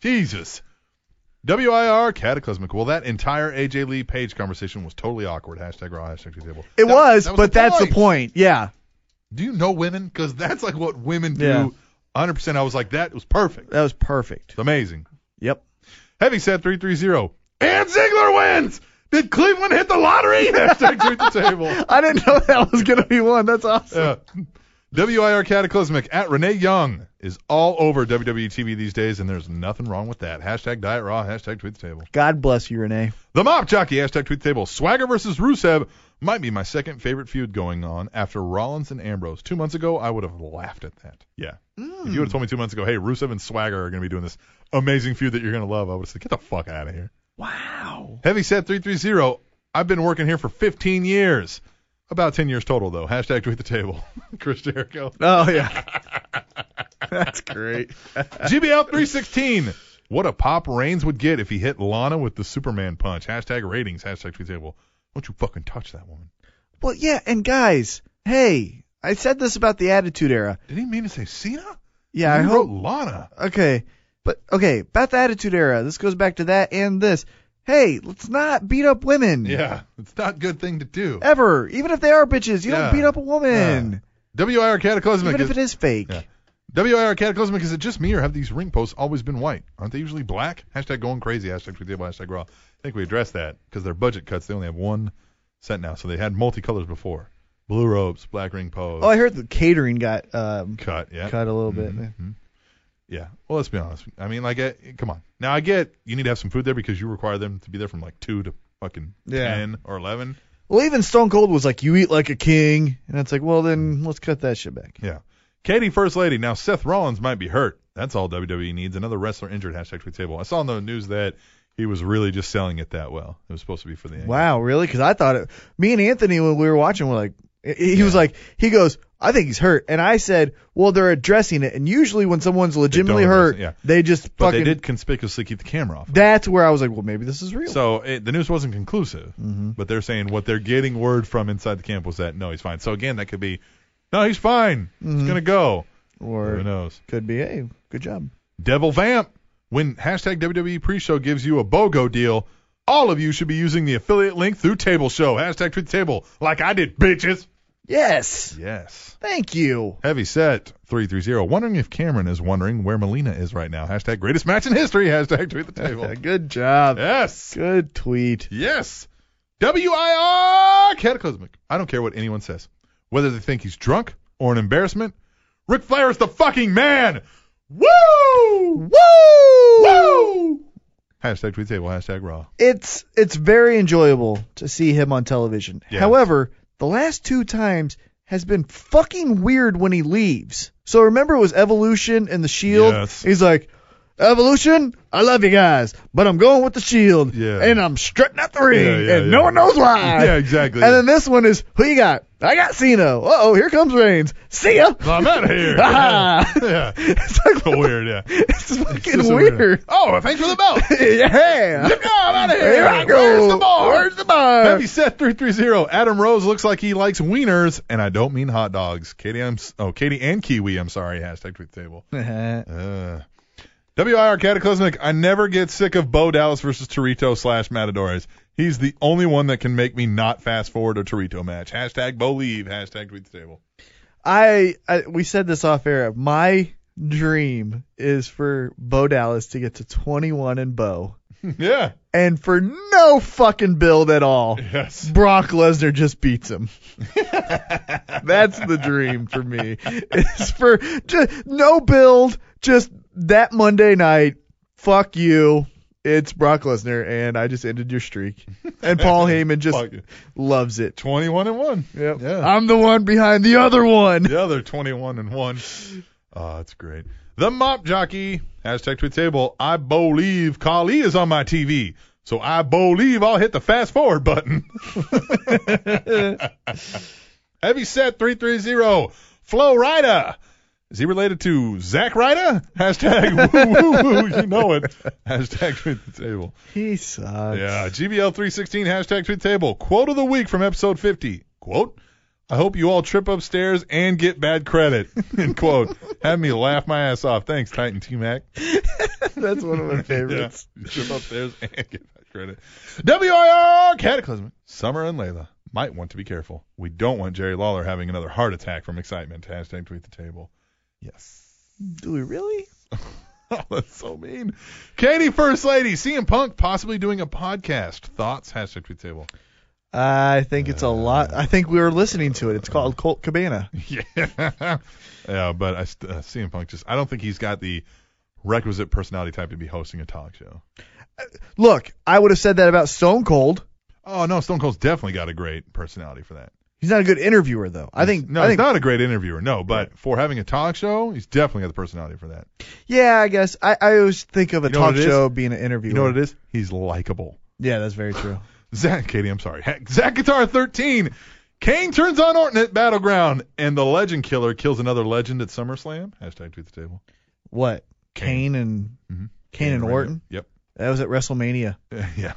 Jesus. WIR Cataclysmic. Well, that entire AJ Lee Page conversation was totally awkward. Hashtag raw. Hashtag Tweet the table. It That- was, that but that's the point. Yeah. Do you know women? Because that's like what women do. Yeah. 100%. I was like, that was perfect. That was perfect. It's amazing. Yep. Heavy set 330. And Ziggler wins! Did Cleveland hit the lottery? Hashtag tweet the table. Uh, I didn't know that was going to be one. That's awesome. Yeah. WIR Cataclysmic at Renee Young is all over WWE TV these days, and there's nothing wrong with that. Hashtag Diet Raw, hashtag Tweet the Table. God bless you, Renee. The Mop Jockey, hashtag Tweet the Table. Swagger versus Rusev might be my second favorite feud going on after Rollins and Ambrose. Two months ago, I would have laughed at that. Yeah. If you would have told me two months ago, hey, Rusev and Swagger are going to be doing this amazing feud that you're going to love, I would have said, get the fuck out of here. Wow. Heavy Set 330, I've been working here for 15 years. About 10 years total, though. Hashtag Tweet the Table. Chris Jericho. Oh yeah. That's great. GBL 316. What a pop Reigns would get if he hit Lana with the Superman punch. Hashtag ratings. Hashtag tweet table. Don't you fucking touch that woman. Well, yeah, and guys, hey, I said this about the Attitude Era. Did he mean to say Cena? Yeah, I he hope. wrote Lana. Okay, but okay, about the Attitude Era. This goes back to that and this. Hey, let's not beat up women. Yeah, it's not a good thing to do. Ever, even if they are bitches, you Yeah. don't beat up a woman, WIR Cataclysmic. even Is, if it is fake. Yeah. WIR Cataclysmic, is it just me or have these ring posts always been white? Aren't they usually black? Hashtag going crazy. Hashtag tweet table. Hashtag raw. I think we addressed that because their budget cuts, they only have one set now. So they had multicolors before. Blue robes, black ring posts. Oh, I heard the catering got um, cut. Yeah. Mm-hmm. cut a little bit. Yeah. Well, let's be honest. I mean, like, I, come on. Now I get you need to have some food there because you require them to be there from like two to fucking Yeah. ten or eleven. Well, even Stone Cold was like, "You eat like a king," and it's like, well, then let's cut that shit back. Yeah. Katie, first lady. Now Seth Rollins might be hurt. That's all WWE needs. Another wrestler injured. Hashtag tweet table. I saw in the news that he was really just selling it that well. It was supposed to be for the angle. Wow, really? Because I thought it. Me and Anthony, when we were watching, were like, he he was like, he goes, I think he's hurt, and I said, well, they're addressing it, and usually when someone's legitimately address hurt, it, yeah. they just But fucking. they did conspicuously keep the camera off. That's where I was like, well, maybe this is real. So it, the news wasn't conclusive, but they're saying what they're getting word from inside the camp was that no, he's fine. So again, that could be no, he's fine. He's gonna go. Who or knows? could be, hey, good job. Devil Vamp. When hashtag WWE pre-show gives you a BOGO deal, all of you should be using the affiliate link through Table Show. Hashtag tweet the table, like I did, bitches. Yes, Yes. thank you. Heavy set 330. Wondering if Cameron is wondering where Melina is right now. Hashtag greatest match in history. Hashtag tweet the table. good job. yes. Good tweet. Yes. WIR Cataclysmic. I don't care what anyone says. Whether they think he's drunk or an embarrassment, Ric Flair is the fucking man. Woo! Woo! Woo! Hashtag tweet table, hashtag raw. it's it's very enjoyable to see him on television. Yeah. However, the last two times has been fucking weird when he leaves. So remember it was Evolution and the Shield. Yes. He's like, Evolution, I love you guys, but I'm going with the Shield, Yeah. and I'm strutting out the ring, Yeah, yeah, and yeah. no one knows why. Yeah, exactly. Ah. And then this one is, who you got? I got Cena. Uh oh, here comes Reigns. See ya. I'm out of here. Ah. yeah. it's like So weird, yeah. It's fucking so weird. weird. Oh, thanks for the belt. yeah. Look, I'm out of here. Here I go. Where's the bar? Where's the bar? Heavy set 330. Adam Rose looks like he likes wieners, and I don't mean hot dogs. Katie, I'm, s- oh, Katie and Kiwi, I'm sorry. Hashtag tweet the table. Uh, WIR Cataclysmic, I never get sick of Bo Dallas versus Torito slash Matadores. He's the only one that can make me not fast forward a Torito match. Hashtag Bo leave. Hashtag tweet the table. I, I we said this off air. My dream is for Bo Dallas to get to 21 and Bo, yeah. and for no fucking build at all, Yes. Brock Lesnar just beats him. That's the dream for me. Is for just no build, just that Monday night. Fuck you. It's Brock Lesnar, and I just ended your streak. And Paul Heyman just Fuck you. loves it. 21 and 1. Yep. Yeah. I'm the one behind the other one. the other 21 and 1. Oh, that's great. The Mop Jockey. Hashtag tweet table. I believe Kali is on my TV. So I believe I'll hit the fast forward button. Heavy set 330. Flow Rida. Is he related to Zach Ryder? Hashtag woo woo woo. You know it. Hashtag tweet the table. He sucks. Yeah, GBL316 hashtag tweet table. Quote of the week from episode 50. Quote, I hope you all trip upstairs and get bad credit. End quote. Had me laugh my ass off. Thanks, Titan T Mac. That's one of my Yeah. favorites. you Trip upstairs and get bad credit. WIR Cataclysm. Summer and Layla might want to be careful. We don't want Jerry Lawler having another heart attack from excitement. Hashtag tweet the table. Yes. Do we really? Oh, that's so mean. Katie, First Lady, CM Punk possibly doing a podcast. Thoughts? Hashtag tweet the table. I think it's a Uh, lot. I think we were listening to it. It's called Colt Cabana. yeah. yeah, but I, st- uh, CM Punk just, I don't think he's got the requisite personality type to be hosting a talk show. Look, I would have said that about Stone Cold. Oh, no, Stone Cold's definitely got a great personality for that. He's not a good interviewer though. I think. No, I he's think, not a great interviewer, no, but for having a talk show, he's definitely got the personality for that. Yeah, I guess. I, I always think of a You know talk what it show being an interviewer. You know what it is? He's likable. Yeah, that's very true. Zach, Katie, I'm sorry. Heck, Zach Guitar 13. Kane turns on Orton at Battleground, and the Legend Killer kills another legend at SummerSlam. Hashtag tweet the table. what? Kane. Kane and Mhm. Kane and Orton. Yep. That was at WrestleMania, yeah.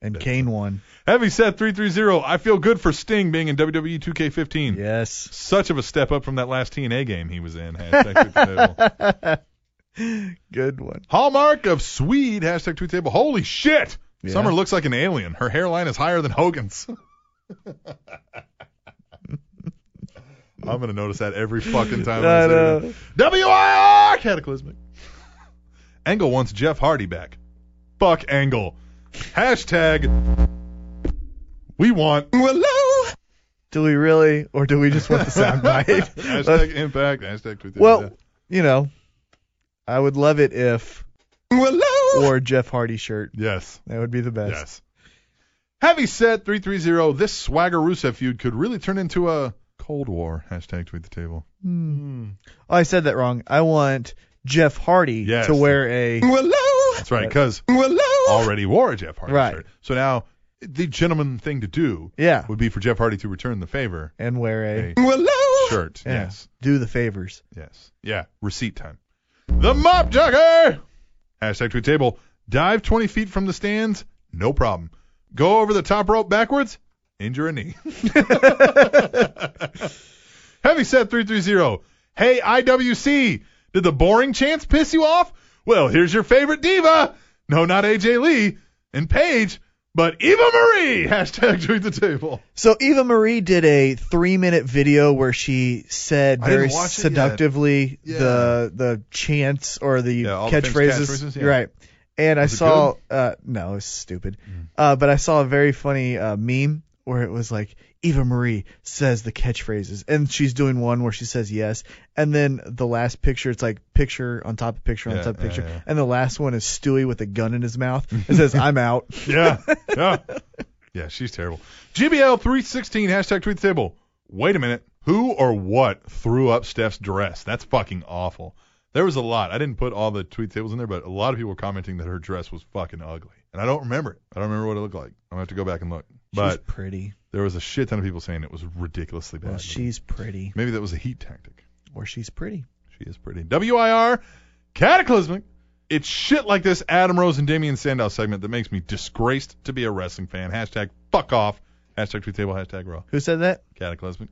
and Kane won. Heavy set 330. I feel good for Sting being in E WWE 2K15. Yes. Such of a step up from that last TNA game he was in. Hashtag tweet the table. Good one. Hallmark of Swede. Hashtag tweet the table. Holy shit! Summer looks like an alien. Her hairline is higher than Hogan's. I'm gonna notice that every fucking time. I I see her. know. WIR Cataclysmic. Angle wants Jeff Hardy back. Fuck Angle. Hashtag We want hello, Do we really, or do we just want the soundbite? Let's- Hashtag impact. Hashtag tweet that. well, you know, I would love it if hello, or Jeff Hardy shirt. Yes. That would be the best. Yes. Heavy set three three zero, this swagger Rusev feud could really turn into a Cold War. Hashtag tweet the table. Oh, I said that wrong. I want Jeff Hardy Yes. to wear a. hello, That's right, because hello, already wore a Jeff Hardy Right. shirt. So now the gentleman thing to do Yeah. would be for Jeff Hardy to return the favor. And wear a. A hello, shirt. Yeah. Yes. Do the favors. Yes. Yeah. Receipt time. The Mop Jugger! Hashtag tweet table. Dive 20 feet from the stands? No problem. Go over the top rope backwards? Injure a knee. Heavy set 330. Hey, IWC, did the boring chance piss you off? Well, here's your favorite diva. No, not AJ Lee and Paige, but Eva Marie. Hashtag tweet the table. So Eva Marie did a three-minute video where she said I didn't very watch it yet. seductively Yeah. the the chants or the Yeah, all the famous catchphrases, catchphrases, yeah. right? And I it Mm. saw, uh, no, it's stupid, uh, but I saw a very funny uh, meme where it was like Eva Marie says the catchphrases, and she's doing one where she says yes, and then the last picture, it's like picture on top of picture on Yeah, top of yeah, picture, yeah. and the last one is Stewie with a gun in his mouth. It says I'm out. Yeah. Yeah. yeah, she's terrible. GBL316 hashtag tweet the table. Wait a minute. Who or what threw up Steph's dress? That's fucking awful. There was a lot. I didn't put all the tweet tables in there, but a lot of people were commenting that her dress was fucking ugly. And I don't remember it. I don't remember what it looked like. I'm gonna have to go back and look. she's But pretty. there was a shit ton of people saying it was ridiculously bad. Well, she's pretty, Maybe that was a heat tactic. or she's pretty. She is pretty. WIR Cataclysmic. It's shit like this Adam Rose and Damian Sandow segment that makes me disgraced to be a wrestling fan. Hashtag fuck off. Hashtag tweet table. Hashtag raw. Who said that? Cataclysmic.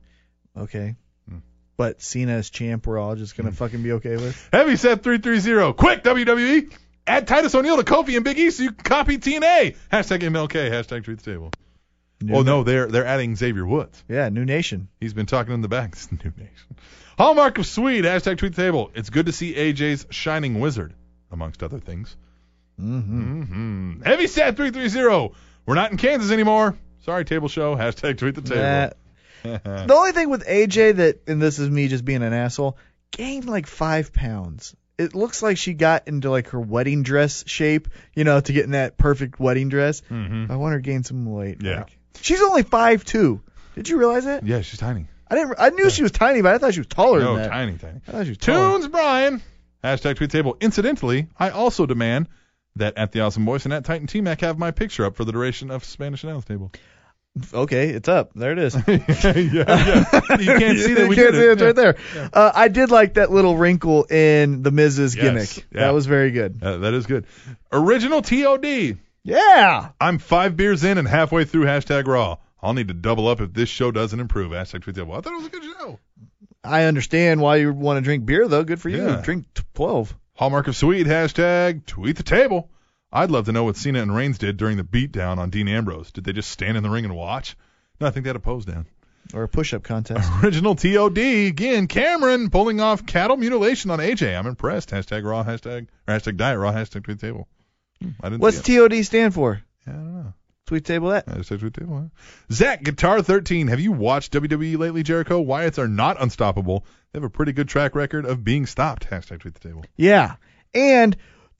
Okay. Hmm. But Cena as champ, we're all just gonna fucking be okay with. Heavy set 330. Quick, WWE. Add Titus O'Neil to Kofi and Big E so you can copy TNA. Hashtag MLK. Hashtag tweet the table. New, Oh, no, they're they're adding Xavier Woods. Yeah, new nation. He's been talking in the back. This new nation. Hallmark of Swede. Hashtag tweet the table. It's good to see AJ's shining wizard, amongst other things. Mm-hmm. Mm-hmm. Heavy set 330. We're not in Kansas anymore. Sorry, table show. Hashtag tweet the table. Mm-hmm. That, the only thing with AJ that, and this is me just being an asshole, gained like five pounds. It looks like she got into like her wedding dress shape, you know, to get in that perfect wedding dress. I want her to gain some weight. Hmm. Yeah. like- she's only five two. Did you realize that? yeah, she's tiny. I didn't. I knew she was tiny, but I thought she was taller No, than that. tiny, tiny. I thought she was taller. Tunes Brian. Hashtag tweet the table. Incidentally, I also demand that at the Awesome Voice and at Titan T Mac have my picture up for the duration of Spanish announce table. Okay, it's up. There it is. yeah, yeah. You can't see that. You We can't did see it. it's right there. Uh, I did like that little wrinkle in the Miz's Yes. gimmick. Yeah. That was very good. Uh, that is good. Original TOD. Yeah. I'm five beers in and halfway through hashtag raw. I'll need to double up if this show doesn't improve. Hashtag tweet the table. I thought it was a good show. I understand why you want to drink beer though. Good for you. Yeah. Drink t- 12. Hallmark of Sweet, hashtag tweet the table. I'd love to know what Cena and Reigns did during the beatdown on Dean Ambrose. Did they just stand in the ring and watch? No, I think they had a pose down. Or a push-up contest. Original TOD, again, Cameron pulling off cattle mutilation on AJ. I'm impressed. Hashtag raw, hashtag, or hashtag diet raw, hashtag tweet the table. Hmm, I didn't What's see it. TOD stand for? Yeah, I don't know. So we table that. Hashtag tweet table, huh? Zach Guitar 13. Have you watched WWE lately, Jericho? Wyatts are not unstoppable. They have a pretty good track record of being stopped. Hashtag tweet the table. Yeah. And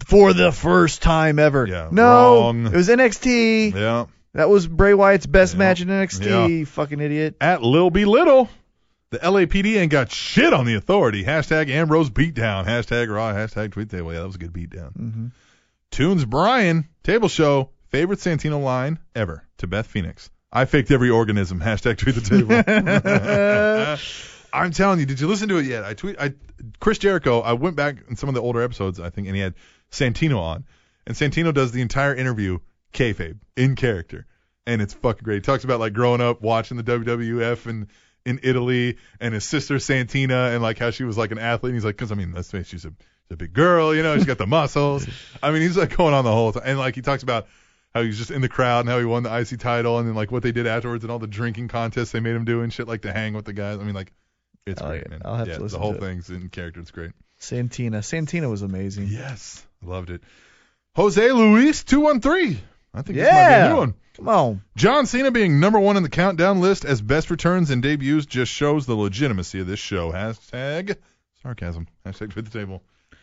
for the first time ever. Yeah, No. wrong. It was NXT. Yeah. That was Bray Wyatt's best match in NXT. Yeah. Fucking idiot. At Lil B Little. The LAPD ain't got shit on the authority. Hashtag Ambrose beatdown. Hashtag Raw. Hashtag tweet table. Yeah, that was a good beatdown. Tunes Brian. Table show. Favorite Santino line ever to Beth Phoenix. I faked every organism. Hashtag tweet the table. I'm telling you, did you listen to it yet? I tweet I Chris Jericho, I went back in some of the older episodes, I think, and he had Santino on. And Santino does the entire interview kayfabe, in character. And it's fucking great. He talks about like growing up watching the WWF and in Italy and his sister Santina and like how she was like an athlete. And he's like, because I mean, let's face it, she's a, she's a big girl, you know, she's got the muscles. I mean, he's like going on the whole time. And like he talks about how he was just in the crowd and how he won the IC title and then like what they did afterwards and all the drinking contests they made him do and shit like to hang with the guys. I mean, like it's I like great, it. man. I'll have to yeah, listen the whole to it. thing's in character. It's great. Santina. Santina was amazing. Yes, loved it. Jose Luis two one three. I think this might be a Yeah. new one. Come on. John Cena being number one in the countdown list as best returns and debuts just shows the legitimacy of this show. Hashtag sarcasm. Hashtag with the table.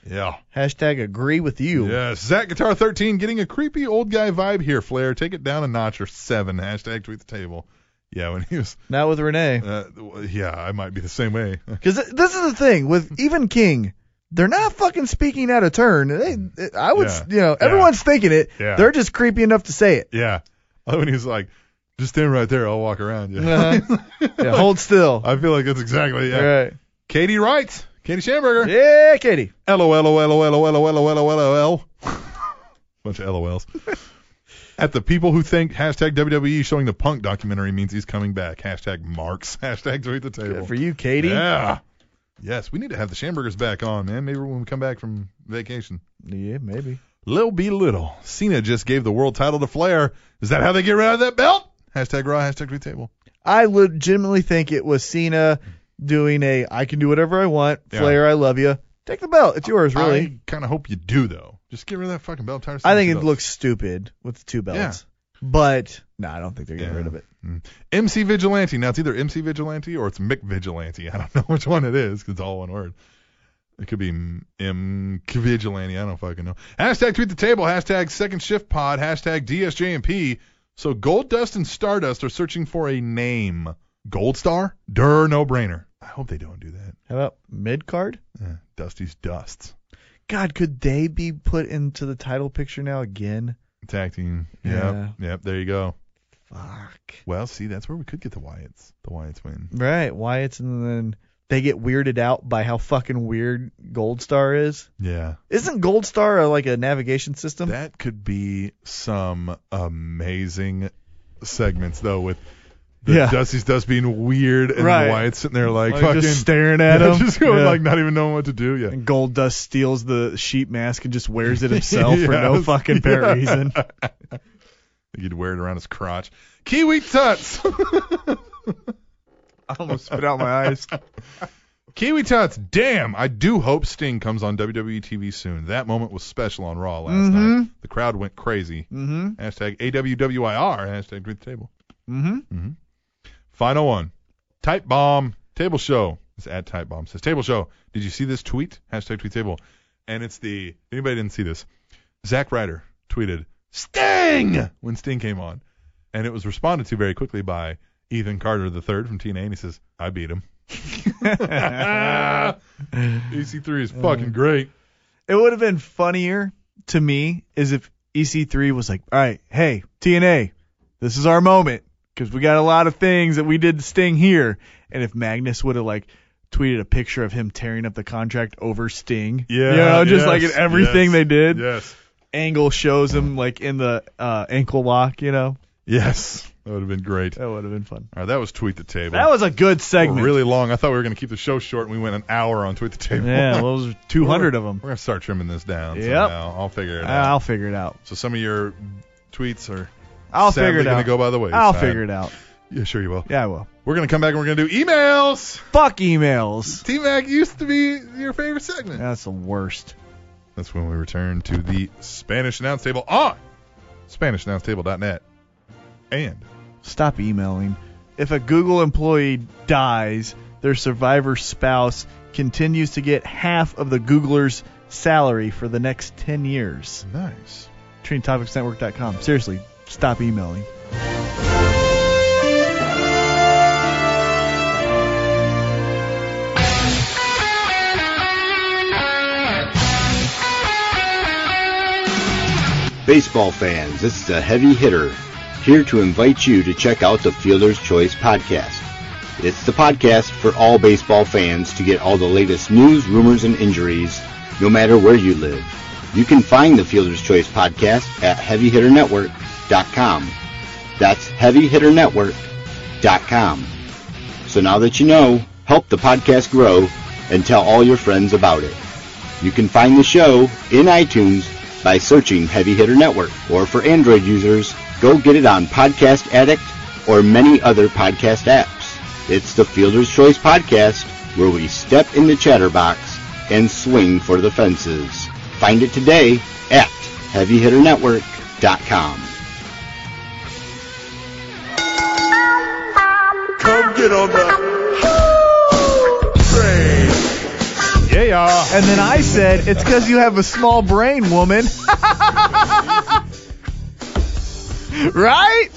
Yeah. Hashtag agree with you. Yes. Zach Guitar 13 getting a creepy old guy vibe here, Flair. Take it down a notch or seven. Hashtag tweet the table. Yeah, when he was, Not with Renee. uh, yeah, I might be the same way. Because this is the thing with even King, they're not fucking speaking out of turn. They, I would, s Mm. Yeah. you know, Yeah. everyone's thinking it. Yeah. They're just creepy enough to say it. yeah. Oh, when he was like, just stand right there. I'll walk around you. Uh-huh. Yeah, hold still. I feel like that's exactly yeah. All right. Katie Wright, Katie Schamberger. Yeah, Katie. LOL, LOL, LOL, LOL, LOL, LOL, LOL. Bunch of LOLs. At the people who think hashtag WWE showing the Punk documentary means he's coming back. Hashtag marks. Hashtag tweet the table. Good for you, Katie. Yeah. Yes, we need to have the Schamburgers back on, man. Maybe when we come back from vacation. Yeah, maybe. Little B Little. Cena just gave the world title to Flair. Is that how they get rid of that belt? Hashtag Raw. Hashtag tweet the table. I legitimately think it was Cena doing a I can do whatever I want, Yeah. Flair, I love you. Take the belt. It's yours, really. I kind of hope you do though. Just get rid of that fucking belt. I'm tired of I, seeing think it two belts. looks stupid with two belts. But no, I don't think they're getting Yeah. rid of it. MC Vigilante. Now it's either MC Vigilante or it's Mick Vigilante. I don't know which one it is 'cause it's all one word. It could be M- M Vigilante. I don't fucking know. Hashtag tweet the table. Hashtag second shift pod. Hashtag DSJMP. So Gold Dust and Stardust are searching for a name. Gold Star? Durr, no brainer. I hope they don't do that. How about mid card? Eh, Dusty's Dusts. God, could they be put into the title picture now again? Tag team. Yeah. Yep. Yep. There you go. Fuck. Well, see, that's where we could get the Wyatts. The Wyatts win. Right, Wyatt's and then they get weirded out by how fucking weird Gold Star is. Yeah. Isn't Gold Star uh, like a navigation system? That could be some amazing segments though, with the Yeah. Dusty's Dust being weird and Right. Wyatt sitting there like, Like, fucking just staring at Yeah, him. just going Yeah. like not even knowing what to do. Yeah. And Gold Dust steals the sheep mask and just wears it himself for no Yes. fucking fair Yeah. reason. He'd wear it around his crotch. Kiwi Tuts. I almost spit out my eyes. Kiwi Tuts. Damn. I do hope Sting comes on WWE TV soon. That moment was special on Raw last night. The crowd went crazy. Mm-hmm. Hashtag AWWIR. Hashtag tweet the table. Mm-hmm. Final one. Type bomb. Table show. It's at type bomb. Says table show. Did you see this tweet? Hashtag tweet table. And it's the anybody didn't see this. Zach Ryder tweeted Sting when Sting came on, and it was responded to very quickly by Ethan Carter III from TNA, and he says I beat him. EC3 E is fucking great. It would have been funnier to me is if EC3 was like, all right, hey, TNA, this is our moment because we got a lot of things that we did to Sting here. And if Magnus would have like tweeted a picture of him tearing up the contract over Sting. Yeah, You know, just yes, like in everything yes, they did. Yes. Angle shows him like in the uh, ankle lock, you know. Yes. That would have been great. All That would have been fun. right, that was tweet the table. That was a good segment. really long. I thought we were gonna keep the show short, and we went an hour on tweet the table. Yeah, well, those 200 of them. We're gonna start trimming this down. Yep. somehow. I'll figure it out. I'll figure it out. So some of your tweets are I'll sadly figure it gonna out. go by the way. I'll figure it out. Yeah, sure you will. Yeah, I will. We're gonna come back and we're gonna do emails. Fuck emails. T Mac used to be your favorite segment. That's the worst. That's when we return to the Spanish announce table on SpanishAnnounceTable.net. And Stop emailing. If a Google employee dies, their survivor spouse continues to get half of the Googler's salary for the next 10 years. nice. TrainingTopicsNetwork.com. Seriously, stop emailing. Baseball fans, this is a heavy hitter here to invite you to check out the Fielder's Choice podcast. It's the podcast for all baseball fans to get all the latest news, rumors, and injuries, no matter where you live. You can find the Fielder's Choice podcast at heavyhitternetwork.com. That's heavyhitternetwork.com. So now that you know, help the podcast grow and tell all your friends about it. You can find the show in iTunes by searching Heavy Hitter Network, or for Android users, go get it on Podcast Addict or many other podcast apps. It's the Fielder's Choice Podcast, where we step in the chatterbox and swing for the fences. Find it today at HeavyHitterNetwork.com. Yeah. And then I said, it's because you have a small brain, woman. right?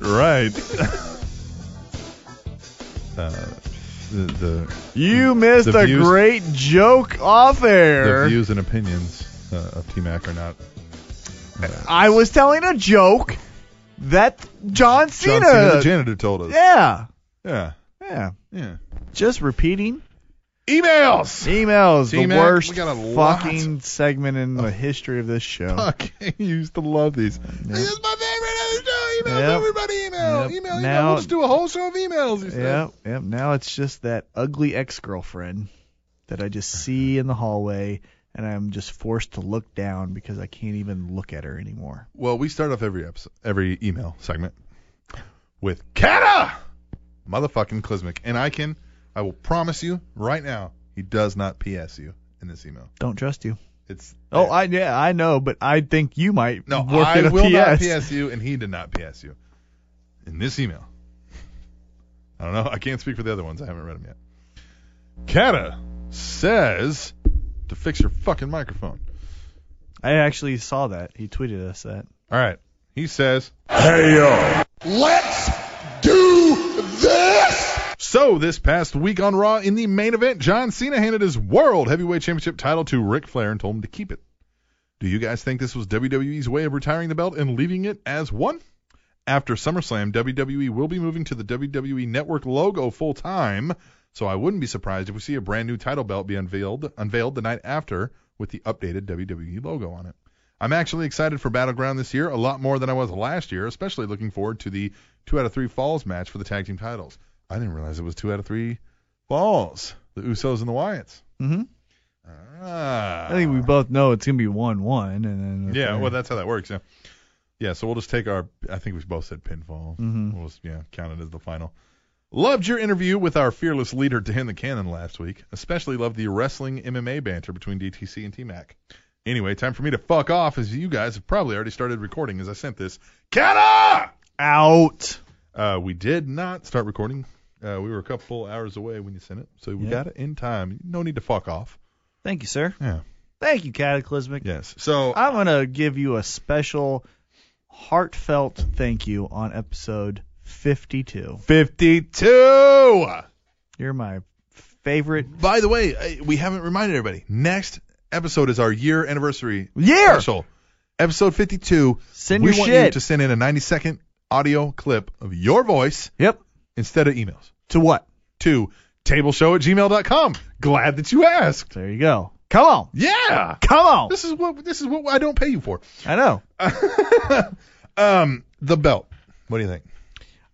Right. uh, the, the You missed The a views- great joke off the air. views and opinions uh, of T Mac are not. Uh, I was telling a joke that John Cena. John Cena, the janitor, told us. yeah. Yeah. Yeah. Yeah. Just repeating. Emails. Emails, the T-Mac, worst we got a lot. Oh. fucking segment in the history of this show. Fuck, I used to love these. This is my favorite other show. Email Yep. everybody. Email. Yep. Email. email. Now- We'll just do a whole show of emails. he said. Yep, yep. Now it's just that ugly ex girlfriend that I just Uh-huh. see in the hallway, and I'm just forced to look down because I can't even look at her anymore. Well, we start off every episode, every email segment with Kata, motherfucking Klismic, and I can, I will promise you right now, he does not PS you in this email. Don't trust you. It's Oh, I yeah, I know, but I think you might no, work I at a will not PS. PS you, and he did not PS you in this email. I don't know. I can't speak for the other ones. I haven't read them yet. Kata says to fix your fucking microphone. I actually saw that. He tweeted us that. All right. He says, Hey yo. So, this past week on Raw, in the main event, John Cena handed his World Heavyweight Championship title to Ric Flair and told him to keep it. Do you guys think this was WWE's way of retiring the belt and leaving it as one? After SummerSlam, WWE will be moving to the WWE Network logo full time, so I wouldn't be surprised if we see a brand new title belt be unveiled, unveiled the night after with the updated WWE logo on it. I'm actually excited for Battleground this year a lot more than I was last year, especially looking forward to the two out of three falls match for the tag team titles. I didn't realize it was two out of three falls. The Usos and the Wyatts. Mm-hmm. Ah. I think we both know it's gonna be one-one, and then Yeah, well, that's how that works. Yeah. Yeah, so we'll just take our. I think we both said pinfall. Mhm. We'll just, yeah, count it as the final. Loved your interview with our fearless leader, Dan the Cannon, last week. Especially loved the wrestling MMA banter between DTC and T Mac. Anyway, time for me to fuck off, as you guys have probably already started recording as I sent this. Kata! out. Uh, we did not start recording. Uh, we were a couple hours away when you sent it, so we Yeah. got it in time. No need to fuck off. Thank you, sir. Yeah. Thank you, Cataclysmic. Yes. So I'm gonna give you a special, heartfelt thank you on episode 52. 52. You're my favorite By the way, I- we haven't reminded everybody. Next episode is our year anniversary year. special, episode 52. Send we your want you shit. to send in a 90 second audio clip of your voice Yep. instead of emails To what? to tableshow at gmail.com. Glad that you asked. There you go. Come on. Yeah. Come on. This is what this is what I don't pay you for. I know. um, the belt. What do you think?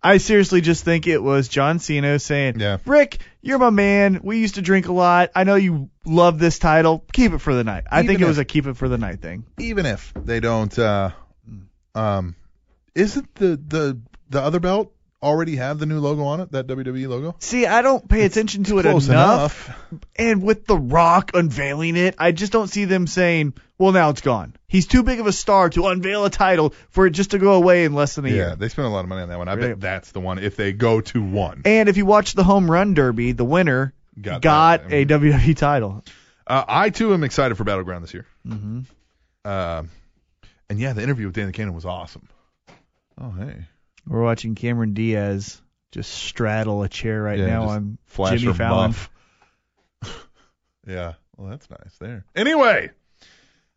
I seriously just think it was John Cena saying, Yeah. Rick, you're my man. We used to drink a lot. I know you love this title. Keep it for the night. I Even think it if- was a keep it for the night thing. Even if they don't, uh, um, isn't the the the other belt already have the new logo on it? That WWE logo? See, I don't pay attention to it Close enough. enough. And with The Rock unveiling it, I just don't see them saying, well, now it's gone. He's too big of a star to unveil a title for it just to go away in less than a Yeah, year. they spent a lot of money on that one. I Really? bet that's the one if they go to one. And if you watch the Home Run Derby, the winner Got got, that. a WWE title. Uh, I too am excited for Battleground this year. Mm-hmm. Um, and yeah, the interview with Dan Cannon was awesome. Oh hey, We're watching Cameron Diaz just straddle a chair right Yeah, now just on flash Jimmy or Fallon. muff. yeah, well that's nice there. Anyway,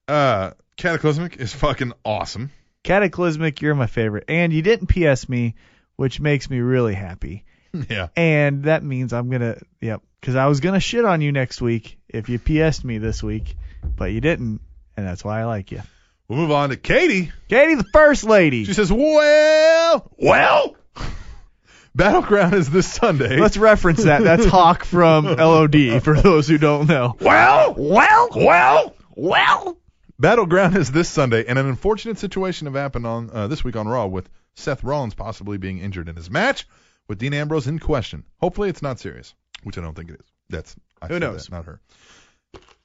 uh, Cataclysmic is fucking awesome. Cataclysmic, you're my favorite. And you didn't PS me, which makes me really happy. yeah, And that means I'm going to, yep, because I was going to shit on you next week if you PS'd me this week, but you didn't. And that's why I like you. we'll move on to Katie. Katie, the first lady. She says, "Well, well." Battleground is this Sunday. Let's reference that. That's Hawk from LOD for those who don't know. Well, well, well, well. Battleground is this Sunday, and an unfortunate situation have happened on uh, this week on Raw with Seth Rollins possibly being injured in his match with Dean Ambrose in question. Hopefully, it's not serious, which I don't think it is. That's I Who said knows? that, not her.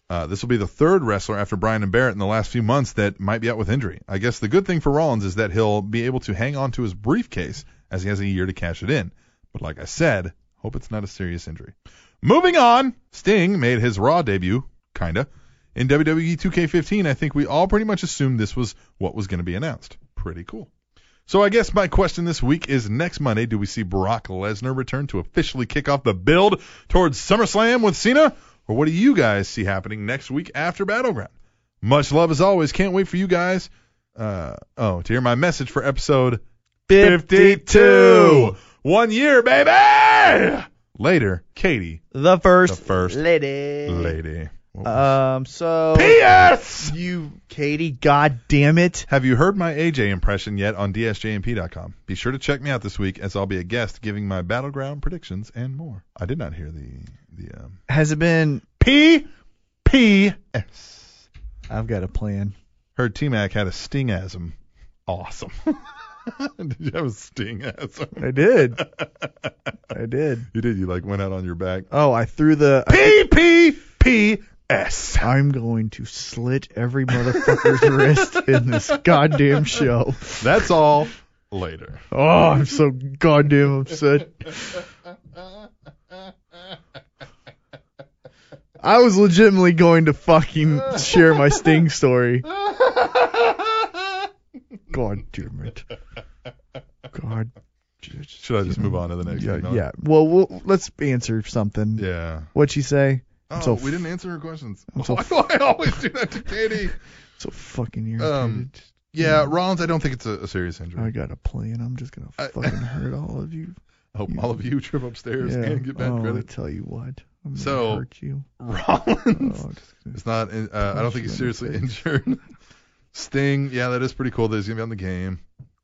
Uh, this will be the third wrestler after Bryan and Barrett in the last few months that might be out with injury. I guess the good thing for Rollins is that he'll be able to hang on to his briefcase as he has a year to cash it in. But like I said, hope it's not a serious injury. Moving on, Sting made his Raw debut, kinda, in E WWE 2K15. I think we all pretty much assumed this was what was going to be announced. Pretty cool. So I guess my question this week is: Next Monday, do we see Brock Lesnar return to officially kick off the build towards SummerSlam with Cena, or what do you guys see happening next week after Battleground? Much love as always. Can't wait for you guys. Uh, oh, to hear my message for episode 52. One year, baby. Later, Katie, The the first first lady. lady. What was- Um, so. P.S. You, Katie, god damn it. Have you heard my AJ impression yet on DSJMP.com? Be sure to check me out this week as I'll be a guest giving my battleground predictions and more. I did not hear the the um, Has it been. P P S. I've got a plan. Heard T Mac had a stingasm. Awesome. did you have a stingasm? I did. I did. You did. You like went out on your back. Oh, I threw the. P P P S. I'm going to slit every motherfucker's wrist in this goddamn show. That's all. Later. Oh, I'm so goddamn upset. I was legitimately going to fucking share my Sting story. God damn it. God. Should I just move on to the next? Yeah, email? yeah. Well, we'll let's answer something. Yeah. What'd she say? Oh, so we didn't answer her questions. so Why do I always do that to Katie? So fucking irritated. Um, Yeah, Rollins, I don't think it's a, a serious injury. I got a plan. I'm just gonna I- fucking hurt all of you. I hope all of you trip upstairs Yeah. and get bad oh, I credit. tell you what. I'm gonna So- hurt you. Oh, Rollins, just gonna- it's not. in- Uh, I don't think he's Punch you seriously in the injured. Sting, yeah, that is pretty cool. That he's gonna be on the game.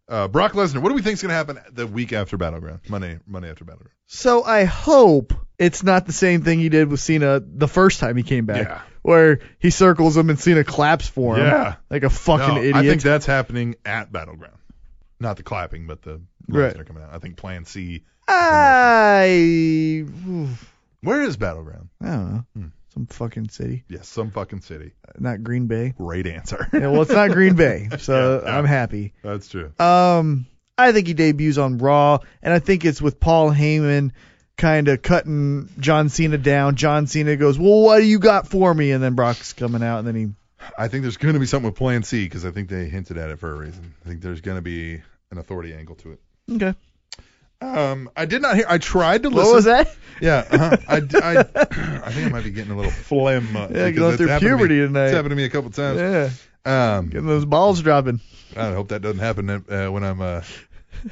Uh, Brock Lesnar, what do we think is gonna happen the week after Battleground? Monday, Monday after Battleground. so I hope it's not the same thing he did with Cena the first time he came back, Yeah. where he circles him and Cena claps for him, Yeah. like a fucking No, idiot. I think that's happening at Battleground. Not the clapping, but the Lesnar Right. coming out. I think Plan C. I, oof, Where is Battleground? I don't know, Hmm. some fucking city, Yes, some fucking city. not Green Bay. Great answer. Yeah, well, it's not Green Bay, so Yeah, yeah. I'm happy. That's true. Um, I think he debuts on Raw, and I think it's with Paul Heyman kind of cutting John Cena down. John Cena goes, "Well, what do you got for me?" And then Brock's coming out, and then he I think there's going to be something with Plan C because I think they hinted at it for a reason. I think there's going to be an authority angle to it. okay. Um, I did not hear. I tried to listen. What was that? Yeah, uh-huh. I, I, I think I might be getting a little phlegm. uh, Yeah, because going it's through happened to me- puberty tonight. It's happened to me a couple times. Yeah, Um, getting those balls dropping. I hope that doesn't happen uh, when I'm uh,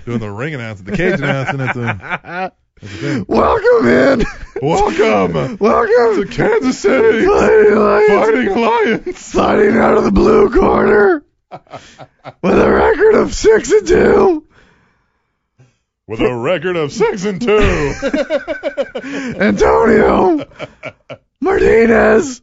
doing the ring announcement, the cage announcement. It's a, Uh, it's a thing. Welcome in, Welcome welcome to Kansas City Fighting Lions, Fighting Lions. fighting out of the blue corner with a record of six and two. With a record of six and two. Antonio Martinez.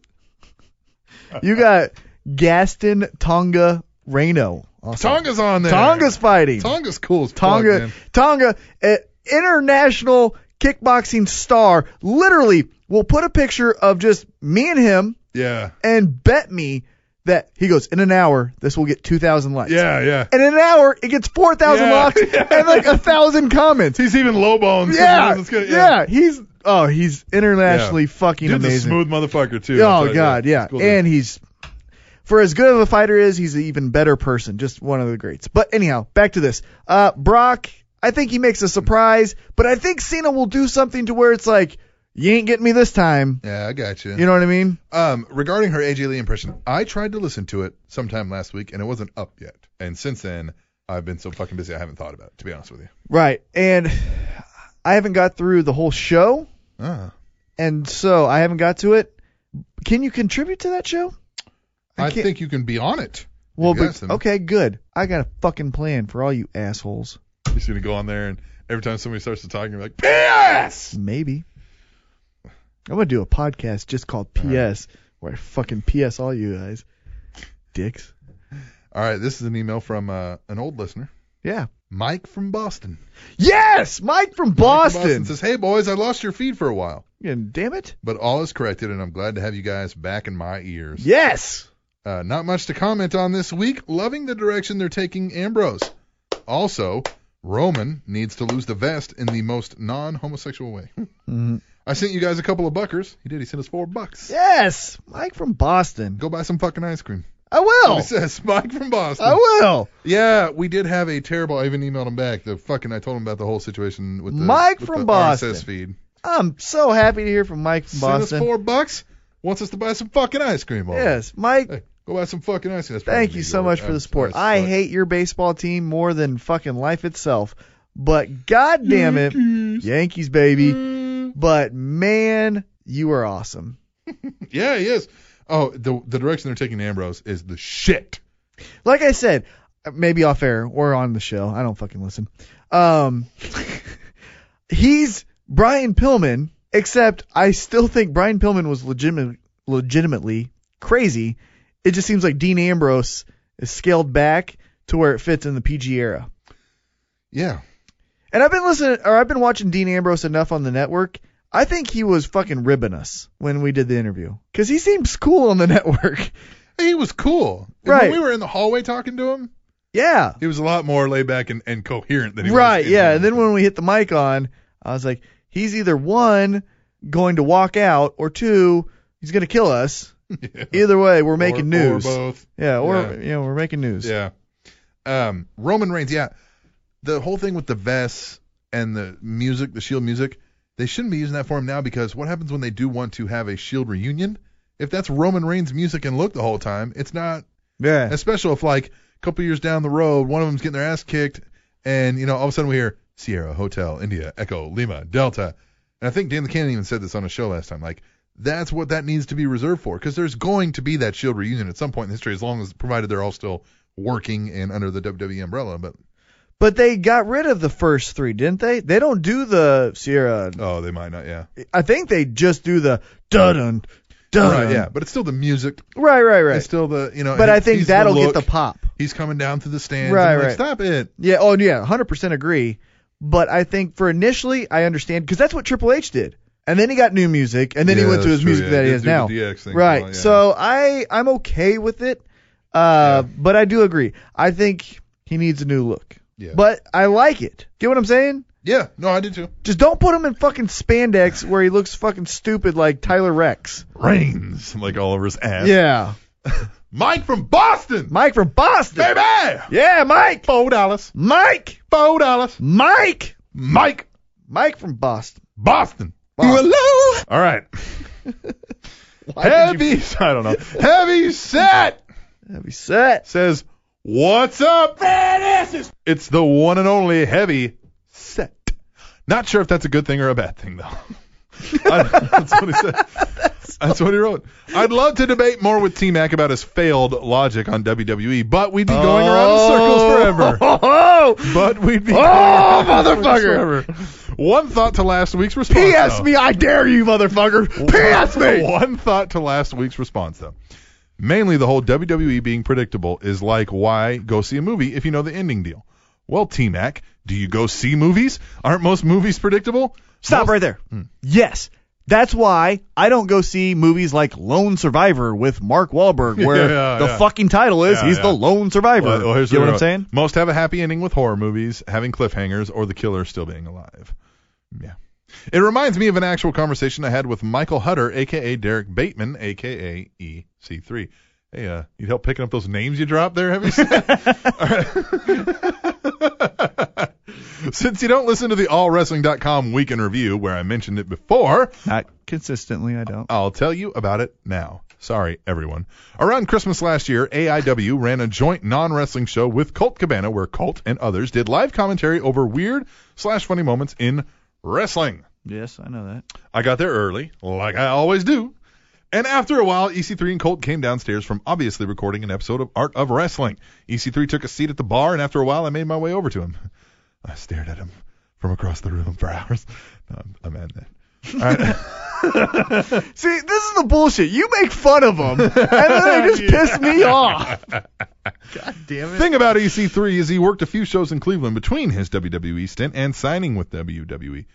You got Gaston Tonga Reno. Tonga's on there. Tonga's fighting. Tonga's cool as fuck, Tonga. man. Tonga. It, international kickboxing star literally will put a picture of just me and him Yeah. and bet me that he goes in an hour this will get 2000 likes Yeah, yeah. and in an hour it gets 4000 Yeah. likes and like a thousand comments He's even lowballing. yeah, It's yeah good. he's oh he's internationally Yeah. fucking Dude's a amazing smooth motherfucker too. I'll tell oh you god that. yeah He's a cool dude. and he's for as good of a fighter is he's an even better person just one of the greats but anyhow back to this uh brock i think he makes a surprise but i think cena will do something to where it's like you ain't getting me this time yeah, I got you. you know what i mean Um, regarding her AJ Lee impression, I tried to listen to it sometime last week and it wasn't up yet. And since then, I've been so fucking busy I haven't thought about it. To be honest with you. right and i haven't got through the whole show Ah. and so i haven't got to it can you contribute to that show I, can't- think you can be on it. well You got but, some. okay good i got a fucking plan for all you assholes You're just gonna go on there and every time somebody starts to talk, you're like, P.S. Maybe. I'm gonna do a podcast just called PS, where I fucking PS all you guys, dicks. All right, this is an email from uh, an old listener, Yeah. Mike from Boston. Yes, Mike from Boston. Boston says, "Hey boys, I lost your feed for a while, Fucking Damn it. but all is corrected, and I'm glad to have you guys back in my ears." Yes. Uh, not much to comment on this week. Loving the direction they're taking Ambrose. Also, Roman needs to lose the vest in the most non-homosexual way. Mm-hmm. I sent you guys a couple of buckers. He did. He sent us four bucks. Yes, Mike from Boston. Go buy some fucking ice cream. I will. He says, Mike from Boston. Oh. I will. Yeah, we did have a terrible. I even emailed him back. The fucking I told him about the whole situation with the Mike with from the Boston. RSS feed. I'm so happy to hear from Mike from Sent Boston. us four bucks. Wants us to buy some fucking ice cream. All yes, Mike. Hey, go buy some fucking ice cream. That's probably Thank you me, so George. much for I'm the support. sorry I as fuck. hate your baseball team more than fucking life itself. But god damn it, Yankees Mm. baby. But man, you are awesome. Yeah, he is. Oh, the the direction they're taking Ambrose is the shit. Like I said, maybe off air or on the show. I don't fucking listen. Um, he's Brian Pillman, except I still think Brian Pillman was legitimate, legitimately crazy. It just seems like Dean Ambrose is scaled back to where it fits in the PG era. Yeah. And I've been listening, or I've been watching Dean Ambrose enough on the network. I think he was fucking ribbing us when we did the interview because he seems cool on the network. He was cool. And Right. When we were in the hallway talking to him, yeah, he was a lot more laid back and, and coherent than he was. right. in Yeah. the- And then when we hit the mic on, I was like, he's either one going to walk out, or two, he's gonna kill us. Yeah. Either way, we're Or- making news. Or both. Yeah, or Yeah. you know, we're making news. Yeah. Um, Roman Reigns, yeah. The whole thing with the vests and the music, the Shield music, they shouldn't be using that for him now because what happens when they do want to have a Shield reunion? If that's Roman Reigns' music and look the whole time, it's not Yeah. especially if like a couple years down the road, one of them's getting their ass kicked, and you know all of a sudden we hear Sierra Hotel India Echo Lima Delta, and I think Dan the Cannon even said this on a show last time. Like that's what that needs to be reserved for, because there's going to be that Shield reunion at some point in history, as long as provided they're all still working and under the WWE umbrella. But But they got rid of the first three, didn't they? They don't do the Sierra. oh, they might not. Yeah, I think they just do the dun dun dun. right. Yeah, but it's still the music. Right, right, right. It's still the you know. But and I it's- think he's the that'll get look. the pop. He's coming down through the stands. Right, I'm like, right. Stop it. Yeah. Oh, yeah. 100% agree. But I think for initially, I understand because that's what Triple H did, and then he got new music, and then he Yeah, went to his that's true, music yeah. that he Did has do the now. DX thing. Right. Oh, yeah. So I I'm okay with it. Uh, but I do agree. I think he needs a new look. Yeah. But I like it. Get what I'm saying? Yeah. No, I did too. Just don't put him in fucking spandex where he looks fucking stupid like Tyler Rex. Reigns like all over his ass. Yeah. Mike from Boston. Mike from Boston. baby. Yeah, Mike. Four dollars. Mike. Four dollars. Mike. Mike Mike from Boston. Boston. Hello. All right. Heavy. I don't know. Heavy set Heavy set. says, "What's up, badasses?" It's the one and only heavy set. Not sure if that's a good thing or a bad thing though. I- that's what he said. That's what he wrote. I'd love to debate more with T Mac about his failed logic on WWE, but we'd be going around in circles forever. Oh, But we'd be. Oh, Forever. One thought to last week's response. P.S. though. me, I dare you, motherfucker. P.S. me. One thought to last week's response, though. Mainly the whole E WWE being predictable is like why go see a movie if you know the ending deal. Well, T Mac, Do you go see movies? Aren't most movies predictable? Stop Most- right there. Yes. That's why I don't go see movies like Lone Survivor with Mark Wahlberg, where Yeah, the yeah. fucking title is Yeah, he's yeah. the lone survivor. Well, well, here's you know the what I'm real- saying? Most have a happy ending with horror movies, having cliffhangers, or the killer still being alive. Yeah. It reminds me of an actual conversation I had with Michael Hutter, aka Derek Bateman, aka EC3. E Hey, uh, you help picking up those names you dropped there, have you? Since you don't listen to the AllWrestling.com Week in Review, where I mentioned it before, Not consistently, I don't. I'll tell you about it now. Sorry, everyone. Around Christmas last year, AIW ran a joint non-wrestling show with Colt Cabana, where Colt and others did live commentary over weird slash funny moments in wrestling. Yes, I know that. I got there early, like I always do. And after a while, EC3 and Colt came downstairs from obviously recording an episode of Art of Wrestling. EC3 took a seat at the bar, and after a while, I made my way over to him. I stared at him from across the room for hours. No, I'm, I'm at that. See, this is the bullshit. You make fun of them, and then they just piss me off. thing about EC3 is he worked a few shows in Cleveland between his WWE stint and signing with WWE.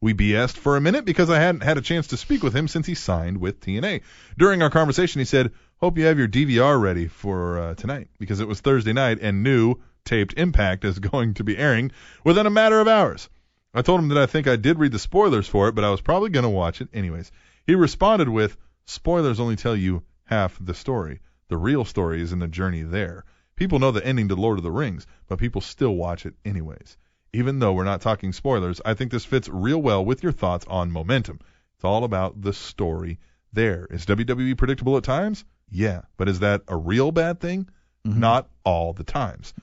We BS'd for a minute because I hadn't had a chance to speak with him since he signed with TNA. During our conversation, he said, Hope you have your DVR ready for uh, tonight because it was Thursday night and new taped Impact is going to be airing within a matter of hours. I told him that I think I did read the spoilers for it, but I was probably going to watch it anyways. He responded with, Spoilers only tell you half the story. The real story is in the journey there. People know the ending to Lord of the Rings, but people still watch it anyways. Even though we're not talking spoilers, I think this fits real well with your thoughts on momentum. It's all about the story there. Is WWE predictable at times? Yeah. But is that a real bad thing? Not all the times.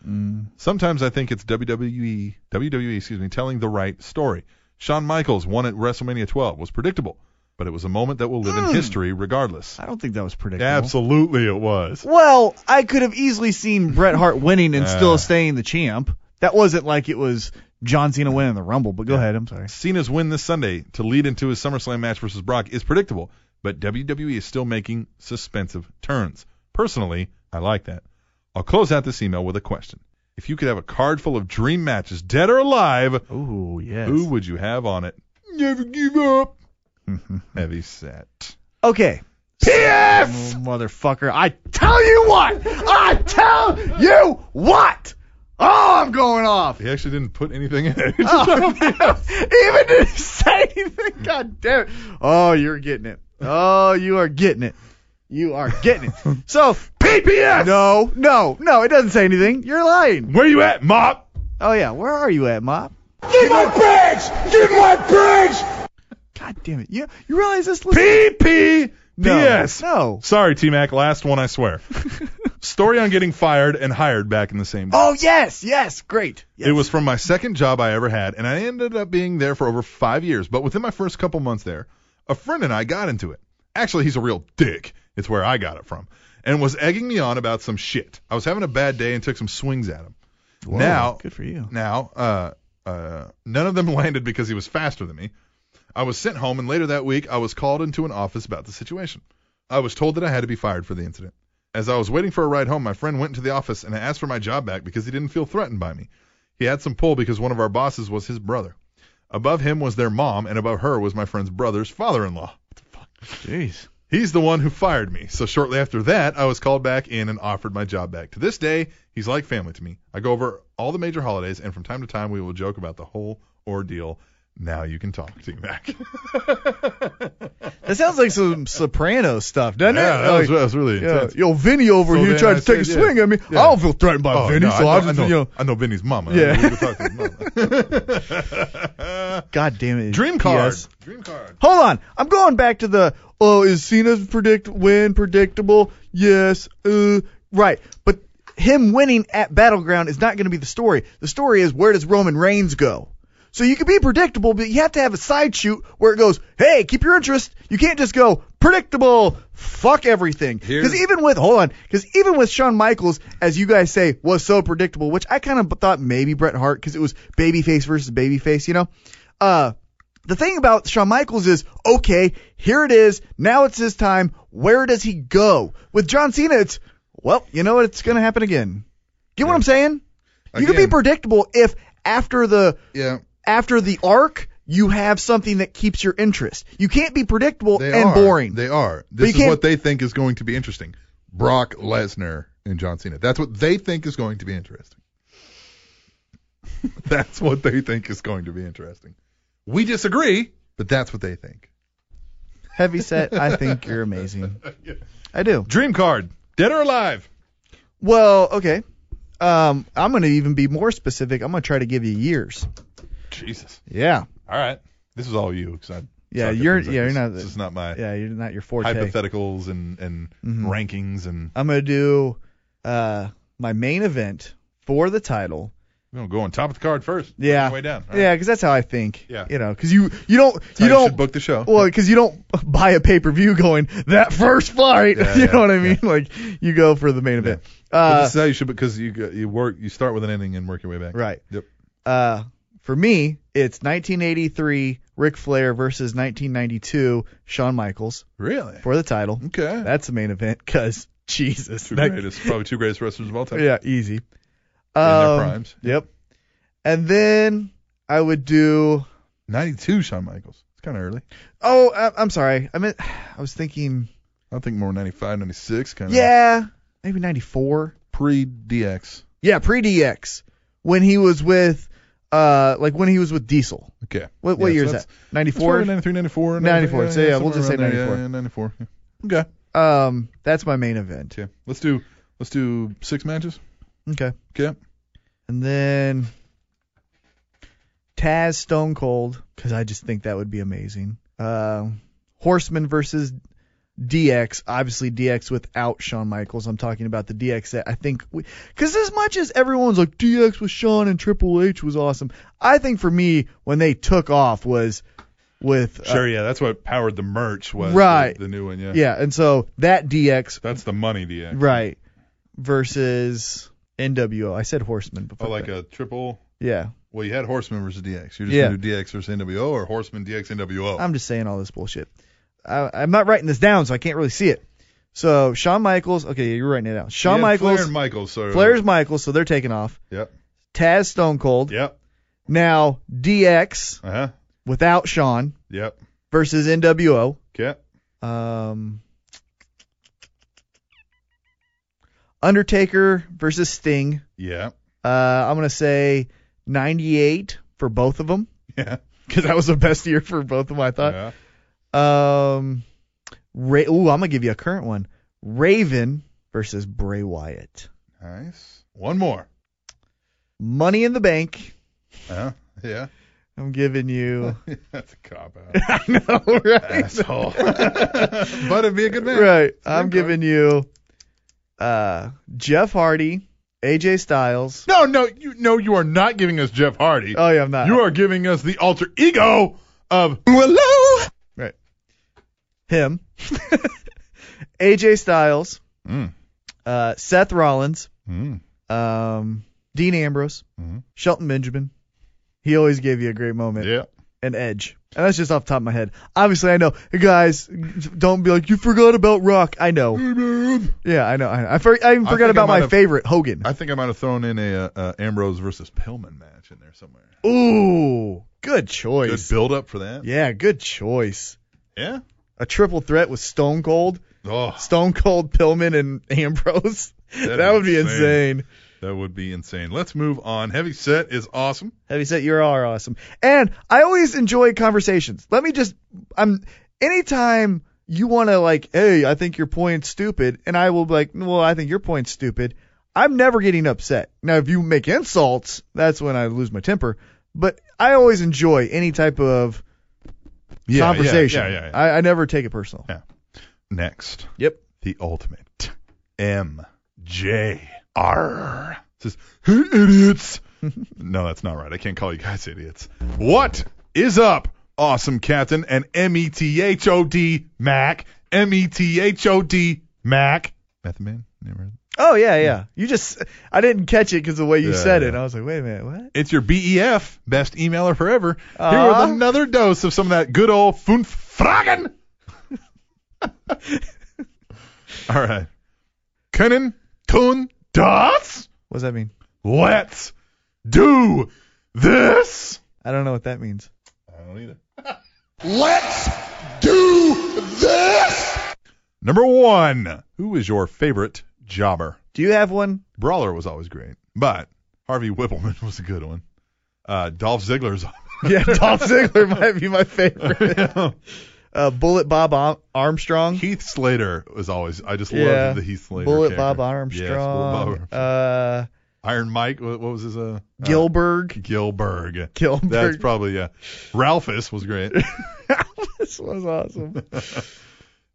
Sometimes I think it's E, WWE, WWE, excuse me, telling the right story. Shawn Michaels won at WrestleMania 12 was predictable, but it was a moment that will live in history regardless. I don't think that was predictable. Absolutely, it was. Well, I could have easily seen Bret Hart winning and Uh. still staying the champ. That wasn't like it was John Cena winning the Rumble, but go ahead. I'm sorry. Cena's win this Sunday to lead into his SummerSlam match versus Brock is predictable, but WWE is still making suspensive turns. Personally, I like that. I'll close out this email with a question. If you could have a card full of dream matches, dead or alive, Oh, yes. who would you have on it? Never give up. Heavy set. Okay. P.S. motherfucker, I tell you what! I tell you what! Oh, I'm going off! Oh, He actually didn't put anything in it. Even didn't say anything. God damn it. Oh, you're getting it. Oh, you are getting it. You are getting it. So, PPS! no, no, no, it doesn't say anything. You're lying. Where you at, Mop? Oh, yeah, where are you at, Mop? Give my bags! Give my bags! God damn it. You, you realize this? PP! No, PS. No. Sorry, T Mac. Last one, I swear. Story on getting fired and hired back in the same. Oh, yes, yes, great. Yes. It was from my second job I ever had, and I ended up being there for over five years. But within my first couple months there, a friend and I got into it. Actually, he's a real dick. It's where I got it from. And was egging me on about some shit. I was having a bad day and took some swings at him. now, good for you. Now, uh, uh, none of them landed because he was faster than me. I was sent home, and later that week, I was called into an office about the situation. I was told that I had to be fired for the incident. As I was waiting for a ride home, my friend went into the office and asked for my job back because he didn't feel threatened by me. He had some pull because one of our bosses was his brother. Above him was their mom, and above her was my friend's brother's father in law. Jeez. He's the one who fired me. So shortly after that, I was called back in and offered my job back. To this day, he's like family to me. I go over all the major holidays, and from time to time, we will joke about the whole ordeal. Now you can talk to me back. That sounds like some Soprano stuff, doesn't yeah, it? that was, Like, that was really yeah, intense. yo, Vinny over So here then tried I to take said, a yeah. swing at me. Yeah. Oh, I don't feel threatened by Vinny, no, so I, I, know- just, I know, you know, I know Benny's mama. Yeah. I know we can talk to his mama. God damn it. Dream card. PS. Dream card. Hold on. I'm going back to the, oh, is Cena's predict win predictable? Yes. Uh, right. But him winning at Battleground is not going to be the story. The story is where does Roman Reigns go? So you can be predictable, but you have to have a side shoot where it goes, hey, keep your interest. You can't just go predictable, fuck everything. Because even with, hold on, because even with Shawn Michaels, as you guys say, was so predictable, which I kind of thought maybe Bret Hart because it was babyface versus babyface, you know? Uh, the thing about Shawn Michaels is, okay, here it is. Now it's his time. Where does he go? With John Cena, it's, well, you know what? It's going to happen again. Get what I'm saying? You can be Again. predictable if after the Yeah. after the arc, you have something that keeps your interest. You can't be predictable They and are. boring. They are. This you is can't- what they think is going to be interesting. Brock Lesnar and John Cena. That's what they think is going to be interesting. that's what they think is going to be interesting. We disagree, but that's what they think. Heavy set, I think you're amazing. I do. Dream card, dead or alive? Well, okay. Um, I'm going to even be more specific. I'm going to try to give you years. Jesus. Yeah. All right. This is all you. 'cause I Yeah, suck at you're- things like yeah, this. you're not- This is not my Yeah, Mm-hmm. you're not your forte. hypotheticals and and rankings and I'm going to do uh, my main event for the title. we don't go on top of the card first. Yeah. Work your way down. All right. Yeah, because that's how I think. Yeah. You know, because you you don't That's how you you don't should book the show. Well, because you don't buy a pay per view going that first fight. Yeah, you yeah, know what I mean? Like you go for the main event. But Uh, this is how you should because you go- you work you start with an ending and work your way back. right. Yep. Uh, for me, it's 1983 Ric Flair versus 1992 Shawn Michaels Really? for the title. Okay. That's the main event because Jesus, Mm-hmm. two that- greatest, probably two greatest wrestlers of all time. yeah, easy. their Um, primes. Yep. And then I would do. 92 Shawn Michaels. It's kind of early. Oh, I, I'm sorry. I meant I was thinking. I think more 95, 96 kind of. Yeah, maybe 94. Pre DX. Yeah, pre DX when he was with uh like when he was with Diesel. Okay. What what Yeah, year so is that's- that? that's 94. probably 93, 94. 94, so yeah, we'll somewhere just say around 94. there. Yeah, yeah, 94. yeah. Okay. Um, that's my main event. Okay. Let's do let's do six matches. Okay, Okay. and then Taz Stone Cold because I just think that would be amazing. Uh, Horseman versus DX. Obviously DX without Shawn Michaels. I'm talking about the DX that I think because as much as everyone's like DX with Shawn and Triple H was awesome, I think for me when they took off was with uh, Sure. yeah. That's what powered the merch was. Right. The, the new one. Yeah. Yeah, and so that DX That's the money DX. right versus NWO. I said Horseman before. Oh, like a triple. yeah. Well, you had Horseman versus DX. You're just Yeah. gonna do DX versus NWO or Horseman DX NWO. I'm just saying all this bullshit. I, I'm not writing this down, so I can't really see it. So Shawn Michaels. Okay, you're writing it down. You Shawn had Michaels. Flair and Michaels. So Flair's Michaels, so they're taking off. Yep. Taz Stone Cold. Yep. Now DX Uh huh. without Shawn Yep. versus NWO. Okay. Um, Undertaker versus Sting. Yeah. Uh, I'm gonna say 98 for both of them Yeah. because that was the best year for both of them. I thought. yeah. Um, Ra- ooh, I'm gonna give you a current one: Raven versus Bray Wyatt. Nice. One more. Money in the Bank. Uh, yeah. I'm giving you. That's a cop out. I know, right? Asshole. but it'd be a good match. right. I'm card. giving you. Uh, Jeff Hardy, AJ Styles. No, no, you no, you are not giving us Jeff Hardy. Oh yeah, I'm not. you are giving us the alter ego of Willow. him. AJ Styles. Mm. Uh, Seth Rollins. mm, um, Dean Ambrose, Mhm. Shelton Benjamin. He always gave you a great moment, yeah. an edge. And that's just off the top of my head. Obviously, I know. Guys, don't be like, you forgot about Rock. I know. Yeah, I know. I, know. I, for, I even I forgot think I about might my have- favorite, Hogan. I think I might have thrown in a uh, Ambrose versus Pillman match in there somewhere. Ooh, good Good choice. build up for that. yeah, good choice. Yeah. A triple threat with Stone Cold, Oh, Stone Cold, Pillman, and Ambrose. That'd that be would be insane. insane. that would be insane. Let's move on. Heavy set is awesome. Heavy set, you are awesome. And I always enjoy conversations. Let me just, I'm, anytime you want to like, hey, I think your point's stupid, and I will be like, well, I think your point's stupid. I'm never getting upset. Now, if you make insults, that's when I lose my temper. But I always enjoy any type of Yeah, yeah, conversation. Yeah, yeah, yeah. I, I never take it personal. Next. Yep. The ultimate. M J R. Says, hey idiots. no, that's not right. I can't call you guys idiots. What is up, awesome captain and M E T H O D Mac M E T H O D Mac. Method Man. Never. Oh yeah, yeah. You just, I didn't catch it because the way you Yeah, said it, yeah. I was like, wait a minute, what? It's your BEF, best emailer forever. Here Aw. with another dose of some of that good old Funfragen. All right. Können tun das? What does that mean? Let's do This? I don't know what that means. I don't either. Let's do this! Number one. Who is your favorite jobber? Do you have one? Brawler was always great, but Harvey Whippleman was a good one. Uh, Dolph Ziggler's. Yeah, Dolph Ziggler might be my favorite. Uh, Bullet Bob Ar- Armstrong. Heath Slater was always. I just Yeah. loved the Heath Slater. Bullet character. Bob Yes, Bullet Bob Armstrong. Armstrong. uh, Iron Mike. What, what was his? Uh, uh, Gilberg. Gilberg. Gilberg. That's probably yeah. Ralphus was great. this was awesome.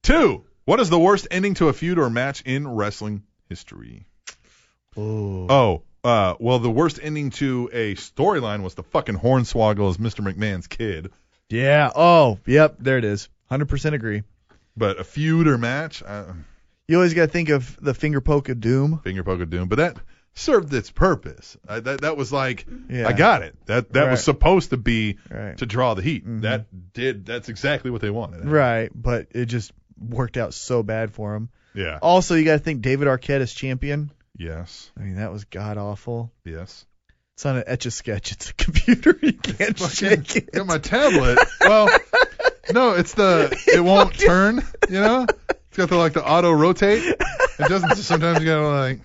Two. What is the worst ending to a feud or match in wrestling history? Oh. Oh, uh, well, the worst ending to a storyline was the fucking Hornswoggle as Mr. McMahon's kid. Yeah. Oh, yep. There it is. 100% agree. But a feud or match, uh, You always got to think of the finger poke of doom. finger poke of doom. But that served its purpose. I, that that was like, Yeah. I got it. That that Right. was supposed to be Right. Mm-hmm. to draw the heat. That did. That's exactly what they wanted. Right. But it just worked out so bad for him. Yeah. Also, you got to think David Arquette is champion. Yes. I mean, that was god awful. Yes. It's not an etch a sketch. It's a computer. You can't shake it. Got my tablet. well, no, it's the it won't turn. You know, it's got the like the auto rotate. It doesn't. so Sometimes you gotta like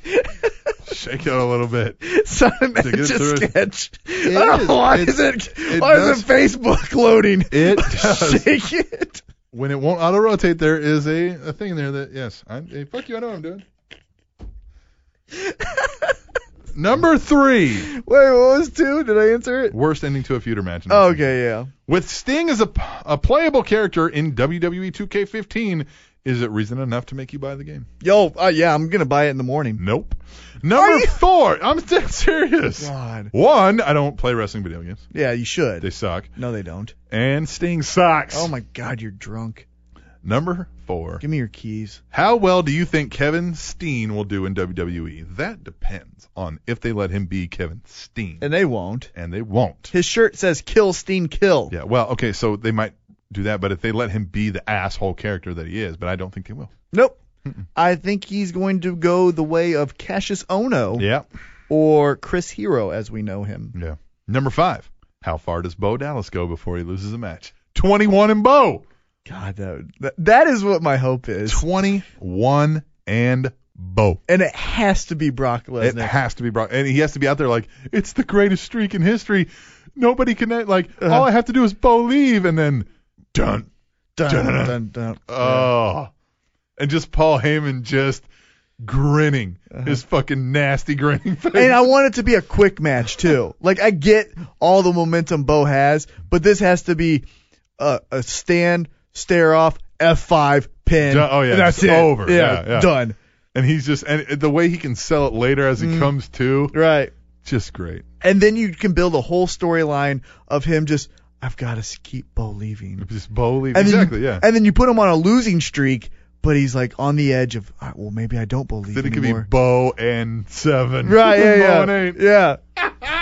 shake it a little bit. It's not an get etch through a it. sketch. Oh, is. Why It- is it? it why does- is it Facebook loading? It does. Shake it. when it won't auto rotate, there is a, a thing in there that yes, I'm hey, fuck you, I know what I'm doing. Number three, Wait, what was two? Did I answer it? worst ending to a feud or match. in wrestling. Oh, Okay, yeah. With Sting as a, a playable character in E WWE 2K15, is it reason enough to make you buy the game? Yo, uh, yeah, I'm gonna buy it in the morning. Nope. Number four, I'm dead serious. God. One, I don't play wrestling video games. Yeah, you should. They suck. no, they don't. And Sting sucks. Oh my God, you're drunk. Number four. Give me your keys. How well do you think Kevin Steen will do in WWE? That depends on if they let him be Kevin Steen. And, And they won't. they won't. His shirt says "Kill Steen, kill." Yeah, well, okay, so they might do that, but if they let him be the asshole character that he is, but I don't think they will. Nope. I think he's going to go the way of Cassius Ono Yeah. or Chris Hero, as we know him. Yeah. Number five. How far does Bo Dallas go before he loses a match? 21 and Bo. God, that, would- that that is what my hope is, 21 and Bo. and it has to be Brock It Lesnar. has to be brought, and he has to be out there like it's the greatest streak in history. Nobody can like all I have to do is believe, and then dun dun, Dun-dun-dun. dun, dun. Oh. And just Paul Heyman just grinning. His fucking nasty grinning face. Uh-huh. And I want it to be a quick match too. Like I get all the momentum Bo has, but this has to be a, a stand, stare off, F5 pin. Done- oh, yeah, and that's it's it. over. Yeah, Yeah, yeah. done. And he's just and the way he can sell it later as it comes to, Mm. Right. just great. And then you can build a whole storyline of him just I've got to keep Bo leaving. Just believe And exactly, then you, yeah. And then you put him on a losing streak, but he's like on the edge of "All right, well maybe I don't believe then it could be anymore. Bo and seven. right. Yeah. Bo Yeah. and eight. Yeah.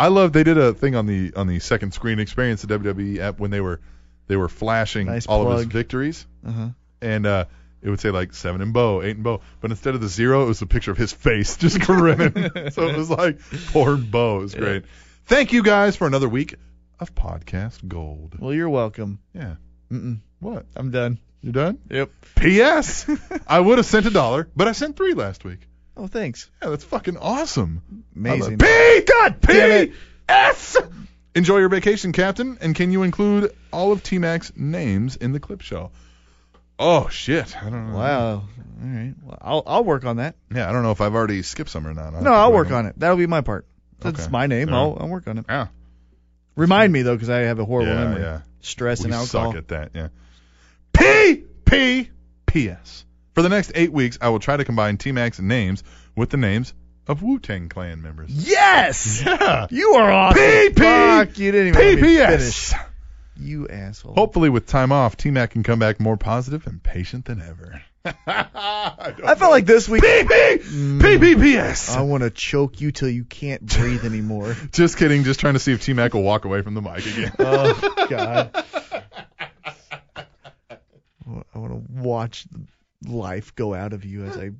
I love they did a thing on the on the second screen experience the WWE E app when they were they were flashing Nice all of his plug. victories. Uh-huh. And uh it would say like seven and bow, eight and bow. But instead of the zero, it was a picture of his face just grinning. so it was like poor bow. It was great. Thank you guys for another week of podcast gold. Well, you're welcome. Yeah. Mm-mm. What? I'm done. You done? Yep. P.S. I would have sent a dollar, but I sent three last week. Oh, thanks. Yeah, that's fucking awesome. Amazing. P. God. Damn it. P. S. Enjoy your vacation, Captain. And can you include all of T Mac's names in the clip show? Oh shit! I don't know. Wow. All right. Well, I'll I'll work on that. Yeah, I don't know if I've already skipped some or not. No, I'll work on it. That'll be my part. That's Okay. my name. All I'll right. I'll work on it. Yeah. Remind me though, because I have a horrible Yeah, memory. yeah. Stress We and alcohol. suck at that. Yeah. P. P. P. S. For the next eight weeks, I will try to combine T Mac's names with the names of Wu Tang Clan members. Yes. Yeah. You are awesome. P. P. Fuck, you didn't even let P. me P. finish. S. You asshole. Hopefully, with time off, T Mac can come back more positive and patient than ever. I, I felt like this week. P P P P P S. I want to choke you till you can't breathe anymore. Just kidding. Just trying to see if T Mac will walk away from the mic again. oh God. I want to watch life go out of you as I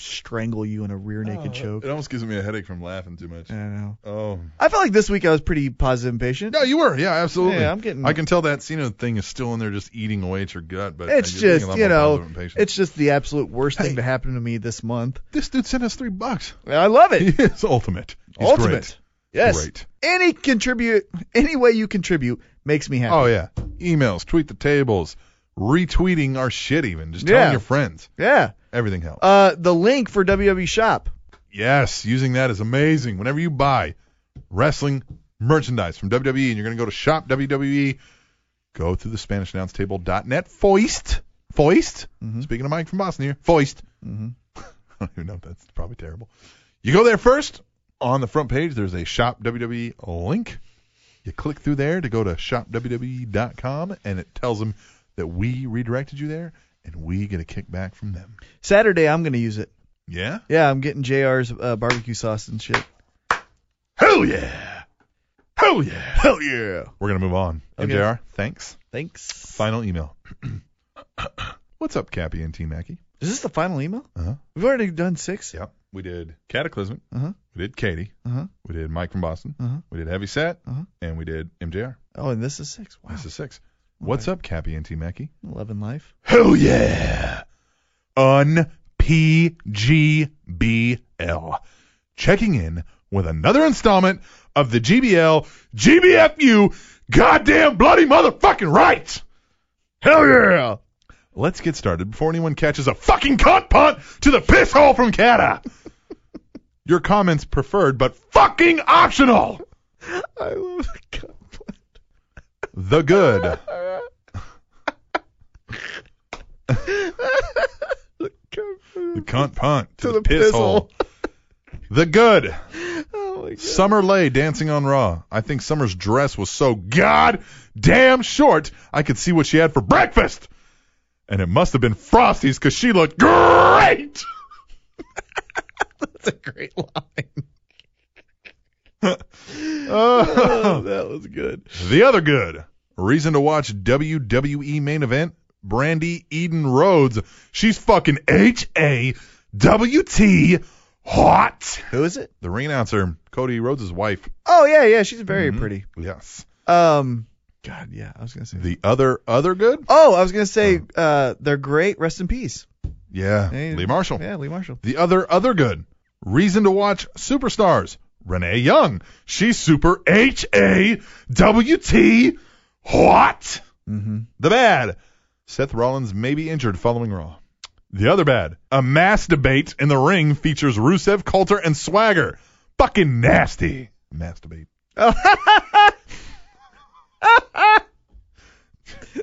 strangle you in a rear Oh. naked choke. It almost gives me a headache from laughing too much. I don't know. Oh. I felt like this week I was pretty positive and patient. No, you were. Yeah, absolutely. Yeah, I'm getting- I can tell that Cena thing is still in there, just eating away at your gut. But it's you're being a just lot you more know, positive and patient. it's just the absolute worst Hey. thing to happen to me this month. this dude sent us three bucks. I love He it. is ultimate. He's Ultimate. Great. Yes. Great. Any contribute, any way you contribute makes me happy. Oh yeah. Emails, tweet the tables, retweeting our shit, even just telling Yeah. your friends. yeah. Everything helps. Uh, the link for WWE Shop. Yes, using that is amazing. Whenever you buy wrestling merchandise from WWE and you're going to go to shop WWE, go to the Spanish announce table.net. Foist. Foist. Speaking of Mike from Boston here, Foist. I don't even know if that's probably terrible. You go there first. On the front page, there's a shop WWE link. You click through there to go to shopwwe.com E and it tells them that we redirected you there and we get a kickback from them. Saturday, I'm gonna use it. Yeah? Yeah, I'm getting Jr's uh, barbecue sauce and shit. Hell yeah! Hell yeah! Hell yeah! We're gonna move on. Okay. MJR, thanks. Thanks. Final email. What's up, Cappy and T Mackey? Is this the final email? Uh-huh. We've already done six. Yep. We did Cataclysmic. Uh-huh. We did Katie. Uh-huh. We did Mike from Boston. Uh-huh. We did Heavy Set. Uh-huh. And we did MJR. Oh, and this is six. Wow. This is six. What's up, Cappy and T Mackey? Eleven life. Hell yeah! Un PGBL. Checking in with another installment of the GBL GBFU goddamn bloody motherfucking rights! Hell yeah! Let's get started before anyone catches a fucking cunt punt to the piss hole from Cata. Your comments preferred, but fucking optional! I love the cunt. The good. The cunt punt to, the, piss, hole. The good. Oh my god. Summer lay dancing on Raw. I think Summer's dress was so god damn short I could see what she had for breakfast. And it must have been Frosty's because she looked great. That's a great line. Uh, that was good. the other good. Reason to watch WWE main event Brandy Eden Rhodes. She's fucking H A W T hot. Who is it? The ring announcer, Cody Rhodes' wife. Oh yeah, yeah. She's very Mhm. pretty. Yes. Um. God, yeah. I was gonna say. The other other good? Oh, I was gonna say. Uh, they're great. Rest in peace. Yeah. Hey, Lee Marshall. Yeah, Lee Marshall. The other other good reason to watch superstars. Renee Young, she's super H A W T hot. Mm-hmm. The bad, Seth Rollins may be injured following Raw. The other bad, a mass debate in the ring features Rusev, Coulter, and Swagger. Fucking nasty. Mass debate.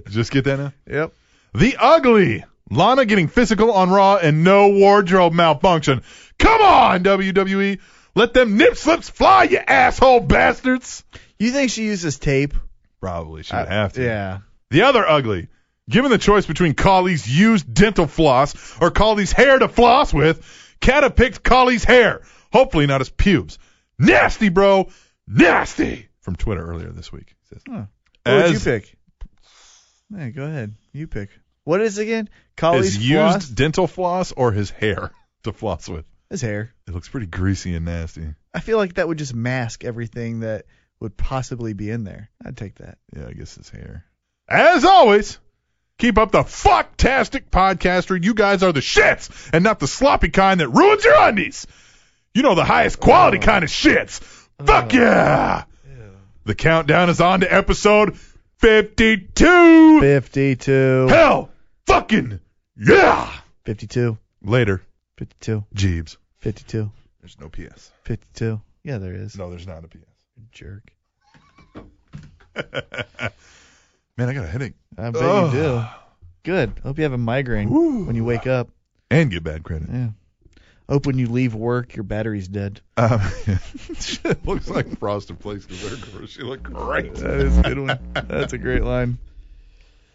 Just get that now. Yep. The ugly Lana getting physical on Raw and no wardrobe malfunction. Come on, WWE. Let them nip slips fly, you asshole bastards. You think she uses tape? Probably should have to. Yeah. The other ugly. Given the choice between Collie's used dental floss or Collie's hair to floss with, Kata picked Collie's hair. Hopefully not his pubes. Nasty, bro. Nasty. From Twitter earlier this week. He says, Huh. What would you As- pick? Yeah, go ahead. You pick. What is it again? His Collie's used floss? dental floss or his hair to floss with. His hair. It looks pretty greasy and nasty. I feel like that would just mask everything that would possibly be in there. I'd take that. Yeah, I guess his hair. As always, keep up the fucktastic podcaster. You guys are the shits and not the sloppy kind that ruins your undies. You know the highest quality kind of shits. Fuck Uh, yeah. The countdown is on to episode 52. 52. Hell fucking yeah. 52. Later, 52. Jeebs. 52. There's no PS. 52. Yeah, there is. No, there's not a PS. Jerk. Man, I got a headache. I bet Ugh. you do. Good. Hope you have a migraine Woo. when you wake up. And get bad credit. Yeah. Hope when you leave work, your battery's dead. Um, she looks like Frosted Flakes dessert girl. She looked great. That is a good one. That's a great line.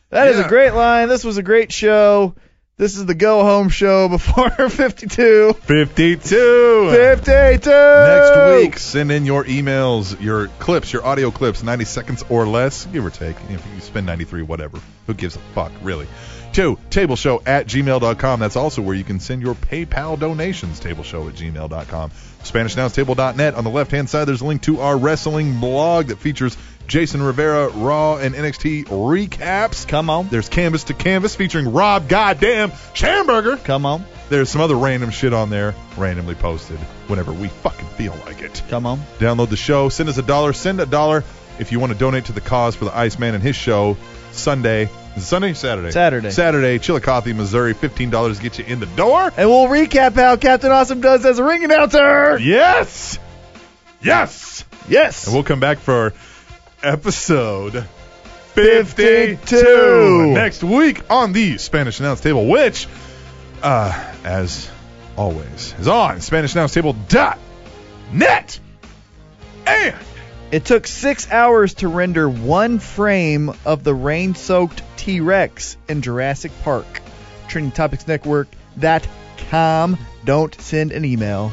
That is Yeah. a great line. This was a great show. This is the go home show before 52. 52. 52. Next week, send in your emails, your clips, your audio clips, 90 seconds or less, give or take. If you spend 93, whatever. Who gives a fuck, really? To tableshow at gmail.com. That's also where you can send your PayPal donations, tableshow at gmail.com. SpanishNowsTable.net. On the left hand side, there's a link to our wrestling blog that features Jason Rivera, Raw, and NXT recaps. Come on. There's Canvas to Canvas featuring Rob Goddamn Schamberger. Come on. There's some other random shit on there, randomly posted whenever we fucking feel like it. Come on. Download the show, send us a dollar, send a dollar if you want to donate to the cause for the Iceman and his show Sunday. Is it Sunday or Saturday? Saturday. Saturday, Chillicothe, Missouri. $15 get you in the door. And we'll recap how Captain Awesome does as a ring announcer. Yes! Yes! Yes. And we'll come back for episode 52. 52 next week on the Spanish Announce Table, which, uh, as always, is on SpanishAnnounceTable.net. And It took six hours to render one frame of the rain soaked T Rex in Jurassic Park. Trending Topics Network. That com. Don't send an email.